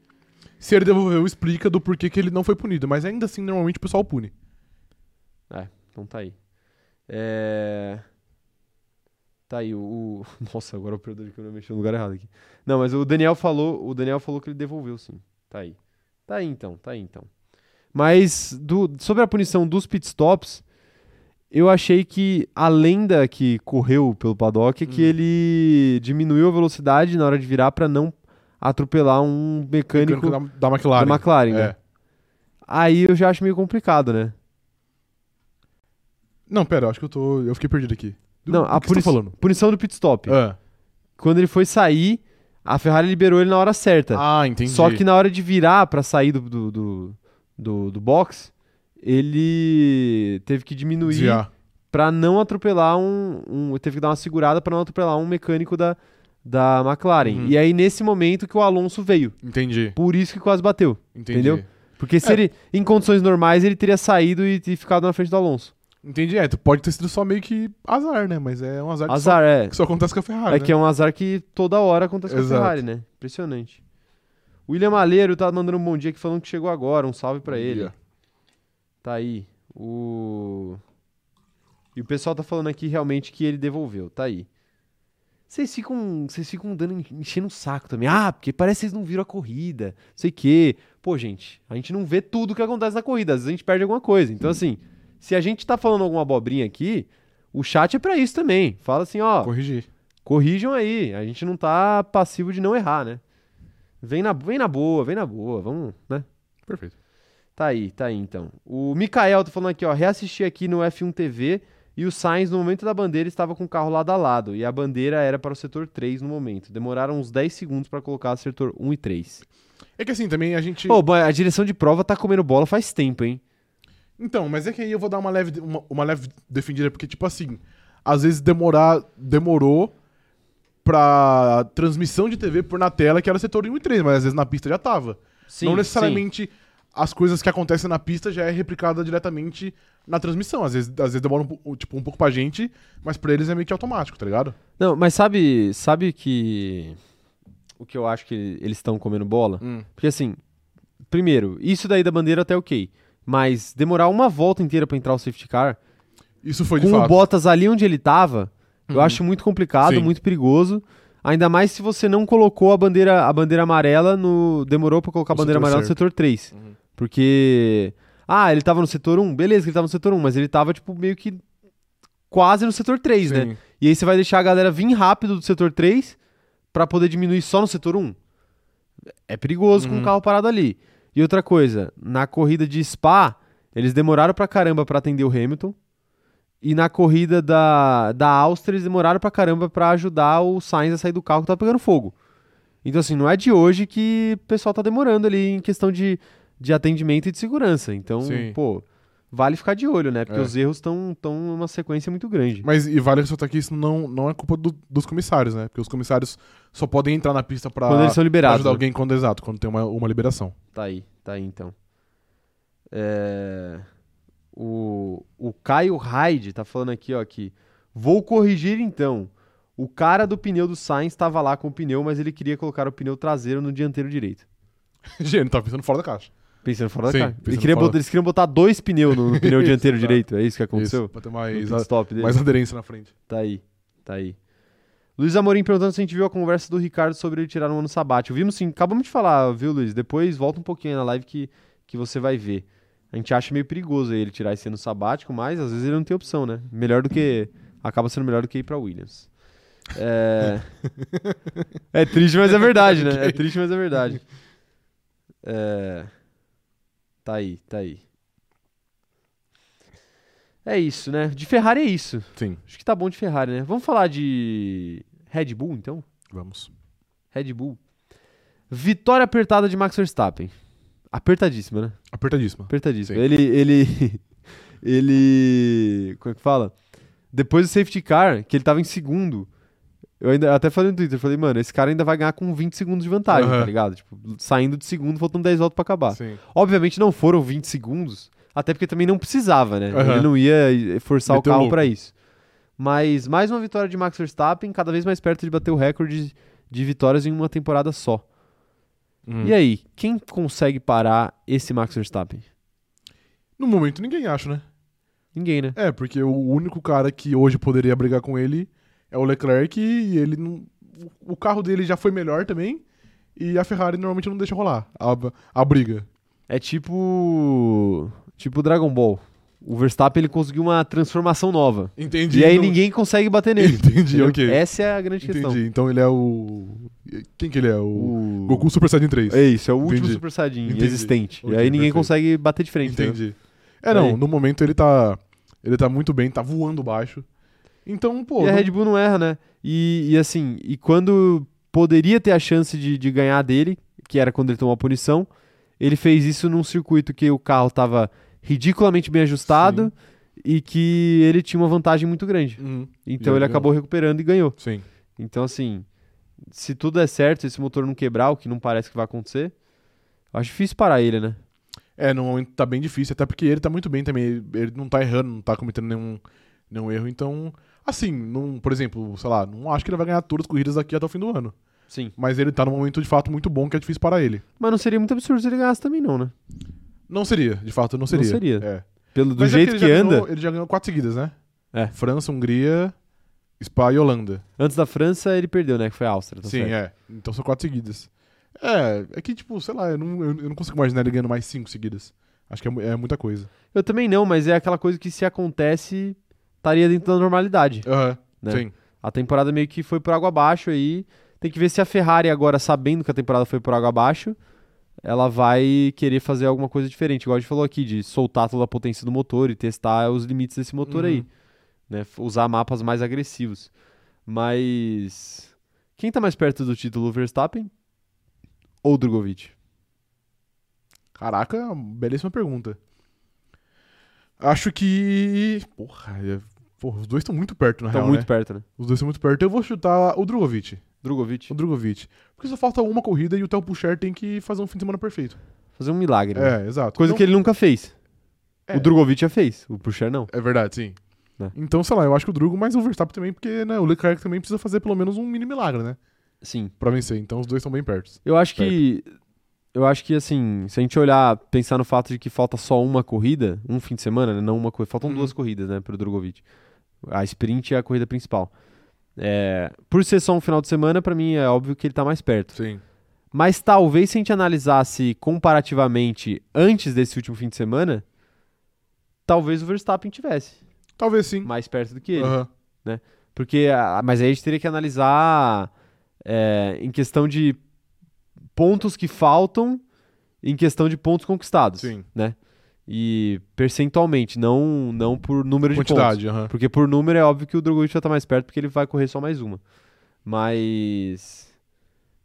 B: Se ele devolveu, explica do porquê que ele não foi punido. Mas ainda assim, normalmente o pessoal pune.
A: Então tá aí. É... Tá aí o, o- *laughs* Nossa, agora o operador de câmera mexeu no lugar errado aqui. Não, mas o Daniel falou, o Daniel falou que ele devolveu sim. Tá aí. Tá aí então, tá aí então. Mas do- sobre a punição dos pitstops, eu achei que a lenda que correu pelo paddock é que
B: Hum.
A: ele diminuiu a velocidade na hora de virar pra não atropelar um mecânico,
B: Mecânico da, da McLaren.
A: da McLaren. né?
B: É.
A: Aí eu já acho meio complicado, né?
B: Não, pera, eu acho que eu tô. Eu fiquei perdido aqui. Do-
A: não,
B: do
A: a
B: que você tá
A: punição,
B: falando?
A: punição do pitstop.
B: Ah,
A: quando ele foi sair, a Ferrari liberou ele na hora certa.
B: ah, entendi.
A: Tá. Só que na hora de virar pra sair do, do, do, do- do box, ele teve que diminuir
B: Desviar.
A: pra não atropelar um, um- Teve que dar uma segurada pra não atropelar um mecânico da, da McLaren.
B: Uhum.
A: E aí, nesse momento que o Alonso veio.
B: Entendi.
A: Por isso que quase bateu.
B: Entendi.
A: Entendeu? Porque se
B: É.
A: ele, em condições normais, ele teria saído e, e ficado na frente do Alonso.
B: Entendi. É, tu pode ter sido só meio que azar, né? Mas é um azar, que só-
A: Azar, é.
B: Que, só, acontece com a Ferrari. né?
A: É que é um azar que toda hora acontece com a
B: Ah, Exato.
A: Ferrari, né? Impressionante. O William Malheiro tá mandando um bom dia aqui falando que chegou agora. Um salve pra ele. Tá aí. O. E o pessoal tá falando aqui realmente que ele devolveu. Tá aí. Vocês ficam, vocês ficam dando, enchendo o saco também. Ah, porque parece que vocês não viram a corrida. Não sei o quê. Pô, gente, a gente não vê tudo que acontece na corrida. Às vezes a gente perde alguma coisa. Então, assim, se a gente tá falando alguma abobrinha aqui, o chat é pra isso também. Fala assim, ó
B: Corrigir.
A: corrijam aí. A gente não tá passivo de não errar, né? Vem na, vem na boa, vem na boa, vamos, né?
B: Perfeito.
A: Tá aí, tá aí então. O Mikael tá falando aqui, ó, reassisti aqui no F1 TV e o Sainz no momento da bandeira estava com o carro lado a lado e a bandeira era para o setor 3 no momento. Demoraram uns 10 segundos pra colocar setor 1 e 3.
B: É que assim, também a gente.
A: Pô, mas a direção de prova tá comendo bola faz tempo, hein?
B: Então, mas é que aí eu vou dar uma leve, de- uma, uma leve defendida, porque, tipo assim, às vezes demorar, demorou pra transmissão de TV por na tela, que era setor 1 e 3, mas às vezes na pista já tava.
A: Sim,
B: não
A: sim.
B: necessariamente as coisas que acontecem na pista já é replicada diretamente na transmissão. Às vezes, às vezes demora um, pou- tipo, um pouco pra gente, mas pra eles é meio que automático, tá ligado?
A: Não, mas sabe, sabe que o que eu acho que eles estão comendo bola? Porque assim, primeiro, isso daí da bandeira até ok. Mas demorar uma volta inteira pra entrar o safety car,
B: Isso foi de
A: com o
B: fato. Uhum.
A: Bottas ali onde ele tava, eu acho muito complicado,
B: Sim.
A: muito perigoso. Ainda mais se você não colocou a bandeira, a bandeira amarela no. Demorou pra colocar a
B: No
A: bandeira
B: setor
A: amarela
B: certo.
A: no setor 3.
B: Uhum.
A: Porque. Ah, ele tava no setor 1, beleza que ele tava no setor 1, mas ele tava, tipo, meio que quase no setor 3, né?
B: Sim.
A: E aí você vai deixar a galera vir rápido do setor 3 pra poder diminuir só no setor 1. É perigoso com
B: Uhum.
A: o carro parado ali. E outra coisa, na corrida de Spa, eles demoraram pra caramba pra atender o Hamilton. E na corrida da, da Áustria, eles demoraram pra caramba pra ajudar o Sainz a sair do carro que tava pegando fogo. Então, assim, não é de hoje que o pessoal tá demorando ali em questão de, de atendimento e de segurança. Então,
B: Sim.
A: pô, vale ficar de olho, né? Porque
B: É.
A: os erros estão tão uma sequência muito grande.
B: Mas e vale ressaltar que isso não, não é culpa do- dos comissários, né? Porque os comissários só podem entrar na pista pra,
A: Quando eles são
B: pra
A: liberados.
B: ajudar
A: né?
B: alguém quando exato, quando tem uma, uma liberação. *laughs*
A: Tá aí, tá aí então. É, O, o Caio Hyde tá falando aqui, ó, que vou corrigir então. O cara do pneu do Sainz estava lá com o pneu, mas ele queria colocar o pneu traseiro no dianteiro direito.
B: Gênio, tava pensando tá fora da caixa.
A: Pensando fora
B: Sim,
A: da cara. Ele
B: pensando
A: queria
B: fora.
A: botar- eles queriam botar dois pneus no, no
B: *laughs*
A: pneu
B: Isso,
A: dianteiro
B: tá.
A: direito. É isso que aconteceu?
B: Isso, pra ter
A: No
B: mais,
A: pit stop dele.
B: mais aderência na frente.
A: Tá aí, tá aí. Luiz Amorim perguntando se a gente viu a conversa do Ricardo sobre ele tirar um ano sabático. Vimos sim, acabamos de falar, viu, Luiz? Depois volta um pouquinho aí na live que, que você vai ver. A gente acha meio perigoso ele tirar esse ano sabático, mas às vezes ele não tem opção, né? Melhor do que. Acaba sendo melhor do que ir pra Williams. É, *laughs* é triste, mas é verdade, né? É triste, mas é verdade. É... Tá aí, tá aí. É isso, né? De Ferrari é isso.
B: Sim,
A: Acho que tá bom de Ferrari, né? Vamos falar de Red Bull, então?
B: vamos.
A: Red Bull. Vitória apertada de Max Verstappen. Apertadíssima, né?
B: Apertadíssima.
A: Apertadíssima.
B: Sim.
A: Ele, ele, *laughs* ele, como é que fala? Depois do safety car, que ele tava em segundo, eu ainda eu até falei no Twitter, eu falei, mano, esse cara ainda vai ganhar com 20 segundos de vantagem,
B: Aham.
A: tá ligado? Tipo, saindo de segundo, faltando 10 voltas pra acabar.
B: Sim.
A: Obviamente não foram 20 segundos, até porque também não precisava, né?
B: Aham.
A: Ele não ia eh, forçar
B: Meteu
A: o carro
B: louco.
A: pra isso. Mas mais uma vitória de Max Verstappen, cada vez mais perto de bater o recorde de vitórias em uma temporada só.
B: Hum.
A: E aí, quem consegue parar esse Max Verstappen?
B: No momento ninguém acha, né?
A: Ninguém, né?
B: É, porque o único cara que hoje poderia brigar com ele é o Leclerc e ele não. O carro dele já foi melhor também. E a Ferrari normalmente não deixa rolar a, a briga.
A: É tipo. Tipo Dragon Ball. O Verstappen ele conseguiu uma transformação nova.
B: Entendi.
A: e aí
B: não-
A: ninguém consegue bater nele.
B: *laughs* Entendi,
A: entendeu?
B: ok.
A: Essa é a grande
B: Entendi.
A: questão.
B: Então ele é o. Quem que ele é? O.
A: O...
B: Goku Super Saiyajin 3.
A: É isso, é o último
B: Entendi.
A: Super Saiyajin
B: Entendi.
A: existente.
B: Ok,
A: e aí ninguém
B: perfeito.
A: consegue bater de frente. né?
B: Entendi. É,
A: Tá
B: não,
A: aí.
B: no momento ele tá. Ele tá muito bem, tá voando baixo. Então, pô.
A: E a
B: não-
A: Red Bull não erra, né? E, e assim, e quando poderia ter a chance de, de ganhar dele, que era quando ele tomou a punição, ele fez isso num circuito que o carro tava ridiculamente bem ajustado e que ele tinha uma vantagem muito grande.
B: Uhum,
A: Então
B: E
A: ele
B: ganhou.
A: acabou recuperando e ganhou.
B: sim.
A: Então, assim, se tudo é certo, se esse motor não quebrar, o que não parece que vai acontecer, eu acho difícil parar ele, né?
B: É, no momento tá bem difícil, até porque ele tá muito bem também. Ele, ele não tá errando, não tá cometendo nenhum, nenhum erro. Então, assim, não, por exemplo, sei lá, não acho que ele vai ganhar todas as corridas daqui até o fim do ano.
A: Sim.
B: Mas ele tá num momento de fato muito bom que é difícil para ele.
A: Mas não seria muito absurdo se ele ganhasse também, não, né?
B: Não seria, de fato, não seria.
A: seria.
B: É.
A: Pelo, do
B: Mas é
A: jeito
B: ele
A: que
B: já
A: anda,
B: ganhou- ele já ganhou quatro seguidas, né?
A: É.
B: França, Hungria, Spa e Holanda.
A: antes da França ele perdeu, né? Que foi a Áustria, tá
B: Sim,
A: certo?
B: é. Então são quatro seguidas. É, é que, tipo, sei lá, eu não, eu eu não consigo imaginar ele ganhando mais cinco seguidas. Acho que é, mu- é muita coisa.
A: Eu também não, mas é aquela coisa que se acontece, estaria dentro da normalidade.
B: Aham,
A: Né?
B: sim.
A: A temporada meio que foi por água abaixo aí. Tem que ver se a Ferrari agora, sabendo que a temporada foi por água abaixo, ela vai querer fazer alguma coisa diferente. Igual a gente falou aqui, de soltar toda a potência do motor e testar os limites desse motor aí.
B: Uhum.
A: Né? F- Usar mapas mais agressivos. Mas. Quem tá mais perto do título, o Verstappen ou o Drogovic?
B: Caraca, belíssima pergunta. Acho que. Porra, é- porra, os dois estão muito perto, na
A: Estão
B: real.
A: muito
B: né?
A: perto, né?
B: Os dois estão muito perto. Eu vou chutar o Drogovic.
A: Drogovic.
B: O Drogovic. Porque só falta uma corrida e o Theo Pucher tem que fazer um fim de semana perfeito.
A: Fazer um milagre. né?
B: É, exato.
A: Coisa
B: Então-
A: que ele nunca fez.
B: É.
A: O Drogovic já fez, o Puxar não.
B: É verdade, sim.
A: Né?
B: Então, sei lá, eu acho que o Drogo, mas o Verstappen também, porque né, o Leclerc também precisa fazer pelo menos um mini milagre, né?
A: Sim.
B: Pra vencer. Então os dois estão bem perto.
A: Eu acho que. Eu acho que, assim, se a gente olhar, pensar no fato de que falta só uma corrida, um fim de semana, né? Não uma corrida. Faltam
B: Uhum.
A: duas corridas, né, pro Drogovic. A sprint e a corrida é principal. É, por ser só um final de semana, pra mim é óbvio que ele tá mais perto.
B: Sim.
A: Mas talvez se a gente analisasse comparativamente antes desse último fim de semana, talvez o Verstappen tivesse
B: Talvez sim.
A: mais perto do que ele.
B: Aham.
A: Porque, ah, mas aí a gente teria que analisar é, em questão de pontos que faltam, em questão de pontos conquistados.
B: Sim.
A: E percentualmente, não, não por número de pontos.
B: Quantidade, aham.
A: Porque por número é óbvio que o Drogovic já tá mais perto, porque ele vai correr só mais uma. Mas.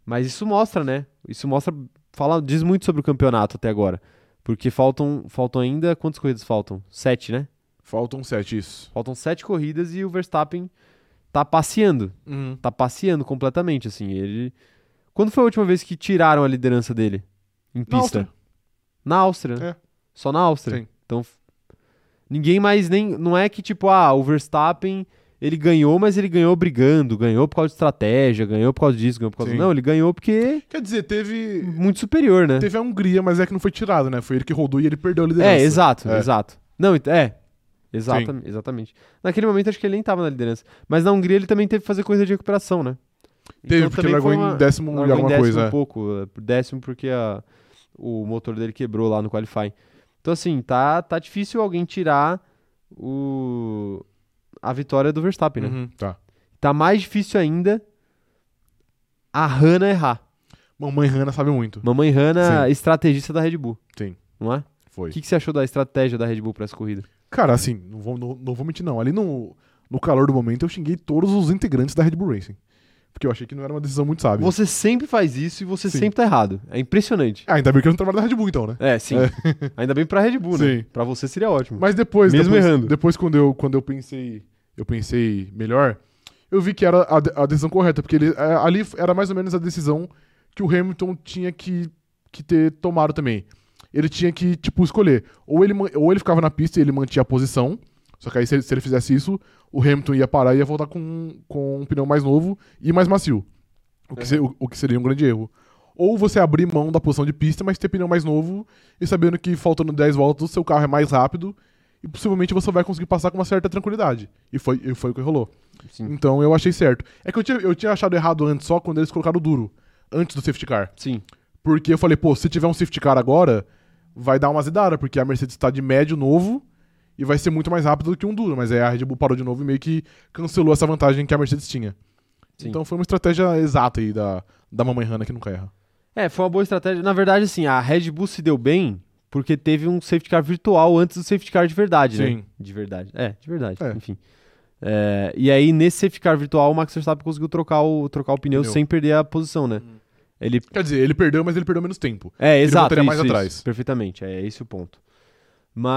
A: Mas isso mostra, né? Isso mostra. Fala, diz muito sobre o campeonato até agora. Porque faltam, faltam ainda. Quantas corridas faltam? Sete, né?
B: Faltam sete, isso.
A: Faltam sete corridas e o Verstappen tá passeando.
B: Uhum.
A: Tá passeando completamente, assim. Ele. Quando foi a última vez que tiraram a liderança dele? Em
B: Na
A: pista? Na Áustria. né?
B: É.
A: Só na Áustria.
B: Sim.
A: Então. f- Ninguém mais nem. Não é que, tipo, ah, o Verstappen. Ele ganhou, mas ele ganhou brigando, ganhou por causa de estratégia, ganhou por causa disso, ganhou por causa.
B: Sim.
A: Não, ele ganhou porque é
B: Quer dizer, teve.
A: muito superior, né?
B: Teve a Hungria, mas é que não foi tirado, né? Foi ele que rodou e ele perdeu a liderança.
A: É, exato,
B: É.
A: exato. Não, ent- é. Exata, exatamente. Naquele momento acho que ele nem tava na liderança. Mas na Hungria ele também teve que fazer coisa de recuperação, né?
B: Teve,
A: Então
B: porque
A: também
B: largou
A: foi uma-
B: em décimo
A: largou
B: e
A: em
B: alguma
A: décimo
B: coisa. é.
A: um pouco, eh, por décimo porque a- o motor dele quebrou lá no qualify. Então assim, tá tá difícil alguém tirar o a vitória do Verstappen, né?
B: Uhum, tá.
A: Tá mais difícil ainda a Hannah errar.
B: Mamãe Hanna sabe muito.
A: Mamãe Hannah, estrategista da Red Bull.
B: Sim.
A: Não é?
B: Foi.
A: O que, que você achou da estratégia da Red Bull pra essa corrida?
B: Cara, assim, não vou, não, não vou mentir, não. Ali no, no calor do momento, eu xinguei todos os integrantes da Red Bull Racing. Porque eu achei que não era uma decisão muito sábia.
A: Você sempre faz isso e você
B: Sim.
A: sempre tá errado. É impressionante.
B: Ah, ainda bem que eu não trabalho na Red Bull, então, né?
A: É, sim. Ainda bem pra Red Bull, né?
B: Sim.
A: Pra você seria ótimo.
B: Mas depois,
A: Mesmo
B: depois,
A: errando.
B: depois quando eu, quando eu pensei, eu pensei melhor, eu vi que era a, de- a decisão correta, porque ele, a- ali era mais ou menos a decisão que o Hamilton tinha que, que ter tomado também. Ele tinha que, tipo, escolher. Ou ele, man- ou ele ficava na pista e ele mantinha a posição, só que aí se ele, se ele fizesse isso, o Hamilton ia parar e ia voltar com, com um pneu mais novo e mais macio. O
A: É.
B: que, se- o- o que seria um grande erro. Ou você abrir mão da posição de pista, mas ter pneu mais novo e sabendo que faltando 10 voltas o seu carro é mais rápido e possivelmente você vai conseguir passar com uma certa tranquilidade. E foi, e foi o que rolou.
A: Sim.
B: Então eu achei certo. É que eu tinha, eu tinha achado errado antes só quando eles colocaram o duro, antes do safety car.
A: Sim.
B: Porque eu falei, pô, se tiver um safety car agora, vai dar uma zidada, porque a Mercedes tá de médio novo e vai ser muito mais rápido do que um duro. Mas aí a Red Bull parou de novo e meio que cancelou essa vantagem que a Mercedes tinha.
A: Sim.
B: Então foi uma estratégia exata aí da, da mamãe Hannah que nunca erra.
A: É, foi uma boa estratégia. Na verdade, assim, a Red Bull se deu bem porque teve um safety car virtual antes do safety car de verdade, né?
B: Sim.
A: De verdade. É, de verdade.
B: É.
A: Enfim. É, e aí, nesse safety car virtual, o Max Verstappen conseguiu trocar o, trocar o pneu,
B: Pneu.
A: sem perder a posição, né? Ele
B: Quer dizer, ele perdeu, mas ele perdeu menos tempo.
A: É, exato.
B: voltaria
A: Isso,
B: mais
A: isso,
B: atrás.
A: perfeitamente, é esse o ponto.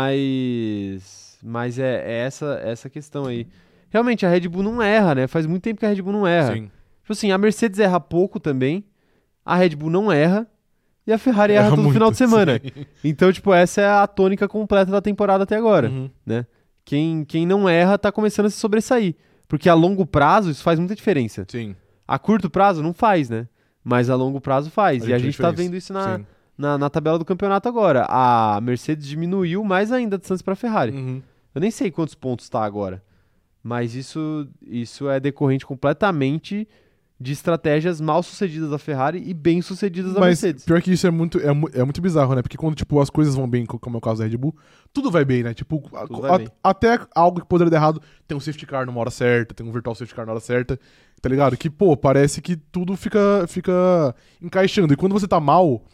A: Mas. Mas é, é essa essa questão aí. Realmente, a Red Bull não erra, né? Faz muito tempo que a Red Bull não erra.
B: Sim.
A: Tipo assim, a Mercedes erra pouco também, a Red Bull não erra, e a Ferrari erra,
B: Erra
A: todo
B: muito,
A: final de semana. Então, tipo, essa é a tônica completa da temporada até agora.
B: Uhum.
A: Quem, quem não erra tá começando a se sobressair. Porque a longo prazo isso faz muita diferença.
B: Sim.
A: A curto prazo não faz, né? Mas a longo prazo faz.
B: A
A: e a
B: gente vê
A: gente tá
B: diferença.
A: vendo isso na,
B: Sim.
A: na, na tabela do campeonato agora. A Mercedes diminuiu mais ainda a distância para a Ferrari.
B: Uhum.
A: Eu nem sei quantos pontos está agora, mas isso, isso é decorrente completamente de estratégias mal sucedidas da Ferrari e bem sucedidas da
B: Mas
A: Mercedes.
B: pior que isso é muito, é, mu- é muito bizarro, né? Porque quando, tipo, as coisas vão bem, co- como é o caso da Red Bull, tudo vai bem, né? Tipo, a-
A: Tudo vai
B: a-
A: bem.
B: até algo que poderia dar errado, tem um safety car numa hora certa, tem um virtual safety car na hora certa, tá ligado? Que, pô, parece que tudo fica, fica encaixando. E quando você tá mal,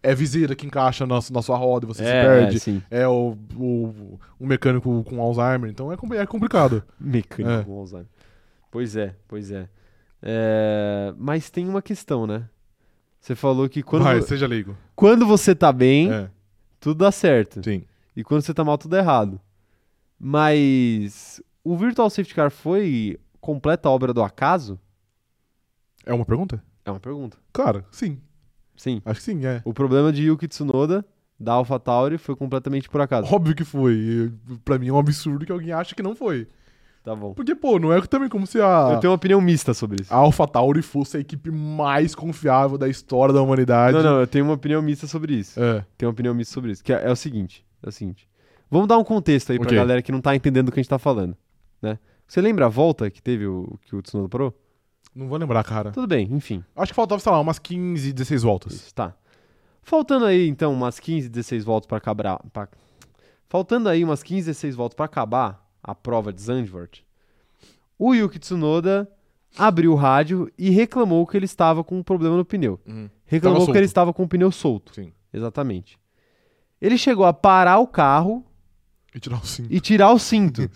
B: é viseira que encaixa na, su- na sua roda e você se perde.
A: sim.
B: É o, o, um mecânico com Alzheimer, então é, compli- é complicado.
A: Mecânico
B: É.
A: com Alzheimer. Pois é, pois é. É, Mas tem uma questão, né? Você falou que quando,
B: Vai, seja leigo.
A: quando você tá bem,
B: É,
A: tudo dá certo.
B: sim.
A: E quando você tá mal, tudo é errado. Mas o Virtual Safety Car foi completa obra do acaso?
B: É uma pergunta?
A: É uma pergunta.
B: Cara, sim.
A: Sim.
B: Acho que sim, é.
A: O problema de Yuki Tsunoda, da AlphaTauri, foi completamente por acaso.
B: *laughs* Óbvio que foi. E, Pra mim é um absurdo que alguém acha que não foi.
A: Tá bom.
B: Porque, pô, não é também como se a,
A: Eu tenho uma opinião mista sobre isso.
B: a AlphaTauri fosse a equipe mais confiável da história da humanidade.
A: Não, não, eu tenho uma opinião mista sobre isso.
B: É,
A: Tenho uma opinião mista sobre isso. Que é, é o seguinte, é o seguinte. Vamos dar um contexto aí pra
B: Ok.
A: galera que não tá entendendo o que a gente tá falando, né? Você lembra a volta que teve o que o Tsunoda parou?
B: Não vou lembrar, cara.
A: Tudo bem, enfim.
B: Acho que faltava, sei lá, umas 15, 16 voltas.
A: Isso, tá. Faltando aí, então, umas 15, 16 voltas pra acabar. pra- Faltando aí umas 15, 16 voltas pra acabar a prova de Zandvoort, o Yuki Tsunoda abriu o rádio e reclamou que ele estava com um problema no pneu.
B: Uhum. Tava
A: Reclamou que
B: solto.
A: ele estava com o pneu solto.
B: Sim.
A: Exatamente. Ele chegou a parar o carro
B: E tirar o 5.
A: e tirar o
B: *laughs*
A: cinto,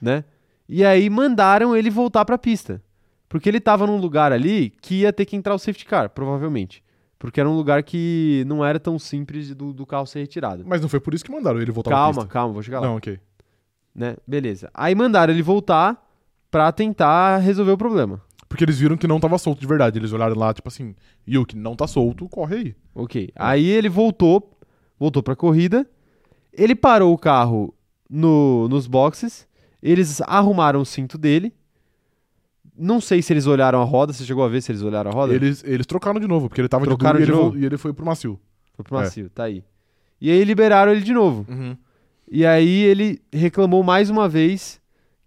A: né? E aí mandaram ele voltar pra pista. Porque ele tava num lugar ali que ia ter que entrar o safety car, provavelmente. Porque era um lugar que não era tão simples do, do carro ser retirado.
B: Mas não foi por isso que mandaram ele voltar
A: calma,
B: pra pista.
A: calma, vou chegar lá.
B: Não, ok.
A: Né? Beleza. Aí mandaram ele voltar pra tentar resolver o problema.
B: Porque eles viram que não tava solto de verdade. Eles olharam lá, tipo assim, Yuki, não tá solto, corre aí.
A: Ok. Aí ele voltou, voltou pra corrida. Ele parou o carro no, nos boxes. Eles arrumaram o cinto dele. Não sei se eles olharam a roda. Você chegou a ver se eles olharam a roda?
B: Eles, eles trocaram de novo, porque ele tava
A: Trocaram
B: de,
A: de
B: duro e ele
A: novo?
B: vo- e ele foi pro macio.
A: Foi pro macio, tá aí. E aí liberaram ele de novo. E aí ele reclamou mais uma vez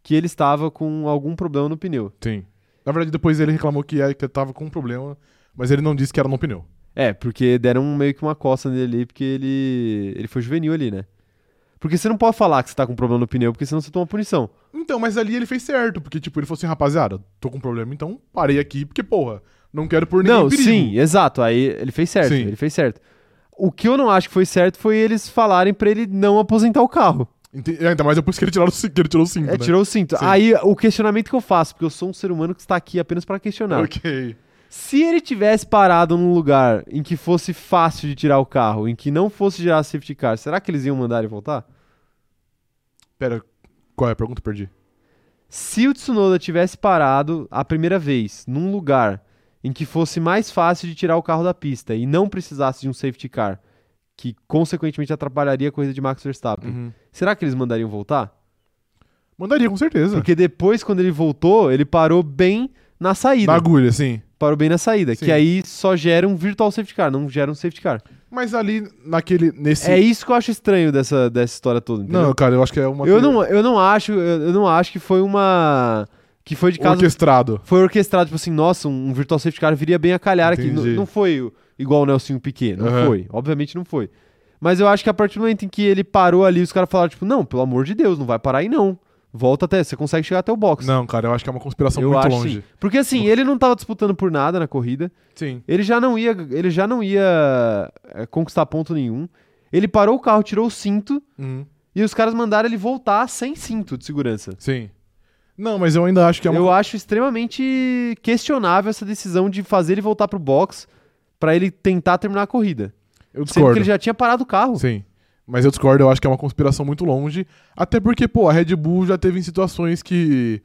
A: que ele estava com algum problema no pneu.
B: Sim. Na verdade, depois ele reclamou que, é, que tava com um problema, mas ele não disse que era no pneu.
A: É, porque deram um- meio que uma coça nele ali, porque ele, ele foi juvenil ali, né? Porque você não pode falar que você tá com problema no pneu, porque senão você toma punição.
B: Então, mas ali ele fez certo, porque, tipo, ele falou assim, rapaziada, tô com problema, então parei aqui, porque, porra, não quero pôr ninguém
A: Não,
B: em perigo.
A: sim, exato. Aí ele fez certo,
B: Sim.
A: ele fez certo. O que eu não acho que foi certo foi eles falarem pra ele não aposentar o carro.
B: Ente- é, Ainda mais depois que ele, tiraram o cin- que ele tirou *laughs* o cinto,
A: É,
B: né?
A: tirou o cinto.
B: Sim.
A: Aí o questionamento que eu faço, porque eu sou um ser humano que está aqui apenas pra questionar.
B: Ok.
A: Se ele tivesse parado num lugar em que fosse fácil de tirar o carro, em que não fosse gerar safety car, será que eles iam mandar ele voltar?
B: Pera, qual é a pergunta? Perdi.
A: Se o Tsunoda tivesse parado a primeira vez num lugar em que fosse mais fácil de tirar o carro da pista e não precisasse de um safety car, que consequentemente atrapalharia a corrida de Max Verstappen,
B: Uhum.
A: será que eles mandariam voltar?
B: Mandaria, com certeza.
A: Porque depois, quando ele voltou, ele parou bem na saída.
B: Na agulha, sim.
A: Parou bem na saída,
B: Sim.
A: que aí só gera um virtual safety car, não gera um safety car.
B: Mas ali, naquele, nesse...
A: É isso que eu acho estranho dessa, dessa história toda, entendeu?
B: Não, cara, eu acho que é uma...
A: eu não, eu não acho, eu eu não acho que foi uma que foi de caso
B: Orquestrado.
A: foi orquestrado, tipo assim, nossa, um virtual safety car viria bem a calhar aqui. Não,
B: Entendi.
A: não foi o- igual o Nelson Piquet, não
B: Aham.
A: foi. Obviamente não foi. Mas eu acho que a partir do momento em que ele parou ali, os caras falaram, tipo, não, pelo amor de Deus, não vai parar aí não. Volta até, você consegue chegar até o box.
B: Não, cara, eu acho que é uma conspiração
A: eu
B: muito
A: acho
B: longe.
A: sim. Porque assim, ele não tava disputando por nada na corrida.
B: Sim.
A: Ele já não ia, ele já não ia eh, conquistar ponto nenhum. Ele parou o carro, tirou o cinto
B: Uhum.
A: e os caras mandaram ele voltar sem cinto de segurança.
B: Sim. Não, mas eu ainda acho que é uma...
A: Eu acho extremamente questionável essa decisão de fazer ele voltar pro box pra ele tentar terminar a corrida.
B: Eu
A: Sendo
B: discordo.
A: que ele já tinha parado o carro.
B: Sim. Mas eu discordo, eu acho que é uma conspiração muito longe. Até porque, pô, a Red Bull já teve em situações que,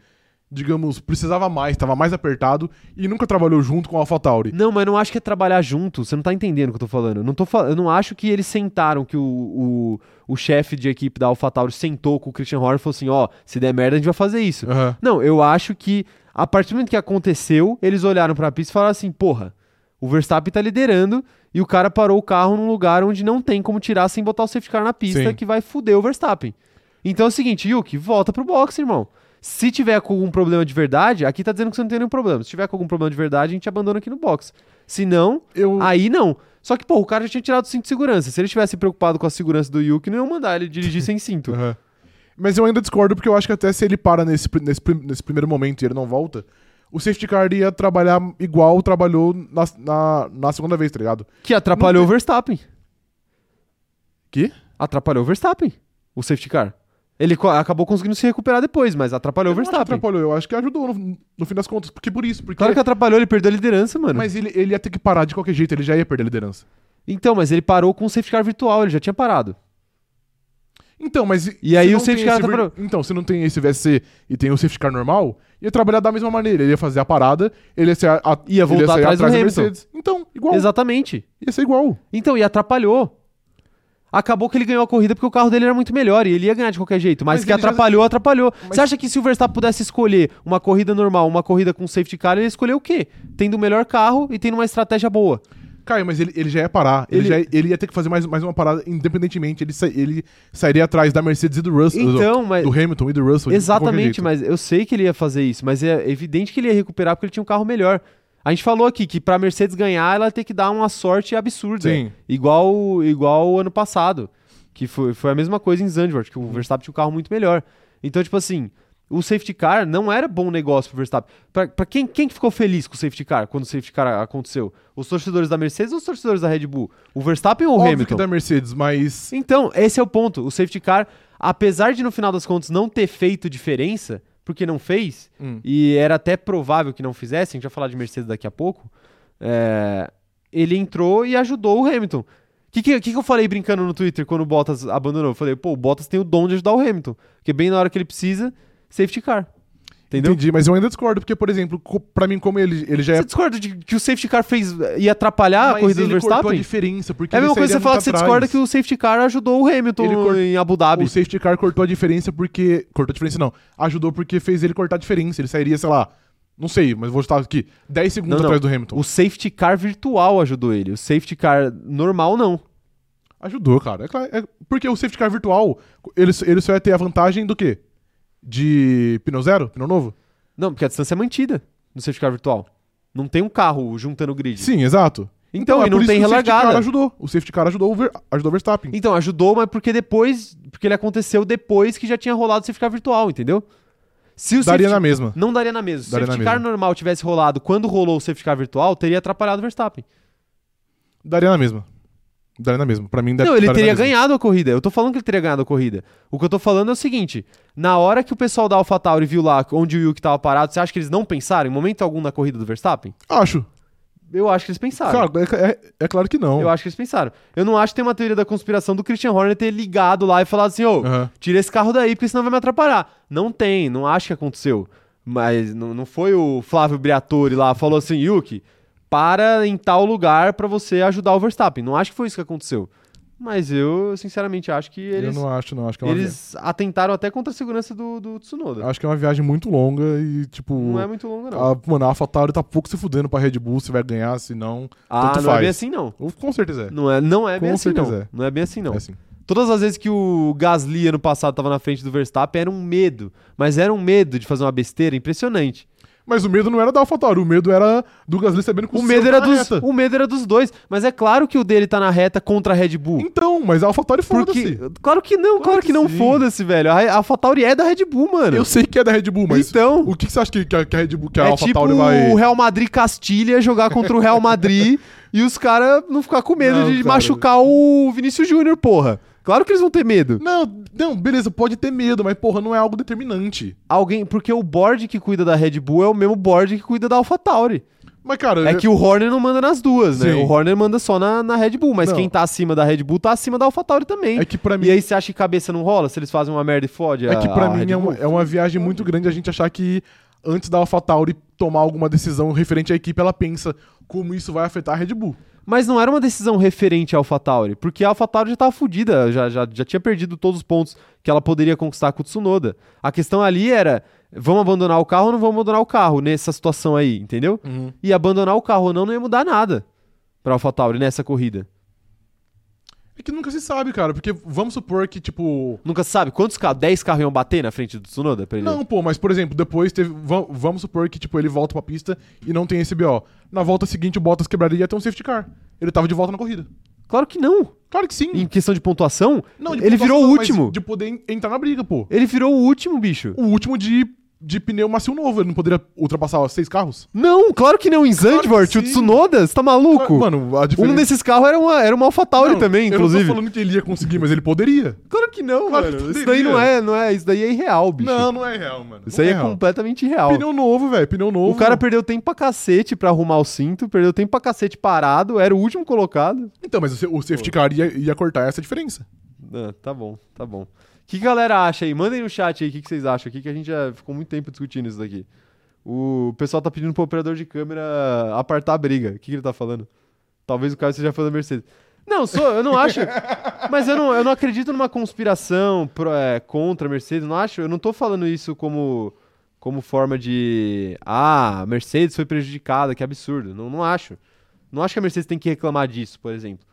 B: digamos, precisava mais, tava mais apertado e nunca trabalhou junto com a AlphaTauri.
A: Não, mas eu não acho que é trabalhar junto. Você não tá entendendo o que eu tô falando. Eu não, tô fal- eu não acho que eles sentaram, que o, o, o chefe de equipe da AlphaTauri sentou com o Christian Horner e falou assim: ó, se der merda, a gente vai fazer isso.
B: Aham.
A: Não, eu acho que a partir do momento que aconteceu, eles olharam pra pista e falaram assim: porra, o Verstappen tá liderando e o cara parou o carro num lugar onde não tem como tirar sem botar o safety car na pista,
B: Sim.
A: que vai fuder o Verstappen. Então é o seguinte, Yuki, volta pro box, irmão. Se tiver com algum problema de verdade, aqui tá dizendo que você não tem nenhum problema. Se tiver com algum problema de verdade, a gente abandona aqui no box. Se não,
B: Eu.
A: aí não. Só que, pô, o cara já tinha tirado o cinto de segurança. Se ele estivesse preocupado com a segurança do Yuki, não iam mandar ele dirigir sem cinto.
B: Aham. Mas eu ainda discordo porque eu acho que até se ele para nesse, pri- nesse, prim- nesse primeiro momento e ele não volta, o safety car ia trabalhar igual trabalhou na, na, na segunda vez, tá ligado?
A: Que atrapalhou o Verstappen.
B: Que?
A: Atrapalhou o Verstappen, o safety car. Ele co- acabou conseguindo se recuperar depois, mas atrapalhou
B: Eu
A: o
B: não acho que
A: Verstappen.
B: atrapalhou, eu acho que ajudou no, no fim das contas. Porque por isso, porque.
A: Claro que é, né? atrapalhou, ele perdeu a liderança, mano.
B: Mas ele, ele ia ter que parar de qualquer jeito, ele já ia perder a liderança.
A: Então, mas ele parou com o safety car virtual, ele já tinha parado.
B: Então, mas.
A: E aí
B: se
A: o
B: não tem
A: safety car
B: esse
A: atrapalhou.
B: vir- Então, se não tem esse VSC e tem o safety car normal, ia trabalhar da mesma maneira. Ele ia fazer a parada, ele ia ser. A, a-
A: Ia
B: ele
A: voltar
B: sair
A: atrás do Hamilton.
B: Mercedes. Então, igual.
A: Exatamente.
B: Ia ser igual.
A: Então, e atrapalhou. Acabou que ele ganhou a corrida porque o carro dele era muito melhor e ele ia ganhar de qualquer jeito. Mas,
B: Mas
A: que
B: ele já-
A: atrapalhou, atrapalhou.
B: Mas-
A: Você acha que se o Verstappen pudesse escolher uma corrida normal, uma corrida com safety car, ele ia escolher o quê? Tendo o melhor carro e tendo uma estratégia boa.
B: Cara, mas ele, ele já ia parar. Ele,
A: Ele-
B: já, ele ia ter que fazer mais, mais uma parada independentemente. Ele, sa- ele sairia atrás da Mercedes e do Russell. do-
A: Então, mas.
B: do Hamilton e do Russell. de qualquer
A: Exatamente,
B: jeito.
A: mas eu sei que ele ia fazer isso, mas é evidente que ele ia recuperar porque ele tinha um carro melhor. A gente falou aqui que pra Mercedes ganhar, ela tem que dar uma sorte absurda.
B: Sim.
A: Igual igual o ano passado, que foi, foi a mesma coisa em Zandvoort, que o Verstappen tinha um carro muito melhor. Então, tipo assim, o safety car não era bom negócio pro Verstappen. Pra, pra quem, quem que ficou feliz com o safety car, quando o safety car aconteceu? Os torcedores da Mercedes ou os torcedores da Red Bull? O Verstappen ou o
B: Óbvio
A: Hamilton?
B: que da Mercedes, mas.
A: Então, esse é o ponto. O safety car, apesar de no final das contas não ter feito diferença, porque não fez,
B: Hum.
A: e era até provável que não fizesse, a gente vai falar de Mercedes daqui a pouco, é, ele entrou e ajudou o Hamilton. O que, que, que que eu falei brincando no Twitter quando o Bottas abandonou? Eu falei, pô, o Bottas tem o dom de ajudar o Hamilton, porque bem na hora que ele precisa, safety car. Entendeu?
B: Entendi, mas eu ainda discordo, porque, por exemplo, co- pra mim, como ele, ele já é.
A: Você discorda de que o safety car fez ia atrapalhar a
B: Mas
A: corrida do
B: ele cortou a
A: Verstappen?
B: diferença, porque
A: É a
B: ele
A: mesma coisa
B: sairia
A: você falar
B: muito
A: que você
B: atrás.
A: discorda que o safety car ajudou o Hamilton
B: Ele cor-
A: em Abu Dhabi.
B: O safety car cortou a diferença porque. Cortou a diferença, não. Ajudou porque fez ele cortar a diferença. Ele sairia, sei lá. Não sei, mas vou estar aqui. 10 segundos
A: Não, não.
B: atrás do Hamilton.
A: O safety car virtual ajudou ele. O safety car normal, não.
B: Ajudou, cara. É claro, é- porque o safety car virtual, ele, só- ele só ia ter a vantagem do quê? De pneu zero? Pneu novo?
A: Não, porque a distância é mantida no safety car virtual. Não tem um carro juntando o grid.
B: Sim, exato. é
A: Então, e
B: por
A: não
B: isso
A: tem
B: que o safety car
A: relargada.
B: ajudou. O safety car ajudou o, Ver- ajudou o Verstappen.
A: Então, ajudou, mas porque depois. Porque ele aconteceu depois que já tinha rolado o safety car virtual, entendeu? Se o
B: Daria
A: safety-
B: na mesma.
A: Não daria na mesa. Se o
B: Daria
A: safety
B: na
A: car
B: mesma.
A: normal tivesse rolado quando rolou o safety car virtual, teria atrapalhado o Verstappen.
B: Daria na mesma. Daria na mesma. Pra mim, da-
A: Não, ele
B: daria
A: teria
B: na mesma.
A: ganhado a corrida. Eu tô falando que ele teria ganhado a corrida. O que eu tô falando é o seguinte: na hora que o pessoal da AlphaTauri viu lá onde o Yuki tava parado, você acha que eles não pensaram em momento algum na corrida do Verstappen?
B: Acho.
A: Eu acho que eles pensaram.
B: Cara, é, é- é claro que não.
A: Eu acho que eles pensaram. Eu não acho que tem uma teoria da conspiração do Christian Horner ter ligado lá e falado assim, ô,
B: Aham.
A: tira esse carro daí, porque senão vai me atrapalhar. Não tem, não acho que aconteceu. Mas não, não foi o Flávio Briatore lá, falou assim, Yuki, para em tal lugar pra você ajudar o Verstappen. Não acho que foi isso que aconteceu. Mas eu, sinceramente, acho que
B: Eu
A: eles,
B: não acho, não. Acho que é uma,
A: eles atentaram até contra a segurança do, do Tsunoda.
B: viagem, acho que é uma viagem muito longa e, tipo.
A: Não é muito longa, não.
B: a, mano, a AlphaTauri tá pouco se fudendo pra Red Bull, se vai ganhar, se não.
A: Ah,
B: tanto
A: não é bem
B: faz.
A: assim, não.
B: Ou- Com certeza é.
A: Não é, não é bem
B: Com
A: assim, não.
B: certeza
A: Não é bem assim, não.
B: É assim.
A: Todas as vezes que o Gasly ano passado tava na frente do Verstappen, era um medo. Mas era um medo de fazer uma besteira impressionante.
B: Mas o medo não era da AlphaTauri, o medo era do Gasly sabendo que
A: O
B: seu
A: medo,
B: tá
A: era
B: na
A: dos,
B: reta.
A: o medo era dos dois. Mas é claro que o dele tá na reta contra a Red Bull.
B: Então, mas a AlphaTauri
A: Porque.
B: foda-se.
A: Claro que não, claro, que,
B: que
A: não,
B: sim.
A: foda-se, velho. A, a AlphaTauri é da Red Bull, mano.
B: Eu sei que é da Red Bull, mas
A: então.
B: o que, que você acha que, que a, que a Red Bull, que a
A: é tipo
B: AlphaTauri vai...
A: o Real Madrid Castilha jogar contra o Real
B: *laughs*
A: Madrid e os caras não ficar com medo
B: Não,
A: de
B: cara.
A: machucar o Vinícius Júnior, porra. Claro que eles vão ter medo.
B: Não, não, beleza, pode ter medo, mas porra, não é algo determinante.
A: Alguém, porque o board que cuida da Red Bull é o mesmo board que cuida da AlphaTauri.
B: Mas cara,
A: É que o Horner não manda nas duas, né?
B: Sim.
A: O Horner manda só na, na Red Bull, mas
B: Não.
A: quem tá acima da Red Bull tá acima da AlphaTauri também.
B: é que pra mim,
A: E aí você acha que cabeça não rola se eles fazem uma merda e fode?
B: é
A: a-
B: que
A: a
B: para mim
A: Red
B: é uma,
A: Bull?
B: é uma viagem muito grande a gente achar que antes da AlphaTauri tomar alguma decisão referente à equipe, ela pensa como isso vai afetar a Red Bull.
A: Mas não era uma decisão referente à AlphaTauri, porque a AlphaTauri já tava fodida, já, já, já tinha perdido todos os pontos que ela poderia conquistar com o Tsunoda. A questão ali era, vamos abandonar o carro ou não vamos abandonar o carro nessa situação aí, entendeu?
B: Uhum.
A: E abandonar o carro ou não não ia mudar nada pra AlphaTauri nessa corrida.
B: É que nunca se sabe, cara, porque vamos supor que tipo
A: Nunca se sabe quantos carros, 10 carros iam bater na frente do Tsunoda pra ele?
B: Não, pô, mas por exemplo, depois teve. va- Vamos supor que, tipo, ele volta pra pista e não tem esse BO. Na volta seguinte, o Bottas quebraria e ia ter um safety car. Ele tava de volta na corrida.
A: Claro que não.
B: Claro que sim.
A: Em questão de pontuação,
B: Hum. Não, de
A: ele
B: pontuação,
A: virou o
B: mas
A: último.
B: De Hum. poder en- entrar na briga, pô.
A: Ele virou o último, bicho.
B: O último de, de pneu macio novo. Ele não poderia ultrapassar ó, seis carros?
A: Não, claro que não. Em Zandvoort,
B: que
A: o
B: sim.
A: Tsunoda, você tá maluco?
B: Mano, a diferença.
A: um desses carros era uma, era uma AlphaTauri
B: Não,
A: também,
B: Eu
A: inclusive.
B: não tô falando que ele ia conseguir, mas ele poderia.
A: Claro que não,
B: Claro que
A: mano. Isso daí
B: poderia.
A: não é, não é, isso daí é irreal, bicho.
B: Não, não é real, mano.
A: isso
B: Não
A: aí é,
B: real.
A: completamente irreal.
B: Pneu novo, velho. Pneu novo.
A: O cara perdeu tempo pra cacete pra arrumar o cinto, perdeu tempo pra cacete parado, era o último colocado.
B: Então, mas o sa- o safety car ia, ia cortar essa diferença.
A: Ah, tá bom, tá bom. O que galera acha aí? Mandem no chat aí o que, que vocês acham aqui, que a gente já ficou muito tempo discutindo isso daqui. O pessoal tá pedindo pro operador de câmera apartar a briga. O que, que ele tá falando? Talvez o cara seja fã da Mercedes. Não, sou, eu não acho. mas eu não, eu não acredito numa conspiração pro- é, contra a Mercedes, não acho. Eu não tô falando isso como, como forma de. Ah, a Mercedes foi prejudicada, que absurdo. Não, não acho. Não acho que a Mercedes tem que reclamar disso, por exemplo.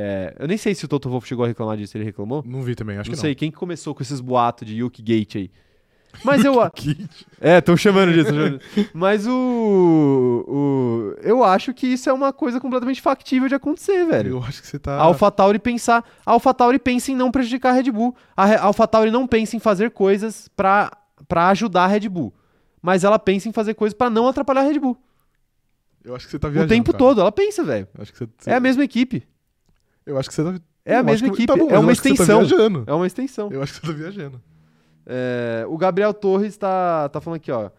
A: É, eu nem sei se o Toto Wolff chegou a reclamar disso, ele reclamou.
B: Não vi também, acho
A: não
B: que
A: sei, quem que começou com esses boatos de Yuki Gate aí?
B: *laughs*
A: Mas eu. a-
B: não. Kit.
A: É, tô chamando disso. tô
B: *laughs*
A: chamando. Mas o, o. Eu acho que isso é uma coisa completamente factível de acontecer, velho.
B: Eu acho que você tá.
A: A AlphaTauri pensar, a AlphaTauri pensa em não prejudicar a Red Bull. A Re- a AlphaTauri não pensa em fazer coisas pra para ajudar a Red Bull, mas ela pensa em fazer coisas pra não atrapalhar a Red Bull.
B: Eu acho que você tá viajando.
A: o tempo
B: cara.
A: todo ela pensa, velho.
B: Acho que você, tá-
A: É a mesma equipe.
B: Eu acho que você tá.
A: É a
B: Eu acho
A: mesma
B: que-
A: equipe,
B: tá bom, mas
A: é
B: eu
A: uma
B: acho que
A: extensão.
B: Você tá viajando.
A: É uma extensão.
B: Eu acho que você tá viajando.
A: É, o Gabriel Torres tá, tá falando aqui, ó.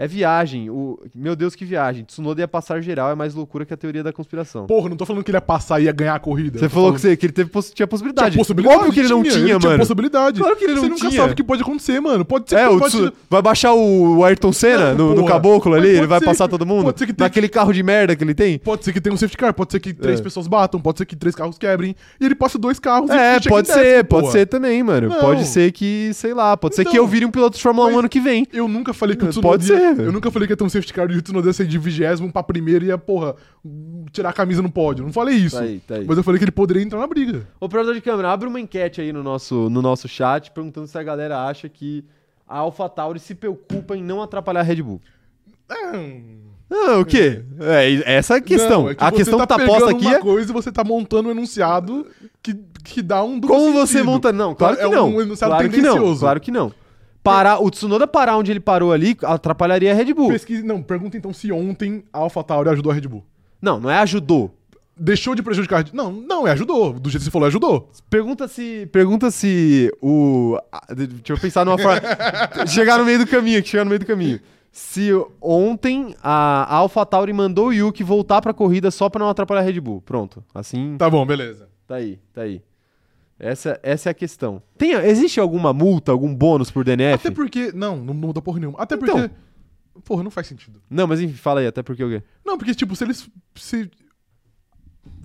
A: É viagem. O, meu Deus, que viagem. Tsunoda ia passar geral, é mais loucura que a teoria da conspiração.
B: Porra, não tô falando que ele ia passar e ia ganhar a corrida.
A: você
B: Eu tô
A: falou que,
B: falando-
A: você- que ele teve poss- tinha possibilidade.
B: Tinha possibilidade.
A: Óbvio que ele não tinha, mano.
B: possibilidade.
A: Claro que ele
B: você
A: não
B: nunca
A: tinha.
B: sabe o que pode acontecer, mano. Pode ser
A: É,
B: que
A: o
B: pode
A: Tsu-
B: ser-
A: vai baixar o Ayrton Senna
B: É,
A: no, no
B: porra.
A: caboclo ali,
B: Mas
A: ele
B: pode
A: vai
B: ser
A: passar
B: que-
A: todo mundo
B: pode ser que tenha-
A: naquele carro de merda que ele tem.
B: Pode ser que tenha um safety car, pode ser que
A: É.
B: três pessoas batam, pode ser que três carros quebrem. E ele passa dois carros e
A: É,
B: chega em
A: pode
B: décimo,
A: ser, pode
B: porra.
A: ser também, mano.
B: Não.
A: Pode ser que, sei lá, pode ser que
B: Então,
A: eu vire um piloto de Fórmula 1
B: mas-
A: ano que vem.
B: Eu nunca falei que o Tsunoda
A: Pode
B: ia-
A: ser.
B: Eu nunca falei que ia ter um safety car e o Tsunoda ia sair de vigésimo pra primeiro e ia, porra, tirar a camisa no pódio. Não falei isso.
A: Tá aí, tá aí.
B: Mas eu falei que ele poderia entrar na briga.
A: Operador de câmera, abre uma enquete aí no nosso, no nosso chat perguntando se a galera acha que a AlphaTauri se preocupa em não atrapalhar a Red Bull. Ah, o quê? É, essa é a questão.
B: Não, é
A: a
B: você
A: questão que tá
B: pegando
A: posta aqui
B: uma
A: é
B: coisa e você tá montando um enunciado que, que dá um duplo
A: como você
B: sentido.
A: monta. Não, claro que
B: É um
A: não.
B: enunciado
A: Claro que não.
B: tendencioso.
A: Claro que não. Parar, o Tsunoda parar onde ele parou ali atrapalharia a Red Bull.
B: Pesquise, não, pergunta então se ontem a AlphaTauri ajudou a Red Bull.
A: Não, não é ajudou.
B: Deixou de prejudicar. a- Não, não, é ajudou. Do jeito que você falou, ajudou.
A: Pergunta se. Pergunta se o. a- de- Deixa eu pensar numa
B: *laughs*
A: forma. chegar no meio do caminho, que chegar no meio do caminho. Se ontem a AlphaTauri mandou o Yuki voltar pra corrida só pra não atrapalhar a Red Bull. Pronto. Assim.
B: Tá bom, beleza.
A: Tá aí, tá aí. Essa, essa é a questão. Tem, existe alguma multa, algum bônus por DNF?
B: Até porque. Não, não muda porra nenhuma. Até porque.
A: Então.
B: Porra, não faz sentido.
A: Não, mas enfim, fala aí, até porque o quê?
B: Não, porque, tipo, se eles. Se...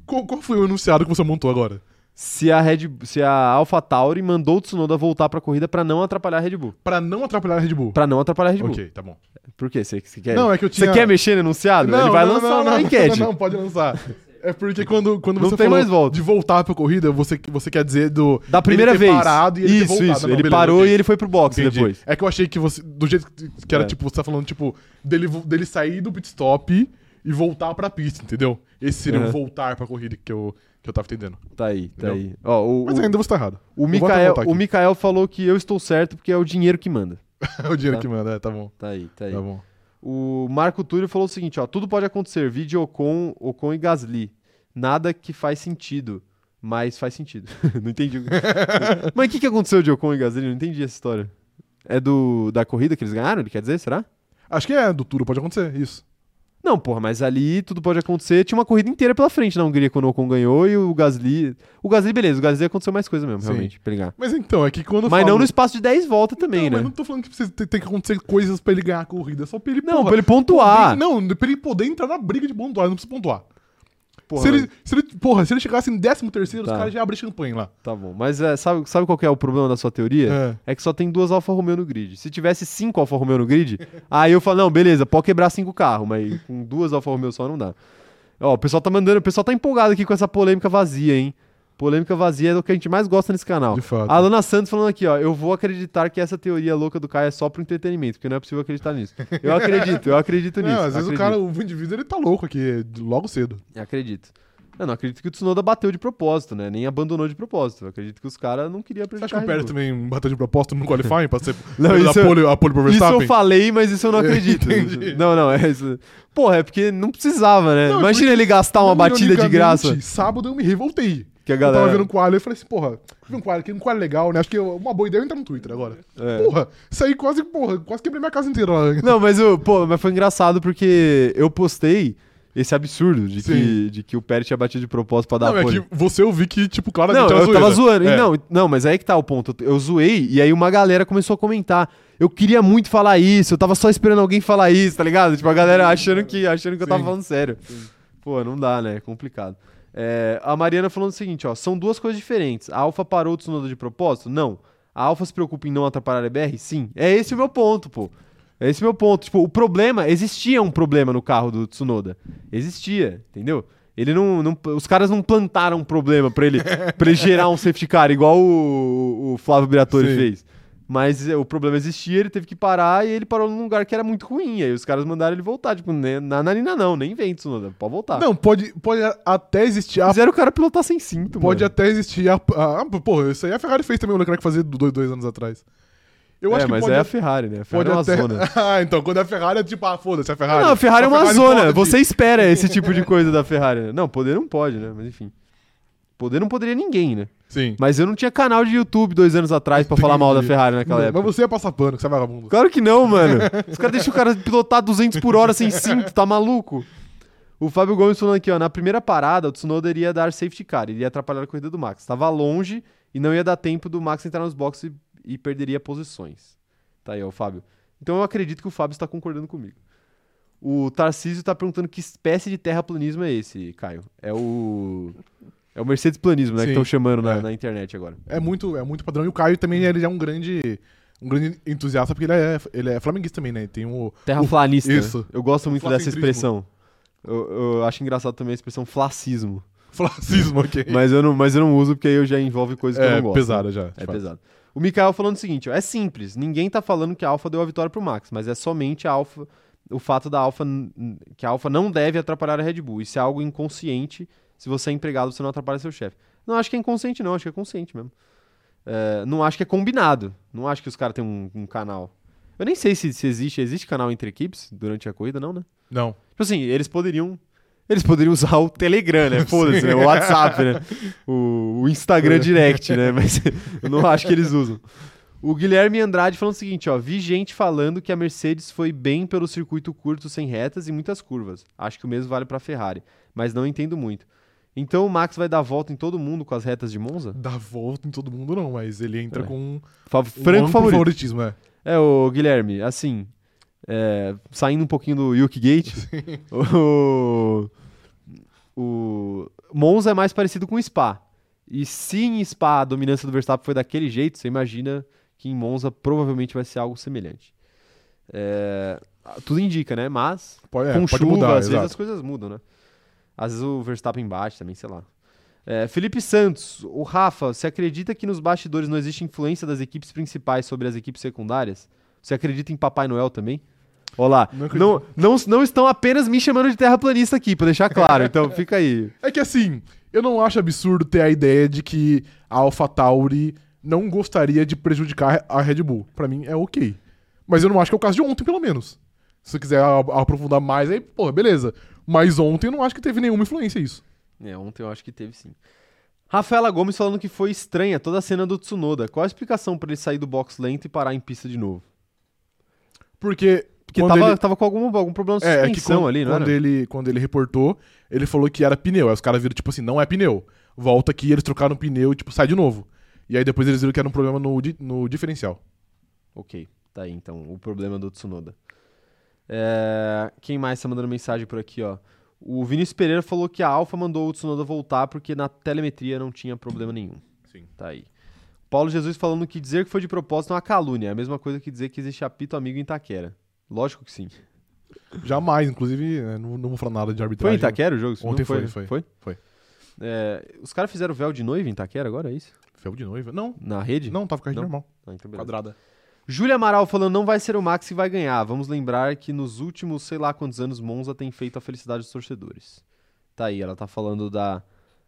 B: Qual, qual foi o enunciado que você montou agora?
A: Se a, Red, se a AlphaTauri mandou o Tsunoda voltar pra corrida pra não atrapalhar a Red Bull.
B: Pra não atrapalhar a Red Bull.
A: Pra não atrapalhar a Red Bull.
B: Ok, tá bom.
A: Por quê? Você você quer,
B: Não, é que eu
A: Você
B: tinha-
A: quer mexer no enunciado? Ah, Ele vai lançar
B: não,
A: uma
B: não,
A: enquete.
B: *laughs* Não, pode lançar. É porque quando, quando
A: Não
B: você
A: tem
B: falou
A: mais volta.
B: de voltar pra corrida, você, você quer dizer do.
A: Da primeira
B: ele ter
A: vez.
B: Parado e ele ter
A: isso,
B: voltado.
A: isso.
B: Não,
A: ele
B: beleza,
A: parou
B: ok.
A: e ele foi pro box
B: Entendi.
A: depois.
B: É que eu achei que você. Do jeito que que era,
A: É.
B: tipo, você tá falando, tipo, dele, vo- dele sair do pit stop e voltar pra pista, entendeu? Esse seria
A: Uhum.
B: o voltar pra corrida que eu, que eu tava entendendo.
A: Tá aí, tá
B: Entendeu?
A: aí. Ó, o,
B: Mas
A: o,
B: ainda você tá errado.
A: o
B: Eu vou até
A: Mikael,
B: voltar aqui.
A: o Mikael falou que eu estou certo porque é o dinheiro que manda.
B: É *laughs* o dinheiro
A: Tá.
B: que manda, é, tá bom.
A: Tá aí, tá aí.
B: Tá bom.
A: O Marco Túlio falou o seguinte, ó. Tudo pode acontecer. Vídeo Ocon, Ocon e Gasly. Nada que faz sentido. Mas faz sentido. *laughs* não entendi.
B: *laughs*
A: o- mas o que, que aconteceu de Ocon e Gasly? Não entendi essa história. É do da corrida que eles ganharam? Ele quer dizer, será?
B: Acho que é, do Turo pode acontecer, isso.
A: Não, porra, mas ali tudo pode acontecer. Tinha uma corrida inteira pela frente na Hungria quando o Ocon ganhou e o Gasly. O Gasly, beleza, o Gasly aconteceu mais coisa mesmo,
B: Sim.
A: realmente, pra ele ganhar.
B: Mas então, é que quando eu
A: Mas
B: falo-
A: não no espaço de 10 voltas também,
B: não,
A: né?
B: Então, Mas não tô falando que precisa ter, tem que acontecer coisas pra ele ganhar a corrida, é só pra ele
A: Não,
B: porra,
A: pra ele pontuar.
B: poder- não, pra ele poder entrar na briga de pontuar, ele não precisa pontuar.
A: Porra,
B: se,
A: mas-
B: ele, se ele- porra, se ele chegasse em 13 terceiro,
A: Tá.
B: os caras já abrem champanhe lá.
A: Tá bom. Mas é, sabe, sabe qual que é o problema da sua teoria? É. que só tem duas Alfa Romeo no grid. Se tivesse cinco Alfa Romeo no
B: *laughs*
A: grid, aí eu falo, não, beleza, pode quebrar cinco carros, mas com duas Alfa Romeo só não dá. Ó, o pessoal tá mandando, o pessoal tá empolgado aqui com essa polêmica vazia, hein? Polêmica vazia é o que a gente mais gosta nesse canal.
B: De fato.
A: A Alana Santos falando aqui, ó. Eu vou acreditar que essa teoria louca do Caio é só pro entretenimento, porque não é possível acreditar nisso. Eu acredito, eu acredito
B: Não,
A: nisso.
B: às vezes
A: acredito.
B: o cara, o indivíduo, ele tá louco aqui, de- logo cedo.
A: Eu Acredito. Eu não acredito que o Tsunoda bateu de propósito, né? Nem abandonou de propósito. Eu acredito que os caras não queriam
B: Você
A: prejudicar
B: acha que
A: a
B: o
A: Red
B: Pérez
A: Bull.
B: também bateu de propósito no qualifying pra ser
A: *laughs* Não,
B: pra dar
A: isso eu-
B: pole, a pole pro
A: Isso
B: Verstappen?
A: eu falei, mas isso eu
B: *laughs*
A: não acredito.
B: entendi.
A: não, não, é isso. Porra, é porque não precisava, né?
B: Não, é
A: Imagina ele gastar uma batida de
B: Ironicamente,
A: graça.
B: Sábado eu me revoltei.
A: Que a
B: Eu
A: galera-
B: tava vendo um quadro e falei assim, porra, vi um quadro aqui, um quadro legal, né? Acho que eu- uma boa ideia é eu entrar no Twitter agora.
A: É.
B: Porra, saí quase, porra, quase quebrei minha casa inteira lá.
A: Não, mas, eu, pô, mas foi engraçado porque eu postei esse absurdo de,
B: Sim.
A: que, de que o Pérez tinha batido de propósito pra dar
B: Não,
A: apoio.
B: é que você eu vi que, tipo, claramente
A: Não,
B: era
A: eu tava
B: zoeira.
A: zoando.
B: É.
A: Não, não, mas aí que tá o ponto. Eu zoei e aí uma galera começou a comentar. Eu queria muito falar isso, eu tava só esperando alguém falar isso, tá ligado? Tipo, a galera achando que, achando que eu tava
B: Sim.
A: falando sério. Pô, não dá, né? É complicado. É, a Mariana falando o seguinte, ó. São duas coisas diferentes. A Alfa parou o Tsunoda de propósito? Não. A Alfa se preocupa em não atrapalhar a BR? Sim. É esse o meu ponto, pô. É esse o meu ponto. Tipo, o problema, existia um problema no carro do Tsunoda. Existia, entendeu? Ele não, não- os caras não plantaram um problema pra ele, pra ele gerar um safety car, igual o, o Flávio Briatore
B: Sim.
A: fez. Mas é, o problema existia, ele teve que parar e ele parou num lugar que era muito ruim. Aí os caras mandaram ele voltar. Tipo, né, na narina não, nem vem, Tsunoda, pode voltar.
B: Não, pode, pode a- até existir a
A: Fizeram o cara pilotar sem cinto,
B: Tá. Pode
A: mano.
B: até existir a, a, a- Porra, isso aí a Ferrari fez também o Leclerc fazer do- dois, dois anos atrás. Eu
A: é,
B: acho que
A: mas
B: pode,
A: é a Ferrari, né? A Ferrari
B: pode
A: é uma
B: até.
A: zona.
B: *laughs* ah, então, quando é a Ferrari é tipo, ah, foda-se, é a Ferrari.
A: Não, a Ferrari é uma zona.
B: pode.
A: Você
B: *laughs*
A: espera esse tipo de coisa da Ferrari. né? Não, poder não pode, né? Mas enfim. Poder não poderia ninguém, né?
B: Sim.
A: Mas eu não tinha canal de YouTube dois anos atrás pra falar mal da Ferrari naquela
B: Não,
A: época.
B: Mas você ia passar pano, que você é vagabundo.
A: Claro que não, mano. Os caras deixam o cara pilotar 200 por hora sem cinto, tá maluco? O Fábio Gomes falando aqui, ó, na primeira parada, o Tsunoda iria dar safety car, iria atrapalhar a corrida do Max. Tava longe e não ia dar tempo do Max entrar nos boxes e, e perderia posições. Tá aí, ó, o Fábio. Então eu acredito que o Fábio está concordando comigo. O Tarcísio tá perguntando que espécie de terraplanismo é esse, Caio. É o. É o Mercedes planismo, né? Que
B: Sim,
A: estão chamando na-
B: é.
A: na internet agora.
B: É muito, é muito padrão. E o Caio também ele é um grande, um grande entusiasta, porque ele é, ele é flamenguista também, né? Tem o. *laughs*
A: Terraplanista.
B: O-
A: né?
B: isso.
A: Eu gosto muito dessa
B: flacentrismo.
A: expressão. Eu, eu acho engraçado também a expressão flacismo.
B: Flacismo aqui.
A: Mas eu não, mas eu não uso porque aí eu já envolve coisas que eu
B: é
A: não gosto.
B: pesada já. de
A: É
B: fato.
A: pesado. O Mikael falando o seguinte, ó, é simples, ninguém tá falando que a Alfa deu a vitória pro Max, mas é somente a Alfa, o fato da Alfa n- n- que a Alfa não deve atrapalhar a Red Bull. Isso é algo inconsciente. Se você é empregado, você não atrapalha seu chefe. Não acho que é inconsciente não, acho que é consciente mesmo. É, não acho que é combinado. Não acho que os caras têm um, um canal. Eu nem sei se, se existe, existe canal entre equipes durante a corrida, não, né?
B: Não.
A: Tipo assim, eles poderiam. Eles poderiam usar o Telegram, né? Foda-se, né? O WhatsApp, né? O, o Instagram Direct, né? Mas eu não acho que eles usam. O Guilherme Andrade falando o seguinte, ó. Vi gente falando que a Mercedes foi bem pelo circuito curto sem retas e muitas curvas. Acho que o mesmo vale pra Ferrari, mas não entendo muito. Então o Max vai dar volta em todo mundo com as retas de Monza?
B: Dá volta em todo mundo, não, mas ele entra
A: É.
B: com um
A: Fa- franco
B: amplo
A: favorito.
B: favoritismo, é.
A: É, o Guilherme, assim, é, saindo um pouquinho do Yuki Gate, o, o Monza é mais parecido com o Spa. E se em Spa a dominância do Verstappen foi daquele jeito, você imagina que em Monza provavelmente vai ser algo semelhante. É, tudo indica, né? Mas
B: Pode, é,
A: com
B: pode
A: chuva,
B: mudar,
A: às vezes
B: exato.
A: as coisas mudam, né? Às vezes o Verstappen bate também, sei lá. É, Felipe Santos, o Rafa, você acredita que nos bastidores não existe influência das equipes principais sobre as equipes secundárias? Você acredita em Papai Noel também? Olá,
B: Não
A: não,
B: acredito.
A: não, não, estão apenas me chamando de terraplanista aqui, pra deixar claro,
B: *laughs*
A: então fica aí.
B: É que assim, eu não acho absurdo ter a ideia de que a AlphaTauri não gostaria de prejudicar a Red Bull. Pra mim é ok. Mas eu não acho que é o caso de ontem, pelo menos. Se você quiser a- aprofundar mais, aí, porra, beleza. Mas ontem eu não acho que teve nenhuma influência isso.
A: É, ontem eu acho que teve sim. Rafaela Gomes falando que foi estranha toda a cena do Tsunoda. Qual a explicação pra ele sair do box lento e parar em pista de novo?
B: Porque.
A: Porque
B: quando
A: tava,
B: ele-
A: tava com algum, algum problema de
B: É, é que
A: suspensão
B: quando,
A: ali, não
B: quando
A: era?
B: ele, quando ele reportou, ele falou que era pneu. Aí os caras viram, tipo assim, não é pneu. Volta aqui, eles trocaram o pneu e, tipo, sai de novo. E aí depois eles viram que era um problema no, di- no diferencial.
A: Ok, tá aí então o problema do Tsunoda. É, quem mais tá mandando mensagem por aqui, ó? O Vinícius Pereira falou que a Alfa mandou o Tsunoda voltar porque na telemetria não tinha problema nenhum.
B: Sim.
A: Tá aí. Paulo Jesus falando que dizer que foi de propósito é uma calúnia, é a mesma coisa que dizer que existe apito amigo em Itaquera. Lógico que sim.
B: Tá, Jamais, inclusive, né, não, não vou falar nada de
A: Foi em
B: arbitragem.
A: Itaquera o jogo?
B: Ontem
A: Não
B: foi,
A: Foi?
B: foi.
A: É, os caras fizeram véu de noiva em Itaquera agora, é isso?
B: Fel de noiva? Não,
A: Na rede?
B: não, tava com a rede
A: Não.
B: normal.
A: Ah, então beleza.
B: Quadrada.
A: Júlia Amaral falando, não vai ser o Max que vai ganhar. Vamos lembrar que nos últimos, sei lá quantos anos, Monza tem feito a felicidade dos torcedores. Tá aí, ela tá falando da,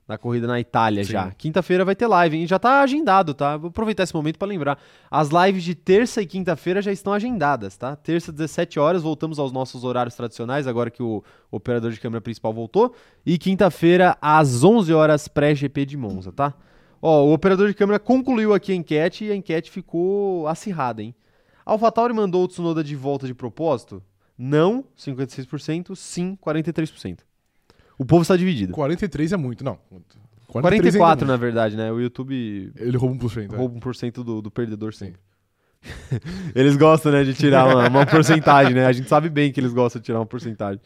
A: da corrida na Itália
B: Sim.
A: já. Quinta-feira vai ter live, hein? Já tá agendado, tá? Vou aproveitar esse momento pra lembrar. As lives de terça e quinta-feira já estão agendadas, tá? Terça, 17 horas, voltamos aos nossos horários tradicionais, agora que o operador de câmera principal voltou. E quinta-feira, às 11 horas, pré-GP de Monza, tá? Ó, o operador de câmera concluiu aqui a enquete e a enquete ficou acirrada, hein? AlphaTauri mandou o Tsunoda de volta de propósito? Não, 56%, sim, 43%. O povo está dividido.
B: 43 é muito, não.
A: né?
B: 43
A: 44,
B: ainda é muito.
A: na verdade, né? O YouTube
B: Ele rouba um por cento. é.
A: rouba 1% do, do perdedor sempre. *laughs* eles gostam, né, de tirar uma,
B: *laughs*
A: uma porcentagem, né? A gente sabe bem que eles gostam de tirar uma porcentagem.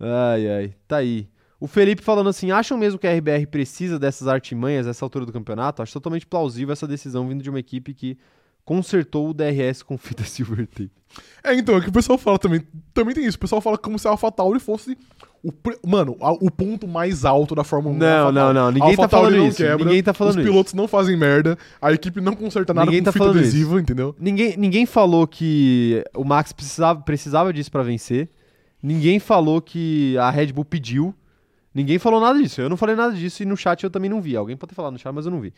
A: Ai, ai, tá aí. O Felipe falando assim: acham mesmo que a RBR precisa dessas artimanhas nessa altura do campeonato? Acho totalmente plausível essa decisão vindo de uma equipe que consertou o DRS com *laughs* fita silver tape.
B: É, então, é que o pessoal fala também. Também tem isso. O pessoal fala como se a AlphaTauri fosse O pr- mano, a- o ponto mais alto da Fórmula 1. é a
A: Não, não,
B: AlphaTauri.
A: não, ninguém
B: A
A: tá
B: AlphaTauri
A: falando
B: não
A: isso, ninguém tá falando
B: Os pilotos não fazem merda. A equipe não conserta nada
A: Ninguém
B: com
A: tá
B: fita
A: falando isso.
B: adesiva, entendeu?
A: Ninguém, ninguém falou que o Max precisava, precisava disso pra vencer. Ninguém falou que a Red Bull pediu. Ninguém falou nada disso. Eu não falei nada disso e no chat eu também não vi. Alguém pode ter falado no chat, mas eu não vi.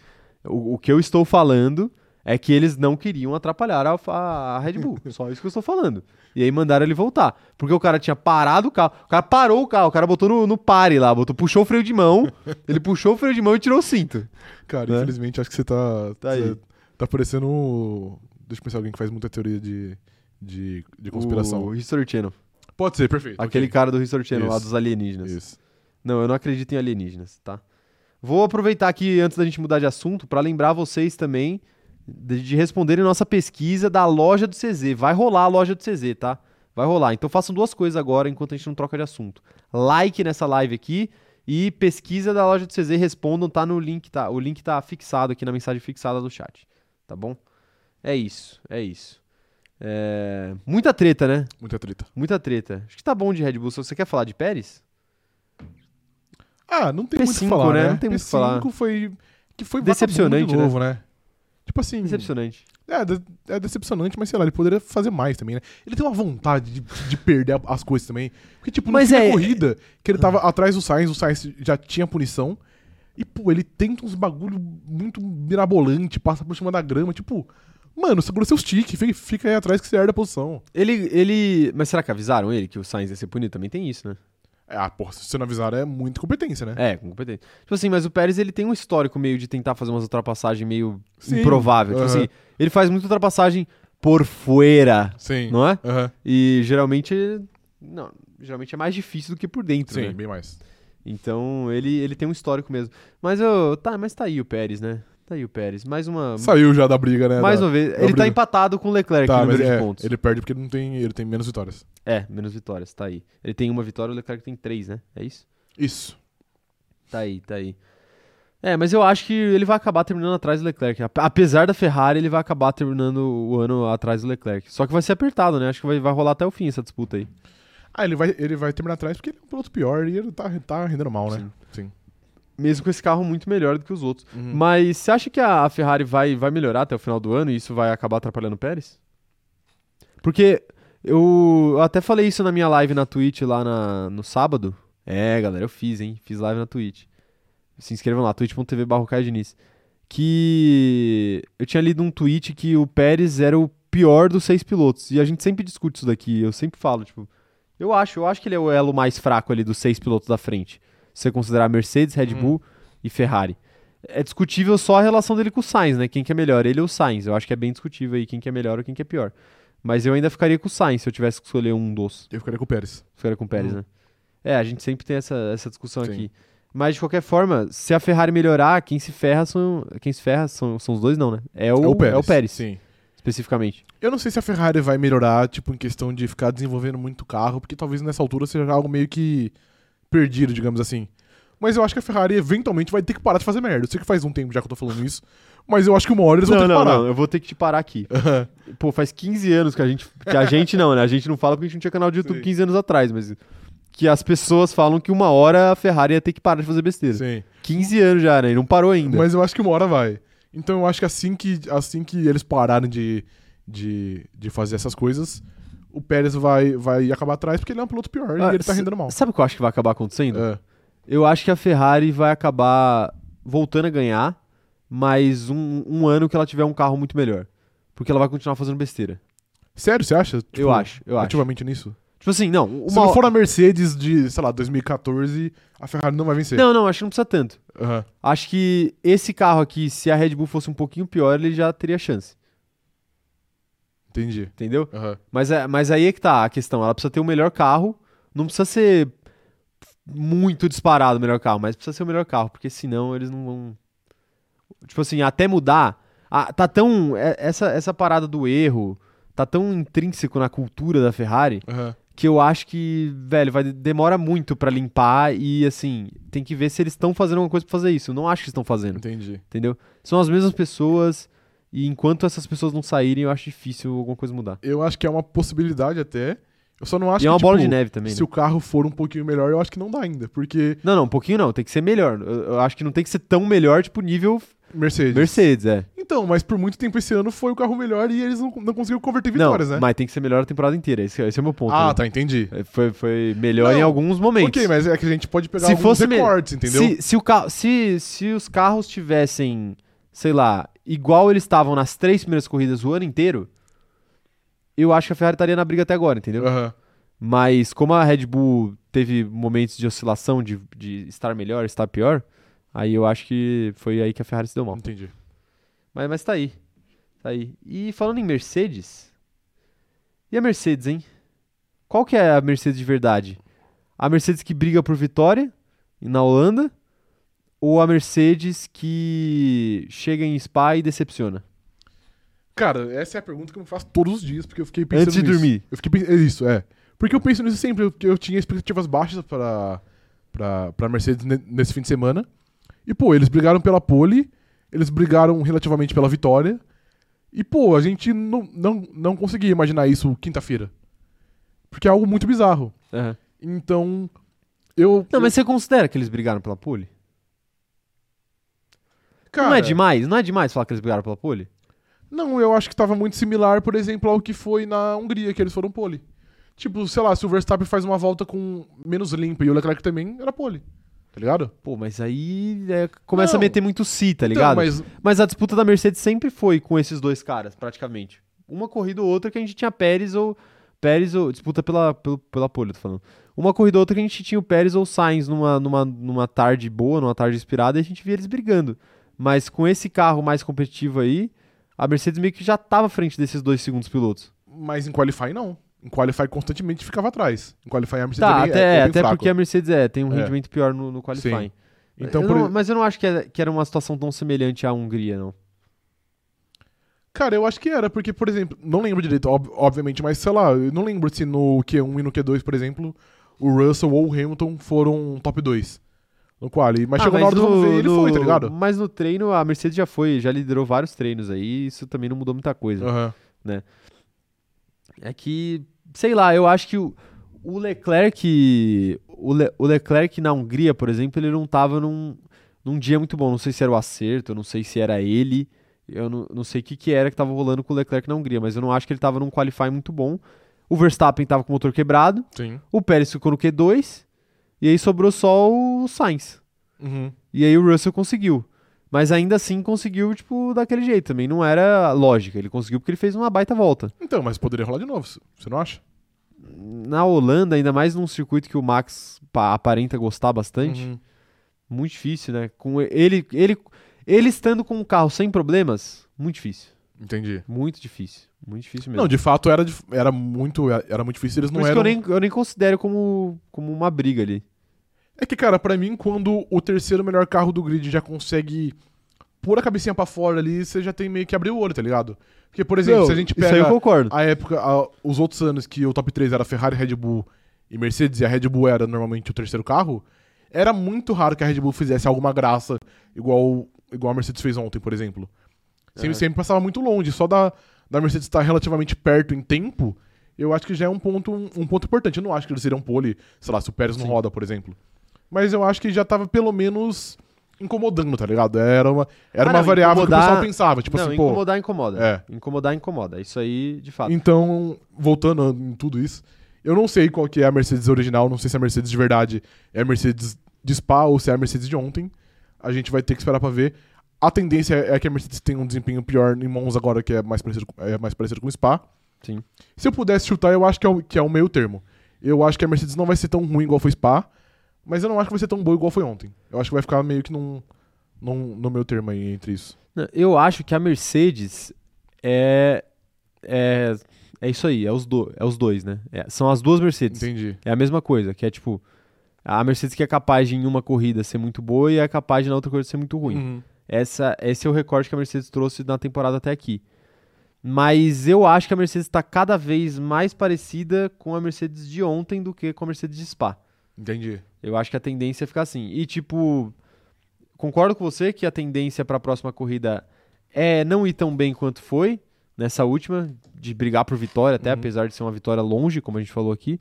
A: O, o que eu estou falando é que eles não queriam atrapalhar a, a- a Red
B: *laughs*
A: Bull. Só isso que eu estou falando. E aí mandaram ele voltar. Porque o cara tinha parado o carro. O cara parou o carro. O cara botou no, no pare lá. Botou, puxou o freio de
B: *laughs*
A: mão. ele puxou o freio de mão e tirou o cinto.
B: Cara,
A: Né?
B: infelizmente, acho que você tá.
A: Tá aí.
B: você Tá parecendo. o- Deixa eu pensar alguém que faz muita teoria de, de, de conspiração.
A: O History Channel.
B: Pode ser, perfeito.
A: Aquele cara do History Channel lá
B: Isso.
A: dos alienígenas.
B: Isso.
A: Não, eu não acredito em alienígenas, tá? Vou aproveitar aqui, antes da gente mudar de assunto, pra lembrar vocês também de, de responderem nossa pesquisa da loja do CZ. Vai rolar a loja do CZ, tá? Vai rolar. Então façam duas coisas agora enquanto a gente não troca de assunto. Like nessa live aqui e pesquisa da loja do CZ, respondam, tá no link, tá? O link tá fixado aqui na mensagem fixada do chat, tá bom? É isso, é isso. É, Muita treta, né?
B: Muita treta.
A: Muita treta. Acho que tá bom de Red Bull. Se Você quer falar de Pérez?
B: Ah, não tem muito o que
A: P5,
B: falar,
A: né?
B: né?
A: Não tem muito o que falar.
B: P5 foi. Que foi
A: Decepcionante,
B: vagabundo de novo, né? Tipo assim.
A: Decepcionante.
B: É, de- é decepcionante, mas sei lá, ele poderia fazer mais também, né? Ele tem uma vontade de, de perder a- as coisas também. Porque, tipo, no
A: Mas
B: fim da
A: é-
B: corrida, que ele tava atrás do Sainz, o Sainz já tinha punição. E, pô, ele tenta uns bagulho muito mirabolante, passa por cima da grama, tipo... Mano, segura seus tiques, fica, fica aí atrás que você herda a posição.
A: Ele, ele. Mas será que avisaram ele que o Sainz ia ser punido? Também tem isso, né?
B: É, ah, porra, se você não avisar, é muita competência, né?
A: É, com competência. Tipo assim, mas o Pérez ele tem um histórico meio de tentar fazer umas ultrapassagens meio
B: Sim.
A: improvável. Tipo
B: Aham.
A: assim, ele faz muita ultrapassagem por fora,
B: Sim.
A: não é?
B: Aham.
A: E geralmente. Não, geralmente é mais difícil do que por dentro,
B: Sim,
A: né?
B: bem mais.
A: Então ele, ele tem um histórico mesmo. Mas eu. Tá, mas tá aí o Pérez, né? Tá aí o Pérez. Mais uma.
B: Saiu já da briga, né?
A: mais
B: da...
A: uma vez.
B: da
A: Ele tá
B: briga.
A: empatado com o Leclerc
B: Tá,
A: no
B: mas
A: número de
B: é,
A: pontos.
B: ele perde porque ele, não tem, ele tem menos vitórias.
A: É, menos vitórias, tá aí. Ele tem uma vitória, o Leclerc tem três, né? É isso?
B: Isso.
A: Tá aí, tá aí. É, mas eu acho que ele vai acabar terminando atrás do Leclerc. Ape- Apesar da Ferrari, ele vai acabar terminando o ano atrás do Leclerc. Só que vai ser apertado, né? Acho que vai, vai rolar até o fim essa disputa aí.
B: Ah, ele vai, ele vai terminar atrás porque ele é um piloto pior e ele tá, tá rendendo mal, né? Sim.
A: Mesmo com esse carro muito melhor do que os outros. Mas você acha que a a Ferrari vai, vai melhorar até o final do ano e isso vai acabar atrapalhando o Pérez? Porque eu, eu até falei isso na minha live na Twitch lá na- no sábado. É, galera, eu fiz, hein? Fiz live na Twitch. Se inscrevam lá, twitch.tv barro Caio Diniz. Que eu tinha lido um tweet que o Pérez era o pior dos seis pilotos. E a gente sempre discute isso daqui. Eu sempre falo, tipo, eu acho, eu acho que ele é o elo mais fraco ali dos seis pilotos da frente. Se você considerar Mercedes, Red
B: Hum.
A: Bull e Ferrari. É discutível só a relação dele com o Sainz, né? Quem que é melhor, ele ou o Sainz? Eu acho que é bem discutível aí quem que é melhor ou quem que é pior. Mas eu ainda ficaria com o Sainz se eu tivesse que escolher um dos.
B: Eu ficaria com o Pérez.
A: Ficaria com o Pérez,
B: Uhum.
A: né? É, a gente sempre tem essa, essa discussão
B: Sim.
A: aqui. Mas de qualquer forma, se a Ferrari melhorar, quem se ferra são. Quem se ferra são, são os dois, não, né? É o, É o Pérez
B: Sim.
A: especificamente.
B: Eu não sei se a Ferrari vai melhorar, tipo, em questão de ficar desenvolvendo muito carro, porque talvez nessa altura seja algo meio que perdido, digamos assim. Mas eu acho que a Ferrari eventualmente vai ter que parar de fazer merda. Eu sei que faz um tempo já que eu tô falando isso, mas eu acho que uma hora eles vão
A: não,
B: ter
A: não,
B: que parar.
A: não, eu vou ter que te parar aqui. Pô, faz 15 anos que a gente. Que a gente não, né? A gente não fala porque a gente não tinha canal de YouTube
B: Sim.
A: 15 anos atrás, mas. Que as pessoas falam que uma hora a Ferrari ia ter que parar de fazer besteira.
B: Sim.
A: 15 anos já, né? E não parou ainda.
B: Mas eu acho que uma hora vai. Então eu acho que assim que, assim que eles pararem de, de, de fazer essas coisas, o Pérez vai, vai acabar atrás porque ele é um piloto pior
A: Ah,
B: e ele
A: s-
B: tá rendendo mal.
A: Sabe o que eu acho que vai acabar acontecendo?
B: É.
A: Eu acho que a Ferrari vai acabar voltando a ganhar, mas um, um ano que ela tiver um carro muito melhor. Porque ela vai continuar fazendo besteira.
B: Sério, você acha? Tipo,
A: eu acho, eu acho.
B: Ativamente nisso?
A: Tipo assim, não. Uma...
B: Se não for a Mercedes de, sei lá, 2014, a Ferrari não vai vencer.
A: Não, não, acho que não precisa tanto.
B: Aham.
A: Acho que esse carro aqui, se a Red Bull fosse um pouquinho pior, ele já teria chance.
B: Entendi.
A: Entendeu?
B: Aham.
A: Mas, é- mas aí é que tá a questão. Ela precisa ter o melhor carro. Não precisa ser muito disparado o melhor carro, mas precisa ser o melhor carro, porque senão eles não vão. Tipo assim, até mudar. ah, tá tão. é- Essa, essa parada do erro tá tão intrínseco na cultura da Ferrari
B: Aham.
A: que eu acho que, velho, vai, demora muito pra limpar e, assim, tem que ver se eles estão fazendo alguma coisa pra fazer isso. Eu não acho que estão fazendo,
B: Entendi.
A: entendeu? São as mesmas pessoas e enquanto essas pessoas não saírem, eu acho difícil alguma coisa mudar.
B: Eu acho que é uma possibilidade até. Eu Eu só não acho
A: e
B: que,
A: é uma bola
B: tipo,
A: de neve também.
B: se
A: né?
B: o carro for um pouquinho melhor, eu acho que não dá ainda. Porque
A: Não, não, um pouquinho não. Tem que ser melhor. Eu, eu acho que não tem que ser tão melhor, tipo, nível
B: Mercedes.
A: Mercedes, é.
B: Então, mas por muito tempo esse ano foi o carro melhor e eles não, não conseguiram converter
A: não,
B: vitórias, né?
A: mas tem que ser melhor a temporada inteira. Esse, esse é o meu ponto.
B: Ah,
A: né?
B: tá, entendi.
A: É, Foi, foi melhor
B: Não,
A: em alguns momentos.
B: Ok, mas é que a gente pode pegar
A: Se
B: alguns
A: fosse me-
B: recordes, entendeu?
A: Se, se, o ca... se, se os carros tivessem, sei lá, igual eles estavam nas três primeiras corridas o ano inteiro, eu acho que a Ferrari estaria na briga até agora, entendeu?
B: Aham.
A: Mas como a Red Bull teve momentos de oscilação, de, de estar melhor, estar pior, aí eu acho que foi aí que a Ferrari se deu mal.
B: Entendi.
A: Mas, mas tá aí. Tá aí. E falando em Mercedes. E a Mercedes, hein? Qual que é a Mercedes de verdade? A Mercedes que briga por vitória na Holanda? Ou a Mercedes que chega em Spa e decepciona?
B: Cara, essa é a pergunta que eu me faço todos os dias, porque eu fiquei pensando
A: Antes de
B: nisso.
A: dormir.
B: Eu fiquei pensando... Isso, é. Porque eu penso nisso sempre, porque eu tinha expectativas baixas pra, pra, pra Mercedes ne- nesse fim de semana. E, pô, eles brigaram pela pole, eles brigaram relativamente pela vitória. E, pô, a gente não, não, não conseguia imaginar isso quinta-feira. Porque é algo muito bizarro. Então, eu...
A: Não, mas você considera que eles brigaram pela pole?
B: cara,
A: Não é demais? Não é demais falar que eles brigaram pela pole?
B: Não, eu acho que tava muito similar, por exemplo, ao que foi na Hungria, que eles foram pole. Tipo, sei lá, se o Verstappen faz uma volta com menos limpa e o Leclerc também, era pole. Tá ligado?
A: Pô, mas aí é, começa
B: Não.
A: a meter muito si, tá
B: Então,
A: ligado?
B: mas,
A: Mas a disputa da Mercedes sempre foi com esses dois caras, praticamente. Uma corrida ou outra que a gente tinha Pérez ou. Pérez ou. Disputa pela, pelo, pela pole, eu tô falando. Uma corrida ou outra que a gente tinha o Pérez ou o Sainz numa, numa, numa tarde boa, numa tarde inspirada, e a gente via eles brigando. Mas com esse carro mais competitivo aí, a Mercedes meio que já tava à frente desses dois segundos pilotos.
B: mas em Qualify não. Em Qualify constantemente ficava atrás. Em Qualify a Mercedes
A: tá,
B: é bem,
A: até,
B: é, é bem
A: até
B: fraco.
A: porque a Mercedes é, tem um
B: É.
A: rendimento pior no, no qualifying.
B: Então,
A: Eu
B: por-
A: não- mas eu não acho que, é- que era uma situação tão semelhante à Hungria, não.
B: Cara, eu acho que era, porque, por exemplo, não lembro direito, ob- obviamente, mas sei lá, eu não lembro se no Q1 e no Q2, por exemplo, o Russell ou o Hamilton foram top 2 no quali. Mas
A: Ah,
B: chegou na hora do vamos ver, ele foi, tá ligado?
A: Mas no treino, a Mercedes já foi, já liderou vários treinos aí, isso também não mudou muita coisa.
B: Aham.
A: É que, sei lá, eu acho que o, o Leclerc. O, Le- o Leclerc na Hungria, por exemplo, ele não tava num, num dia muito bom. Não sei se era o acerto, não sei se era ele. Eu não, não sei o que, que era que tava rolando com o Leclerc na Hungria, mas eu não acho que ele tava num qualify muito bom. O Verstappen tava com o motor quebrado,
B: Sim.
A: o Pérez ficou no Q2, e aí sobrou só o Sainz.
B: Uhum.
A: E aí o Russell conseguiu. Mas ainda assim conseguiu, tipo, daquele jeito também. Não era lógica. Ele conseguiu porque ele fez uma baita volta.
B: Então, mas poderia rolar de novo, c- você não acha?
A: Na Holanda, ainda mais num circuito que o Max pa- aparenta gostar bastante,
B: Uhum.
A: muito difícil, né? Com e- ele, ele, ele estando com um carro sem problemas, muito difícil.
B: Entendi.
A: Muito difícil. Muito difícil mesmo.
B: Não, de fato era, dif- era muito era um muito difícil, eles
A: Por
B: não
A: isso
B: eram.
A: que eu nem, eu nem considero como, como uma briga ali.
B: É que cara, pra mim quando o terceiro melhor carro do grid já consegue pôr a cabecinha pra fora ali, você já tem meio que abrir o olho, tá ligado? Porque por exemplo,
A: Não,
B: se a gente
A: Isso aí eu
B: pega
A: concordo.
B: a época a- os outros anos que o top 3 era Ferrari, Red Bull e Mercedes e a Red Bull era normalmente o terceiro carro, era muito raro que a Red Bull fizesse alguma graça igual igual a Mercedes fez ontem, por exemplo. Sempre,
A: Aham.
B: sempre passava muito longe, só da, da Mercedes estar relativamente perto em tempo, eu acho que já é um ponto, um, um ponto importante. Eu não acho que eles seriam pole, sei lá, se o Pérez não
A: Sim.
B: roda, por exemplo. Mas eu acho que já tava pelo menos incomodando, tá ligado? Era uma, era
A: Ah,
B: uma
A: não,
B: variável que o pessoal
A: incomodar-
B: pensava, tipo
A: não,
B: assim, pô.
A: incomodar, incomoda.
B: É.
A: Incomodar, incomoda. Isso aí, de fato.
B: Então, voltando em tudo isso, eu não sei qual que é a Mercedes original, não sei se a Mercedes de verdade é a Mercedes de Spa ou se é a Mercedes de ontem. A gente vai ter que esperar pra ver. A tendência é que a Mercedes tenha um desempenho pior em Monza agora, que é mais parecido, com- é mais parecido com o Spa.
A: Sim.
B: Se eu pudesse chutar, eu acho que é, o, que é o meio termo. Eu acho que a Mercedes não vai ser tão ruim igual foi Spa, mas eu não acho que vai ser tão boa igual foi ontem. Eu acho que vai ficar meio que num, num, no meio termo aí entre isso.
A: Não, Eu acho que a Mercedes é. É, é isso aí, é os, do, é os dois, né? É, são as duas Mercedes.
B: Entendi.
A: É a mesma coisa, que é tipo. A Mercedes que é capaz de em uma corrida ser muito boa e é capaz de na outra corrida ser muito ruim.
B: Uhum.
A: Essa, esse é o recorde que a Mercedes trouxe na temporada até aqui. Mas eu acho que a Mercedes está cada vez mais parecida com a Mercedes de ontem do que com a Mercedes de Spa.
B: Entendi.
A: Eu acho que a tendência é ficar assim. E, tipo, concordo com você que a tendência para a próxima corrida é não ir tão bem quanto foi, nessa última, de brigar por vitória, até apesar de ser uma vitória longe, como a gente falou aqui.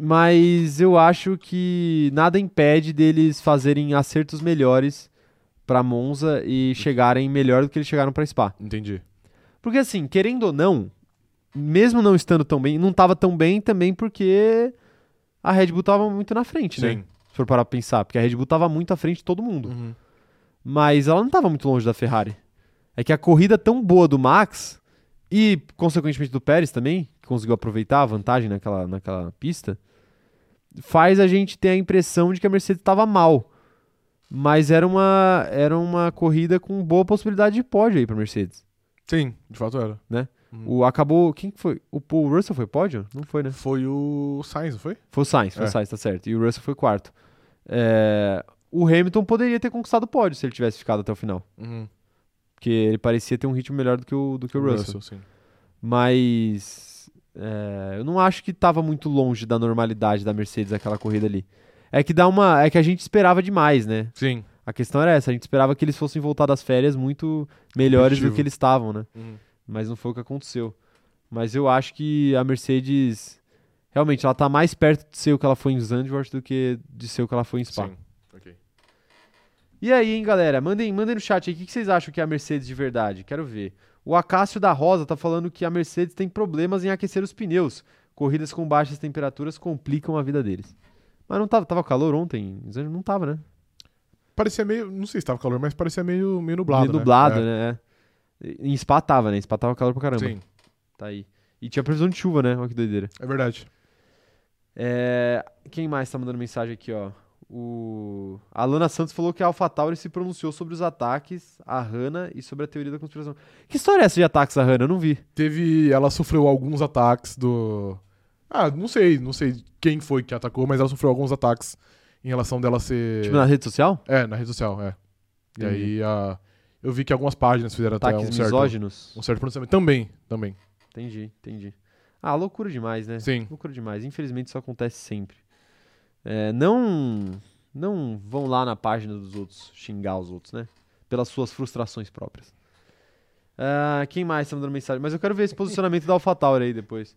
A: Mas eu acho que nada impede deles fazerem acertos melhores pra Monza e chegarem melhor do que eles chegaram pra Spa.
B: Entendi.
A: Porque assim, querendo ou não, mesmo não estando tão bem, não tava tão bem também porque a Red Bull tava muito na frente, né?
B: Sim.
A: Se for parar pra pensar, porque a Red Bull tava muito à frente de todo mundo.
B: Uhum.
A: Mas ela não tava muito longe da Ferrari. É que a corrida tão boa do Max e, consequentemente, do Pérez também, que conseguiu aproveitar a vantagem naquela, naquela pista, faz a gente ter a impressão de que a Mercedes estava mal. Mas era uma, era uma corrida com boa possibilidade de pódio aí para Mercedes.
B: Sim, de fato era.
A: O, acabou. Quem que foi? O, o Russell foi pódio? Não foi, né?
B: Foi o Sainz, não foi?
A: Foi o Sainz, foi
B: É.
A: o Sainz, tá certo. E o Russell foi quarto. É, o Hamilton poderia ter conquistado o pódio se ele tivesse ficado até o final.
B: Uhum.
A: Porque ele parecia ter um ritmo melhor do que o, do que o Russell.
B: sim.
A: Mas é, eu não acho que tava muito longe da normalidade da Mercedes aquela corrida ali. É que dá uma. É que a gente esperava demais, né?
B: Sim.
A: A questão era essa, a gente esperava que eles fossem voltar das férias muito melhores do
B: Competitivo.
A: que eles estavam, né?
B: Uhum.
A: Mas não foi o que aconteceu. Mas eu acho que a Mercedes. Realmente, ela tá mais perto de ser o que ela foi em Zandvoort do que de ser o que ela foi em Spa.
B: Sim. Ok.
A: E aí, hein, galera? Mandem, mandem no chat aí o que que vocês acham que é a Mercedes de verdade. Quero ver. O Acácio da Rosa tá falando que a Mercedes tem problemas em aquecer os pneus. Corridas com baixas temperaturas complicam a vida deles. Mas não tava, tava calor ontem? em Zandvoort? Não tava, né?
B: Parecia meio. Não sei se tava calor, mas parecia meio, meio nublado.
A: Meio
B: né?
A: nublado,
B: É.
A: né? É. Em Spa tava, né? Em Spa tava calor pra caramba.
B: Sim,
A: Tá aí. E tinha previsão de chuva, né? Olha que doideira.
B: é verdade.
A: É, Quem mais tá mandando mensagem aqui, ó? O... A Lana Santos falou que a AlphaTauri se pronunciou sobre os ataques à Hannah e sobre a teoria da conspiração. Que história é essa de ataques à Hannah? Eu não vi.
B: Teve. Ela sofreu alguns ataques do. Ah, não sei, não sei quem foi que atacou, mas ela sofreu alguns ataques em relação dela ser.
A: Tipo, na rede social?
B: É, na rede social, é. E
A: Entendi.
B: aí a... eu vi que algumas páginas fizeram até um
A: Ataques
B: certo.
A: misóginos?
B: Um certo pronunciamento. Também, também.
A: Entendi, entendi. Ah, loucura demais, né?
B: Sim.
A: Loucura demais. Infelizmente isso acontece sempre. É, não, não vão lá na página dos outros xingar os outros, né? Pelas suas frustrações próprias. Ah, quem mais tá mandando mensagem? Mas eu quero ver esse posicionamento da AlphaTauri aí depois.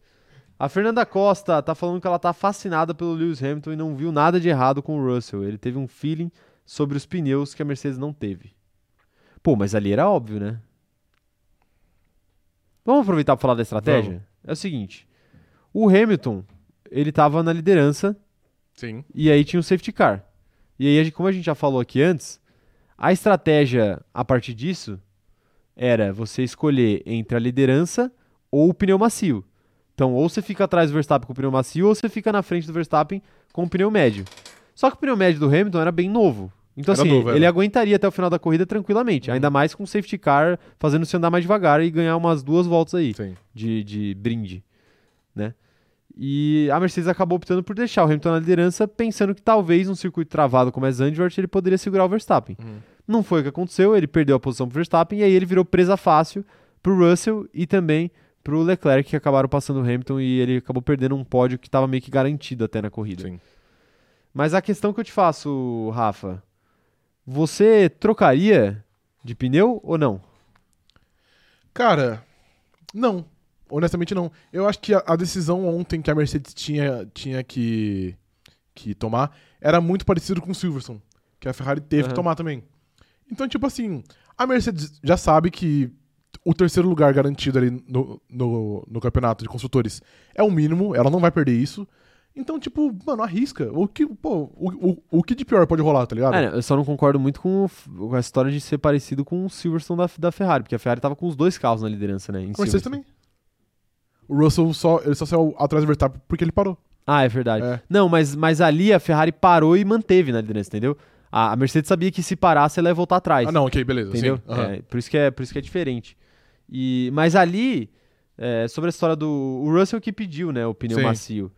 A: A Fernanda Costa tá falando que ela tá fascinada pelo Lewis Hamilton e não viu nada de errado com o Russell. Ele teve um feeling sobre os pneus que a Mercedes não teve. Pô, mas ali era óbvio, né? Vamos aproveitar para falar da estratégia? É o seguinte. O Hamilton, ele tava na liderança
B: Sim.
A: e aí tinha o safety car. E aí, a gente- como a gente já falou aqui antes, a estratégia a partir disso era você escolher entre a liderança ou o pneu macio. Então, ou você fica atrás do Verstappen com o pneu macio, ou você fica na frente do Verstappen com o pneu médio. Só que o pneu médio do Hamilton era bem novo. Então,
B: Era
A: assim,
B: novo, era. Uhum.
A: ele aguentaria até o final da corrida tranquilamente. Ainda mais com o safety car fazendo você andar mais devagar e ganhar umas duas voltas aí
B: Sim.
A: de, de brinde, né? E a Mercedes acabou optando por deixar o Hamilton na liderança, pensando que talvez um circuito travado como é Zandvoort ele poderia segurar o Verstappen.
B: Uhum.
A: Não foi o que aconteceu, ele perdeu a posição pro Verstappen e aí ele virou presa fácil pro Russell e também pro Leclerc, que acabaram passando o Hamilton e ele acabou perdendo um pódio que estava meio que garantido até na corrida.
B: Sim.
A: Mas a questão que eu te faço, Rafa, você trocaria de pneu ou não?
B: Cara, não. Honestamente, não. Eu acho que a, a decisão ontem que a Mercedes tinha, tinha que, que tomar era muito parecido com o Silverson, que a Ferrari teve
A: Aham.
B: que tomar também. Então, tipo assim, a Mercedes já sabe que o terceiro lugar garantido ali no, no, no campeonato de construtores é o mínimo, ela não vai perder isso. Então, tipo, mano, arrisca. O que, pô, o, o, o que de pior pode rolar, tá ligado?
A: É, não, eu só não concordo muito com, o f- com a história de ser parecido com o Silverstone da, da Ferrari, porque a Ferrari tava com os dois carros na liderança, né? em
B: A Mercedes
A: Silverstone.
B: também. O Russell só, ele só saiu atrás do Verstappen porque ele parou.
A: Ah, é verdade.
B: É.
A: Não, mas, mas ali a Ferrari parou e manteve na liderança, entendeu? A, a Mercedes sabia que se parasse ela ia voltar atrás.
B: Ah, não, ok, beleza.
A: Entendeu?
B: Sim. aham.
A: É, por, isso que é, por isso que é diferente. E, mas ali, é, sobre a história do. O Russell que pediu, né? O pneu
B: Sim.
A: macio.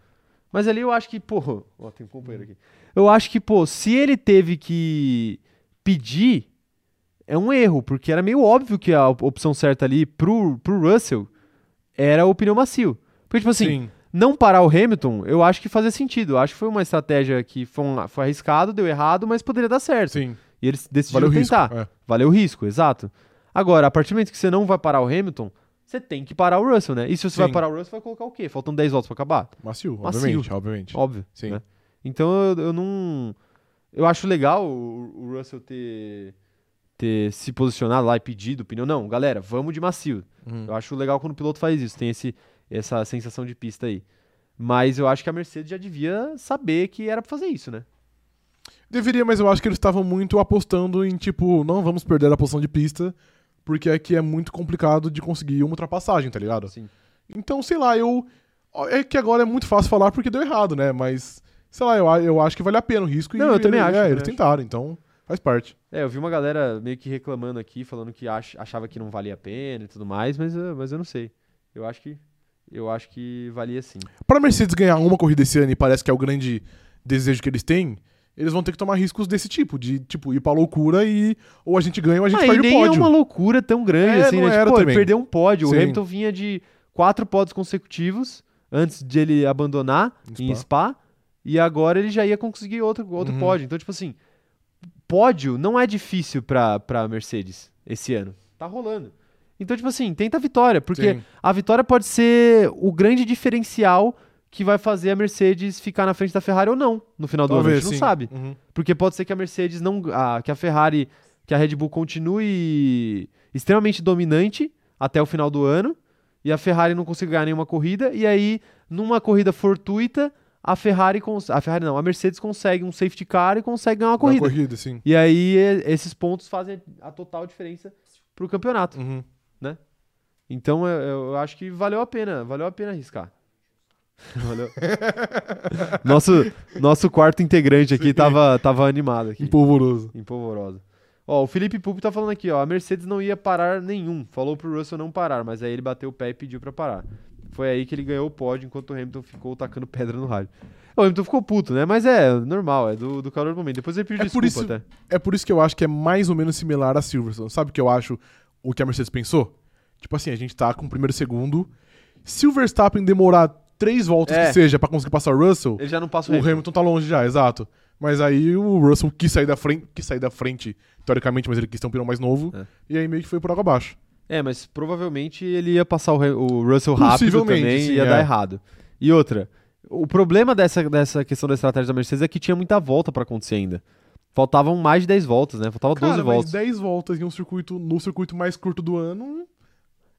A: Mas ali eu acho que, pô. Ó, tem um companheiro
B: Hum.
A: aqui. Eu acho que, pô, se ele teve que pedir, é um erro, porque era meio óbvio que a op- opção certa ali pro, pro Russell era o pneu macio. Porque, tipo assim,
B: Sim.
A: não parar o Hamilton, eu acho que fazia sentido. Eu acho que foi uma estratégia que foi, um- foi arriscado, deu errado, mas poderia dar certo.
B: Sim.
A: E eles decidiram
B: Valeu o risco.
A: tentar.
B: É.
A: Valeu o risco, exato. Agora, a partir do momento que você não vai parar o Hamilton, você tem que parar o Russell, né? E se você
B: Sim.
A: vai parar o Russell, vai colocar o quê? Faltam 10 voltas pra acabar?
B: Macio,
A: Macio.
B: obviamente, obviamente.
A: Óbvio.
B: Sim.
A: né? Então eu, eu não. Eu acho legal o, o Russell ter, ter se posicionado lá e pedido opinião. Não, galera, vamos de macio.
B: Uhum.
A: Eu acho legal quando o piloto faz isso, tem esse, essa sensação de pista aí. Mas eu acho que a Mercedes já devia saber que era pra fazer isso, né?
B: Deveria, mas eu acho que eles estavam muito apostando em, tipo, não vamos perder a posição de pista, porque aqui é muito complicado de conseguir uma ultrapassagem, tá ligado?
A: Sim.
B: Então, sei lá, eu. É que agora é muito fácil falar porque deu errado, né? Mas, sei lá, eu, a- eu acho que vale a pena o risco.
A: Não,
B: e,
A: eu também
B: é,
A: acho, eu
B: É,
A: também
B: eles
A: acho.
B: tentaram, então faz parte.
A: É, eu vi uma galera meio que reclamando aqui, falando que ach- achava que não valia a pena e tudo mais, mas, eu- mas eu não sei. Eu acho que. Eu acho que valia sim.
B: Pra Mercedes ganhar uma corrida esse ano e parece que é o grande desejo que eles têm, eles vão ter que tomar riscos desse tipo, de, tipo, ir pra loucura e ou a gente ganha ou a gente
A: Ah, e
B: perde
A: nem
B: o pódio.
A: é uma loucura tão grande
B: É,
A: assim,
B: não
A: né?
B: era
A: tipo, pô, ele
B: também.
A: perdeu um pódio.
B: Sim.
A: O Hamilton vinha de quatro pódios consecutivos antes de ele abandonar
B: Em
A: em Spa. E agora ele já ia conseguir outro, outro
B: Uhum.
A: pódio. Então, tipo assim, pódio não é difícil pra, pra Mercedes esse ano. Tá rolando. Então, tipo assim, tenta a vitória. Porque
B: Sim.
A: a vitória pode ser o grande diferencial que vai fazer a Mercedes ficar na frente da Ferrari ou não no final do ano. A gente
B: sim.
A: não sabe.
B: Uhum.
A: Porque pode ser que a Mercedes não. a- que a Ferrari, que a Red Bull continue extremamente dominante até o final do ano. E a Ferrari não consiga ganhar nenhuma corrida. E aí, numa corrida fortuita, a Ferrari. cons- A Ferrari não, a Mercedes consegue um safety car e consegue ganhar uma
B: Corrida.
A: corrida.
B: corrida, sim.
A: E aí, e- esses pontos fazem a total diferença pro campeonato.
B: Uhum.
A: Então, eu, eu acho que valeu a pena. Valeu a pena arriscar. Valeu. nosso, nosso quarto integrante aqui tava, tava animado aqui.
B: Empolvoroso.
A: Empolvorosa. Ó, o Felipe Pupo tá falando aqui, ó. A Mercedes não ia parar nenhum. Falou pro Russell não parar, mas aí ele bateu o pé e pediu pra parar. Foi aí que ele ganhou o pódio, enquanto o Hamilton ficou tacando pedra no rádio. O Hamilton ficou puto, né? Mas é normal, é do, do calor do momento. Depois ele pediu
B: É por
A: desculpa
B: isso-
A: até.
B: É por isso que eu acho que é mais ou menos similar a Silverstone. Sabe o que eu acho o que a Mercedes pensou? Tipo assim, a gente tá com o primeiro e segundo. Se o Verstappen demorar três voltas
A: É.
B: que seja pra conseguir passar o Russell,
A: Ele já não passa
B: o Hamilton tá longe já, exato. Mas aí o Russell quis sair da frente, quis sair da frente, teoricamente, mas ele quis ter um pneu mais novo.
A: É.
B: E aí meio que foi por água abaixo.
A: É, mas provavelmente ele ia passar o, Re- o Russell rápido
B: Possivelmente,
A: também
B: sim,
A: e ia
B: é.
A: dar errado. E outra, o problema dessa, dessa questão da estratégia da Mercedes é que tinha muita volta pra acontecer ainda. Faltavam mais de 10 voltas, né? Faltavam 12
B: Cara, mas
A: voltas.
B: 10 voltas em um circuito, no circuito mais curto do ano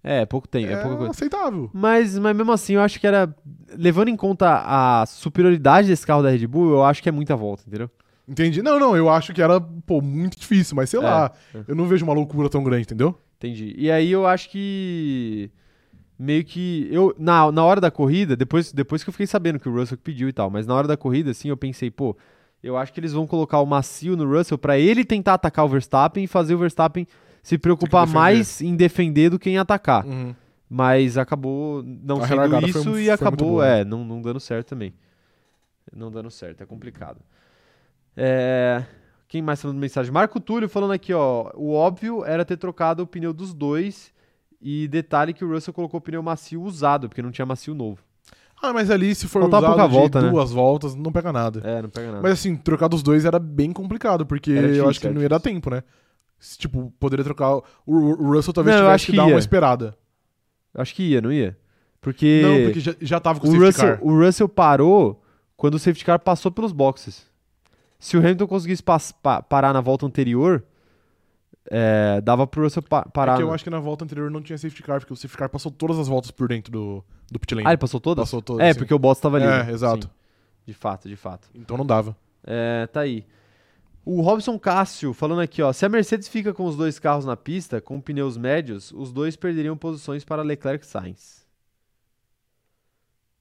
A: É, pouco
B: é,
A: tempo, é pouca coisa.
B: aceitável.
A: Mas, mas mesmo assim, eu acho que era. Levando em conta a superioridade desse carro da Red Bull, eu acho que é muita volta, entendeu?
B: Entendi. Não, não, eu acho que era, pô, muito difícil, mas sei
A: É,
B: lá.
A: é.
B: Eu não vejo uma loucura tão grande, entendeu?
A: Entendi. E aí eu acho que. Meio que. Eu, na, na hora da corrida, depois, depois que eu fiquei sabendo que o Russell que pediu e tal, mas na hora da corrida, assim, eu pensei, pô, eu acho que eles vão colocar o macio no Russell pra ele tentar atacar o Verstappen e fazer o Verstappen se preocupar
B: defender.
A: mais em defender do que em atacar.
B: Uhum.
A: Mas acabou não
B: A
A: sendo
B: relargada foi
A: isso
B: mu-
A: e
B: foi
A: acabou,
B: muito boa, né?
A: é, não, não dando certo também. Não dando certo, é complicado. É, Quem mais tá mandando mensagem? Marco Túlio falando aqui, ó. O óbvio era ter trocado o pneu dos dois. E detalhe que o Russell colocou o pneu macio usado, porque não tinha macio novo.
B: Ah, mas ali se for
A: Faltava
B: usado
A: pouca
B: de
A: volta, né?
B: duas voltas, não pega nada.
A: É, não pega nada.
B: Mas assim, trocar dos dois era bem complicado, porque
A: Era difícil,
B: eu acho que
A: era
B: não ia dar tempo, né? Se, tipo, poderia trocar. O, o Russell talvez
A: Não, eu
B: tivesse
A: acho
B: que,
A: que
B: dar
A: ia.
B: uma esperada.
A: Acho que ia, não ia? Porque,
B: Não, porque já, já tava com o
A: o,
B: safety
A: Russell,
B: car.
A: o Russell parou quando o safety car passou pelos boxes. Se o Hamilton conseguisse pas- pa- parar na volta anterior, é, dava pro Russell pa- parar.
B: Porque eu
A: na-
B: acho que na volta anterior não tinha safety car, porque o safety car passou todas as voltas por dentro do, do pit lane.
A: Ah, ele passou todas?
B: Passou todas,
A: É,
B: sim.
A: porque o Bottas tava ali.
B: É,
A: né?
B: exato.
A: Sim, de fato, de fato.
B: Então não dava.
A: É, tá aí. O Robson Cássio falando aqui, ó. Se a Mercedes fica com os dois carros na pista, com pneus médios, os dois perderiam posições para Leclerc e Sainz.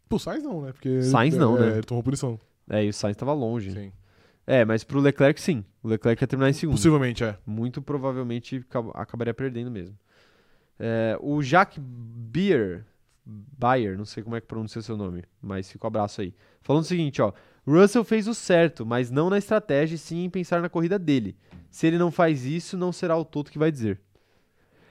B: Pô, Sainz não, né? Porque
A: Sainz não,
B: é,
A: né?
B: Ele tomou punição.
A: É, e o Sainz tava longe. né?
B: Sim.
A: É, mas pro Leclerc sim. O Leclerc ia terminar em segundo.
B: Possivelmente, é.
A: muito provavelmente acab- acabaria perdendo mesmo. É, o Jacques Bier, Bayer, não sei como é que pronuncia seu nome, mas fica o abraço aí. Falando o seguinte, ó. Russell fez o certo, mas não na estratégia, e sim em pensar na corrida dele. Se ele não faz isso, não será o Toto que vai dizer.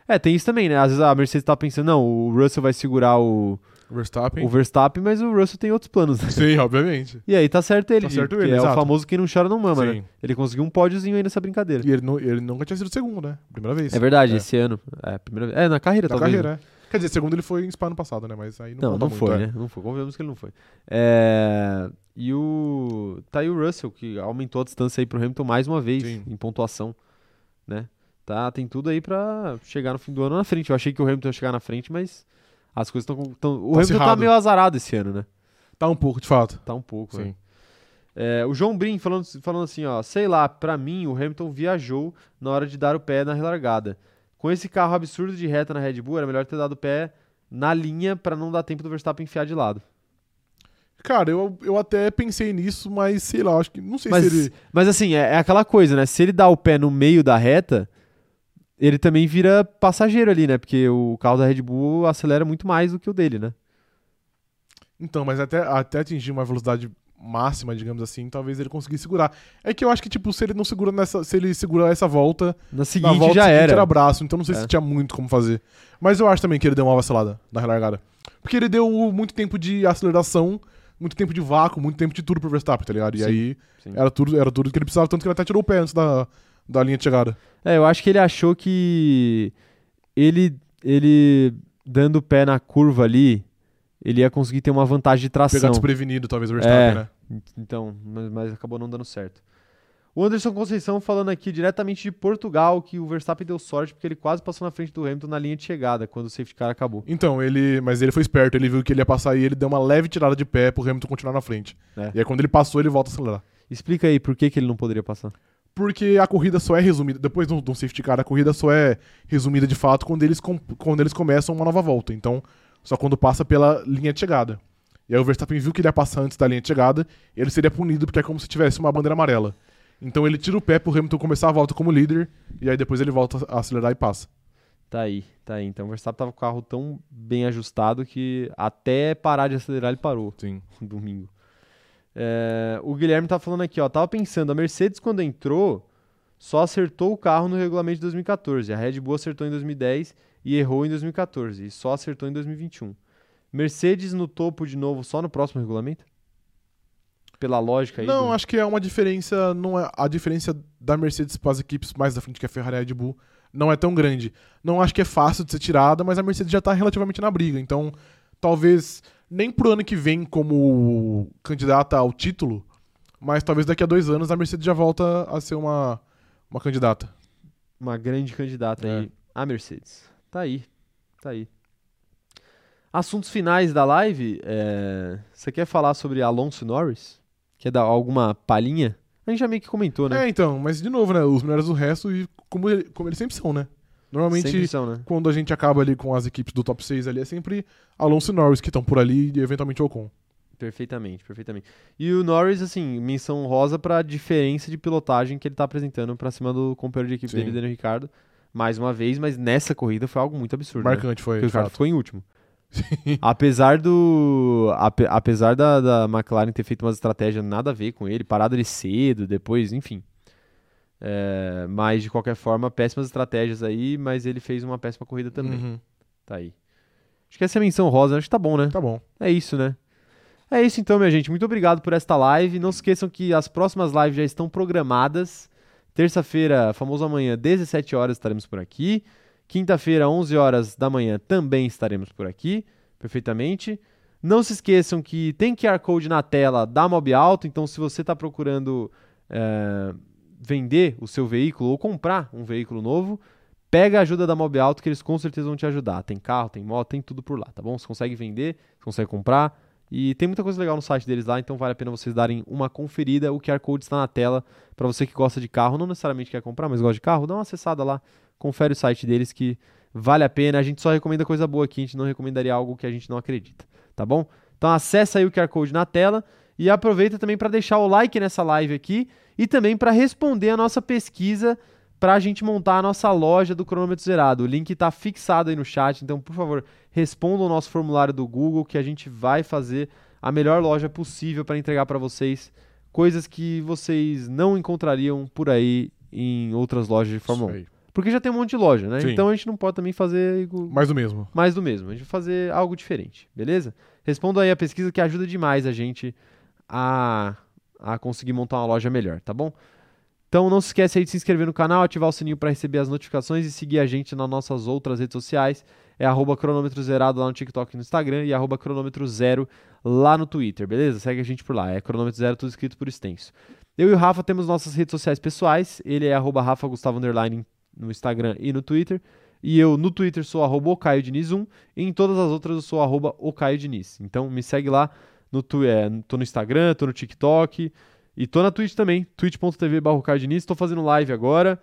A: É, tem isso também, né? Às vezes a Mercedes tá pensando, não, o Russell vai segurar o,
B: Verstappen.
A: o Verstappen, mas o Russell tem outros planos. né?
B: Sim, obviamente.
A: E aí tá certo ele,
B: Tá
A: de-
B: certo
A: que
B: ele,
A: é o
B: exato.
A: famoso quem não chora não mama,
B: Sim.
A: né? Ele conseguiu um pódiozinho aí nessa brincadeira.
B: E ele, não, ele nunca tinha sido segundo, né? Primeira vez.
A: É verdade,
B: É.
A: esse ano. É, a primeira vez. É, na carreira,
B: Da
A: talvez.
B: carreira, é. Quer dizer, segundo ele foi em Spa ano passado, né? Mas aí não
A: Não, não,
B: conta muito,
A: foi,
B: é.
A: né? Não foi. Convenhamos que ele não foi. É, E o. Tá aí o Russell, que aumentou a distância aí pro Hamilton mais uma vez
B: Sim.
A: em pontuação, né? Tá, tem tudo aí pra chegar no fim do ano na frente. Eu achei que o Hamilton ia chegar na frente, mas as coisas estão. Tão... O
B: Tá
A: Hamilton tá
B: acirrado.
A: meio azarado esse ano, né?
B: Tá um pouco, de fato.
A: Tá um pouco, né?
B: Sim.
A: É, o João Brim falando, falando assim, ó, sei lá, pra mim o Hamilton viajou na hora de dar o pé na relargada. Com esse carro absurdo de reta na Red Bull, era melhor ter dado o pé na linha pra não dar tempo do Verstappen enfiar de lado.
B: Cara, eu, eu até pensei nisso, mas sei lá, acho que. Não sei
A: Mas,
B: se ele.
A: mas assim, é, é aquela coisa, né? Se ele dá o pé no meio da reta, ele também vira passageiro ali, né? Porque o carro da Red Bull acelera muito mais do que o dele, né?
B: Então, mas até, até atingir uma velocidade máxima, digamos assim, talvez ele conseguisse segurar. É que eu acho que, tipo, se ele não segura nessa. Se ele segurar essa volta,
A: Na
B: na
A: seguinte
B: volta
A: já
B: seguinte
A: era.
B: abraço. Então não sei
A: É.
B: se tinha muito como fazer. Mas eu acho também que ele deu uma vacilada na relargada. Porque ele deu muito tempo de aceleração, muito tempo de vácuo, muito tempo de tudo pro Verstappen, tá ligado?
A: Sim,
B: E aí
A: sim.
B: era tudo, era tudo que ele precisava, tanto que ele até tirou o pé antes da, da linha de chegada.
A: É, eu acho que ele achou que ele, ele dando o pé na curva ali, ele ia conseguir ter uma vantagem de
B: Pegar
A: tração.
B: desprevenido, talvez, o Verstappen,
A: É.
B: né?
A: Então, mas, mas acabou não dando certo. O Anderson Conceição falando aqui diretamente de Portugal que o Verstappen deu sorte porque ele quase passou na frente do Hamilton na linha de chegada quando o safety car acabou.
B: Então, ele. Mas ele foi esperto, ele viu que ele ia passar e ele deu uma leve tirada de pé pro Hamilton continuar na frente.
A: É.
B: E aí quando ele passou, ele volta a acelerar.
A: Explica aí por que, que ele não poderia passar.
B: Porque a corrida só é resumida. Depois do, do safety car, a corrida só é resumida de fato quando eles, com- quando eles começam uma nova volta. Então, só quando passa pela linha de chegada. E aí o Verstappen viu que ele ia passar antes da linha de chegada, ele seria punido porque é como se tivesse uma bandeira amarela. Então ele tira o pé pro Hamilton começar a volta como líder, e aí depois ele volta a acelerar e passa.
A: Tá aí, tá aí. Então o Verstappen tava com o carro tão bem ajustado que até parar de acelerar ele parou.
B: Sim.
A: *laughs* no domingo. É, o Guilherme tá falando aqui, ó. Tava pensando, a Mercedes, quando entrou, só acertou o carro no regulamento de 2014. A Red Bull acertou em 2010 e errou em 2014. E só acertou em 2021. Mercedes no topo de novo só no próximo regulamento? Pela lógica aí.
B: Não,
A: do-
B: acho que é uma diferença. Não é, a diferença da Mercedes para as equipes mais da frente que é a Ferrari e a Red Bull não é tão grande. Não acho que é fácil de ser tirada, mas a Mercedes já está relativamente na briga. Então, talvez nem pro ano que vem como candidata ao título, mas talvez daqui a dois anos a Mercedes já volta a ser uma, uma candidata.
A: uma grande candidata
B: É.
A: aí a Mercedes. Tá aí, tá aí. Assuntos finais da live. é, Você quer falar sobre Alonso e Norris? Quer dar alguma palhinha? A gente já meio que comentou, né?
B: É, então, mas de novo, né? Os melhores do resto e como, ele- como eles sempre são, né? Normalmente
A: Sempre são, né?
B: quando a gente acaba ali com as equipes do top 6 ali, é sempre Alonso e Norris que estão por ali e eventualmente Ocon.
A: Perfeitamente, perfeitamente. E o Norris, assim, menção rosa pra diferença de pilotagem que ele tá apresentando pra cima do companheiro de equipe
B: Sim.
A: dele, Daniel Ricardo, mais uma vez, mas nessa corrida foi algo muito absurdo. né?
B: Marcante foi,
A: Porque o
B: de
A: Ricardo
B: fato.
A: ficou em
B: *laughs*
A: último. apesar do. ape- apesar da, da McLaren ter feito umas estratégias nada a ver com ele, parado ele cedo, depois, enfim. É, mas de qualquer forma, péssimas estratégias aí, mas ele fez uma péssima corrida também.
B: Uhum.
A: Tá aí. Acho que essa é a menção rosa, acho que tá bom, né?
B: Tá bom.
A: É isso, né? É isso então, minha gente. Muito obrigado por esta live. Não se esqueçam que as próximas lives já estão programadas. Terça-feira, famoso amanhã, 17 horas estaremos por aqui. Quinta-feira, 11 horas da manhã, também estaremos por aqui. Perfeitamente. Não se esqueçam que tem QR Code na tela da Mob Alto, então se você está procurando eh, vender o seu veículo ou comprar um veículo novo, pega a ajuda da Mob Alto que eles com certeza vão te ajudar. Tem carro, tem moto, tem tudo por lá, tá bom? Você consegue vender, você consegue comprar. E tem muita coisa legal no site deles lá, então vale a pena vocês darem uma conferida. O QR Code está na tela para você que gosta de carro, não necessariamente quer comprar, mas gosta de carro, dá uma acessada lá, confere o site deles que vale a pena. A gente só recomenda coisa boa aqui, a gente não recomendaria algo que a gente não acredita, tá bom? Então acessa aí o QR Code na tela e aproveita também para deixar o like nessa live aqui e também para responder a nossa pesquisa para a gente montar a nossa loja do cronômetro zerado. O link está fixado aí no chat, então por favor, respondam o nosso formulário do Google que a gente vai fazer a melhor loja possível para entregar para vocês coisas que vocês não encontrariam por aí em outras lojas de Fórmula 1.
B: Isso aí.
A: Porque já tem um monte de loja, né?
B: Sim.
A: Então a gente não pode também fazer igu-
B: Mais do mesmo.
A: mais do mesmo. A gente vai fazer algo diferente, beleza? Responda aí a pesquisa que ajuda demais a gente a, a conseguir montar uma loja melhor, tá bom? Então não se esquece aí de se inscrever no canal, ativar o sininho para receber as notificações e seguir a gente nas nossas outras redes sociais. É arroba cronômetro zerado lá no TikTok e no Instagram e arroba cronômetro zero lá no Twitter, beleza? Segue a gente por lá. É cronômetro zero, tudo escrito por extenso. Eu e o Rafa temos nossas redes sociais pessoais. Ele é arroba Rafa Gustavo Underline no Instagram e no Twitter. E eu no Twitter sou arroba o Caio Diniz 1 e em todas as outras eu sou arroba o Caio Diniz. Então me segue lá. No tu, é, tô no Instagram, tô no TikTok e tô na Twitch também. twitch.tv barra o Caio Diniz. Tô fazendo live agora.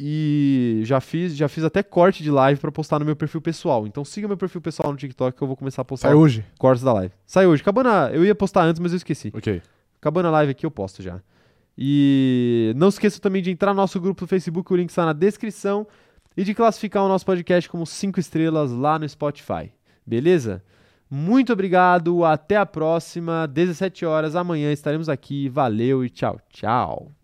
A: E já fiz, já fiz até corte de live pra postar no meu perfil pessoal. Então siga meu perfil pessoal no TikTok que eu vou começar a postar
B: Sai hoje.
A: cortes da live. Sai hoje. Acabando a- eu ia postar antes, mas eu esqueci.
B: Ok.
A: Acabando a live aqui, eu posto já. E não esqueça também de entrar no nosso grupo do Facebook, o link está na descrição. E de classificar o nosso podcast como 5 estrelas lá no Spotify. Beleza? Muito obrigado, até a próxima. 17 horas amanhã estaremos aqui. Valeu e tchau, tchau.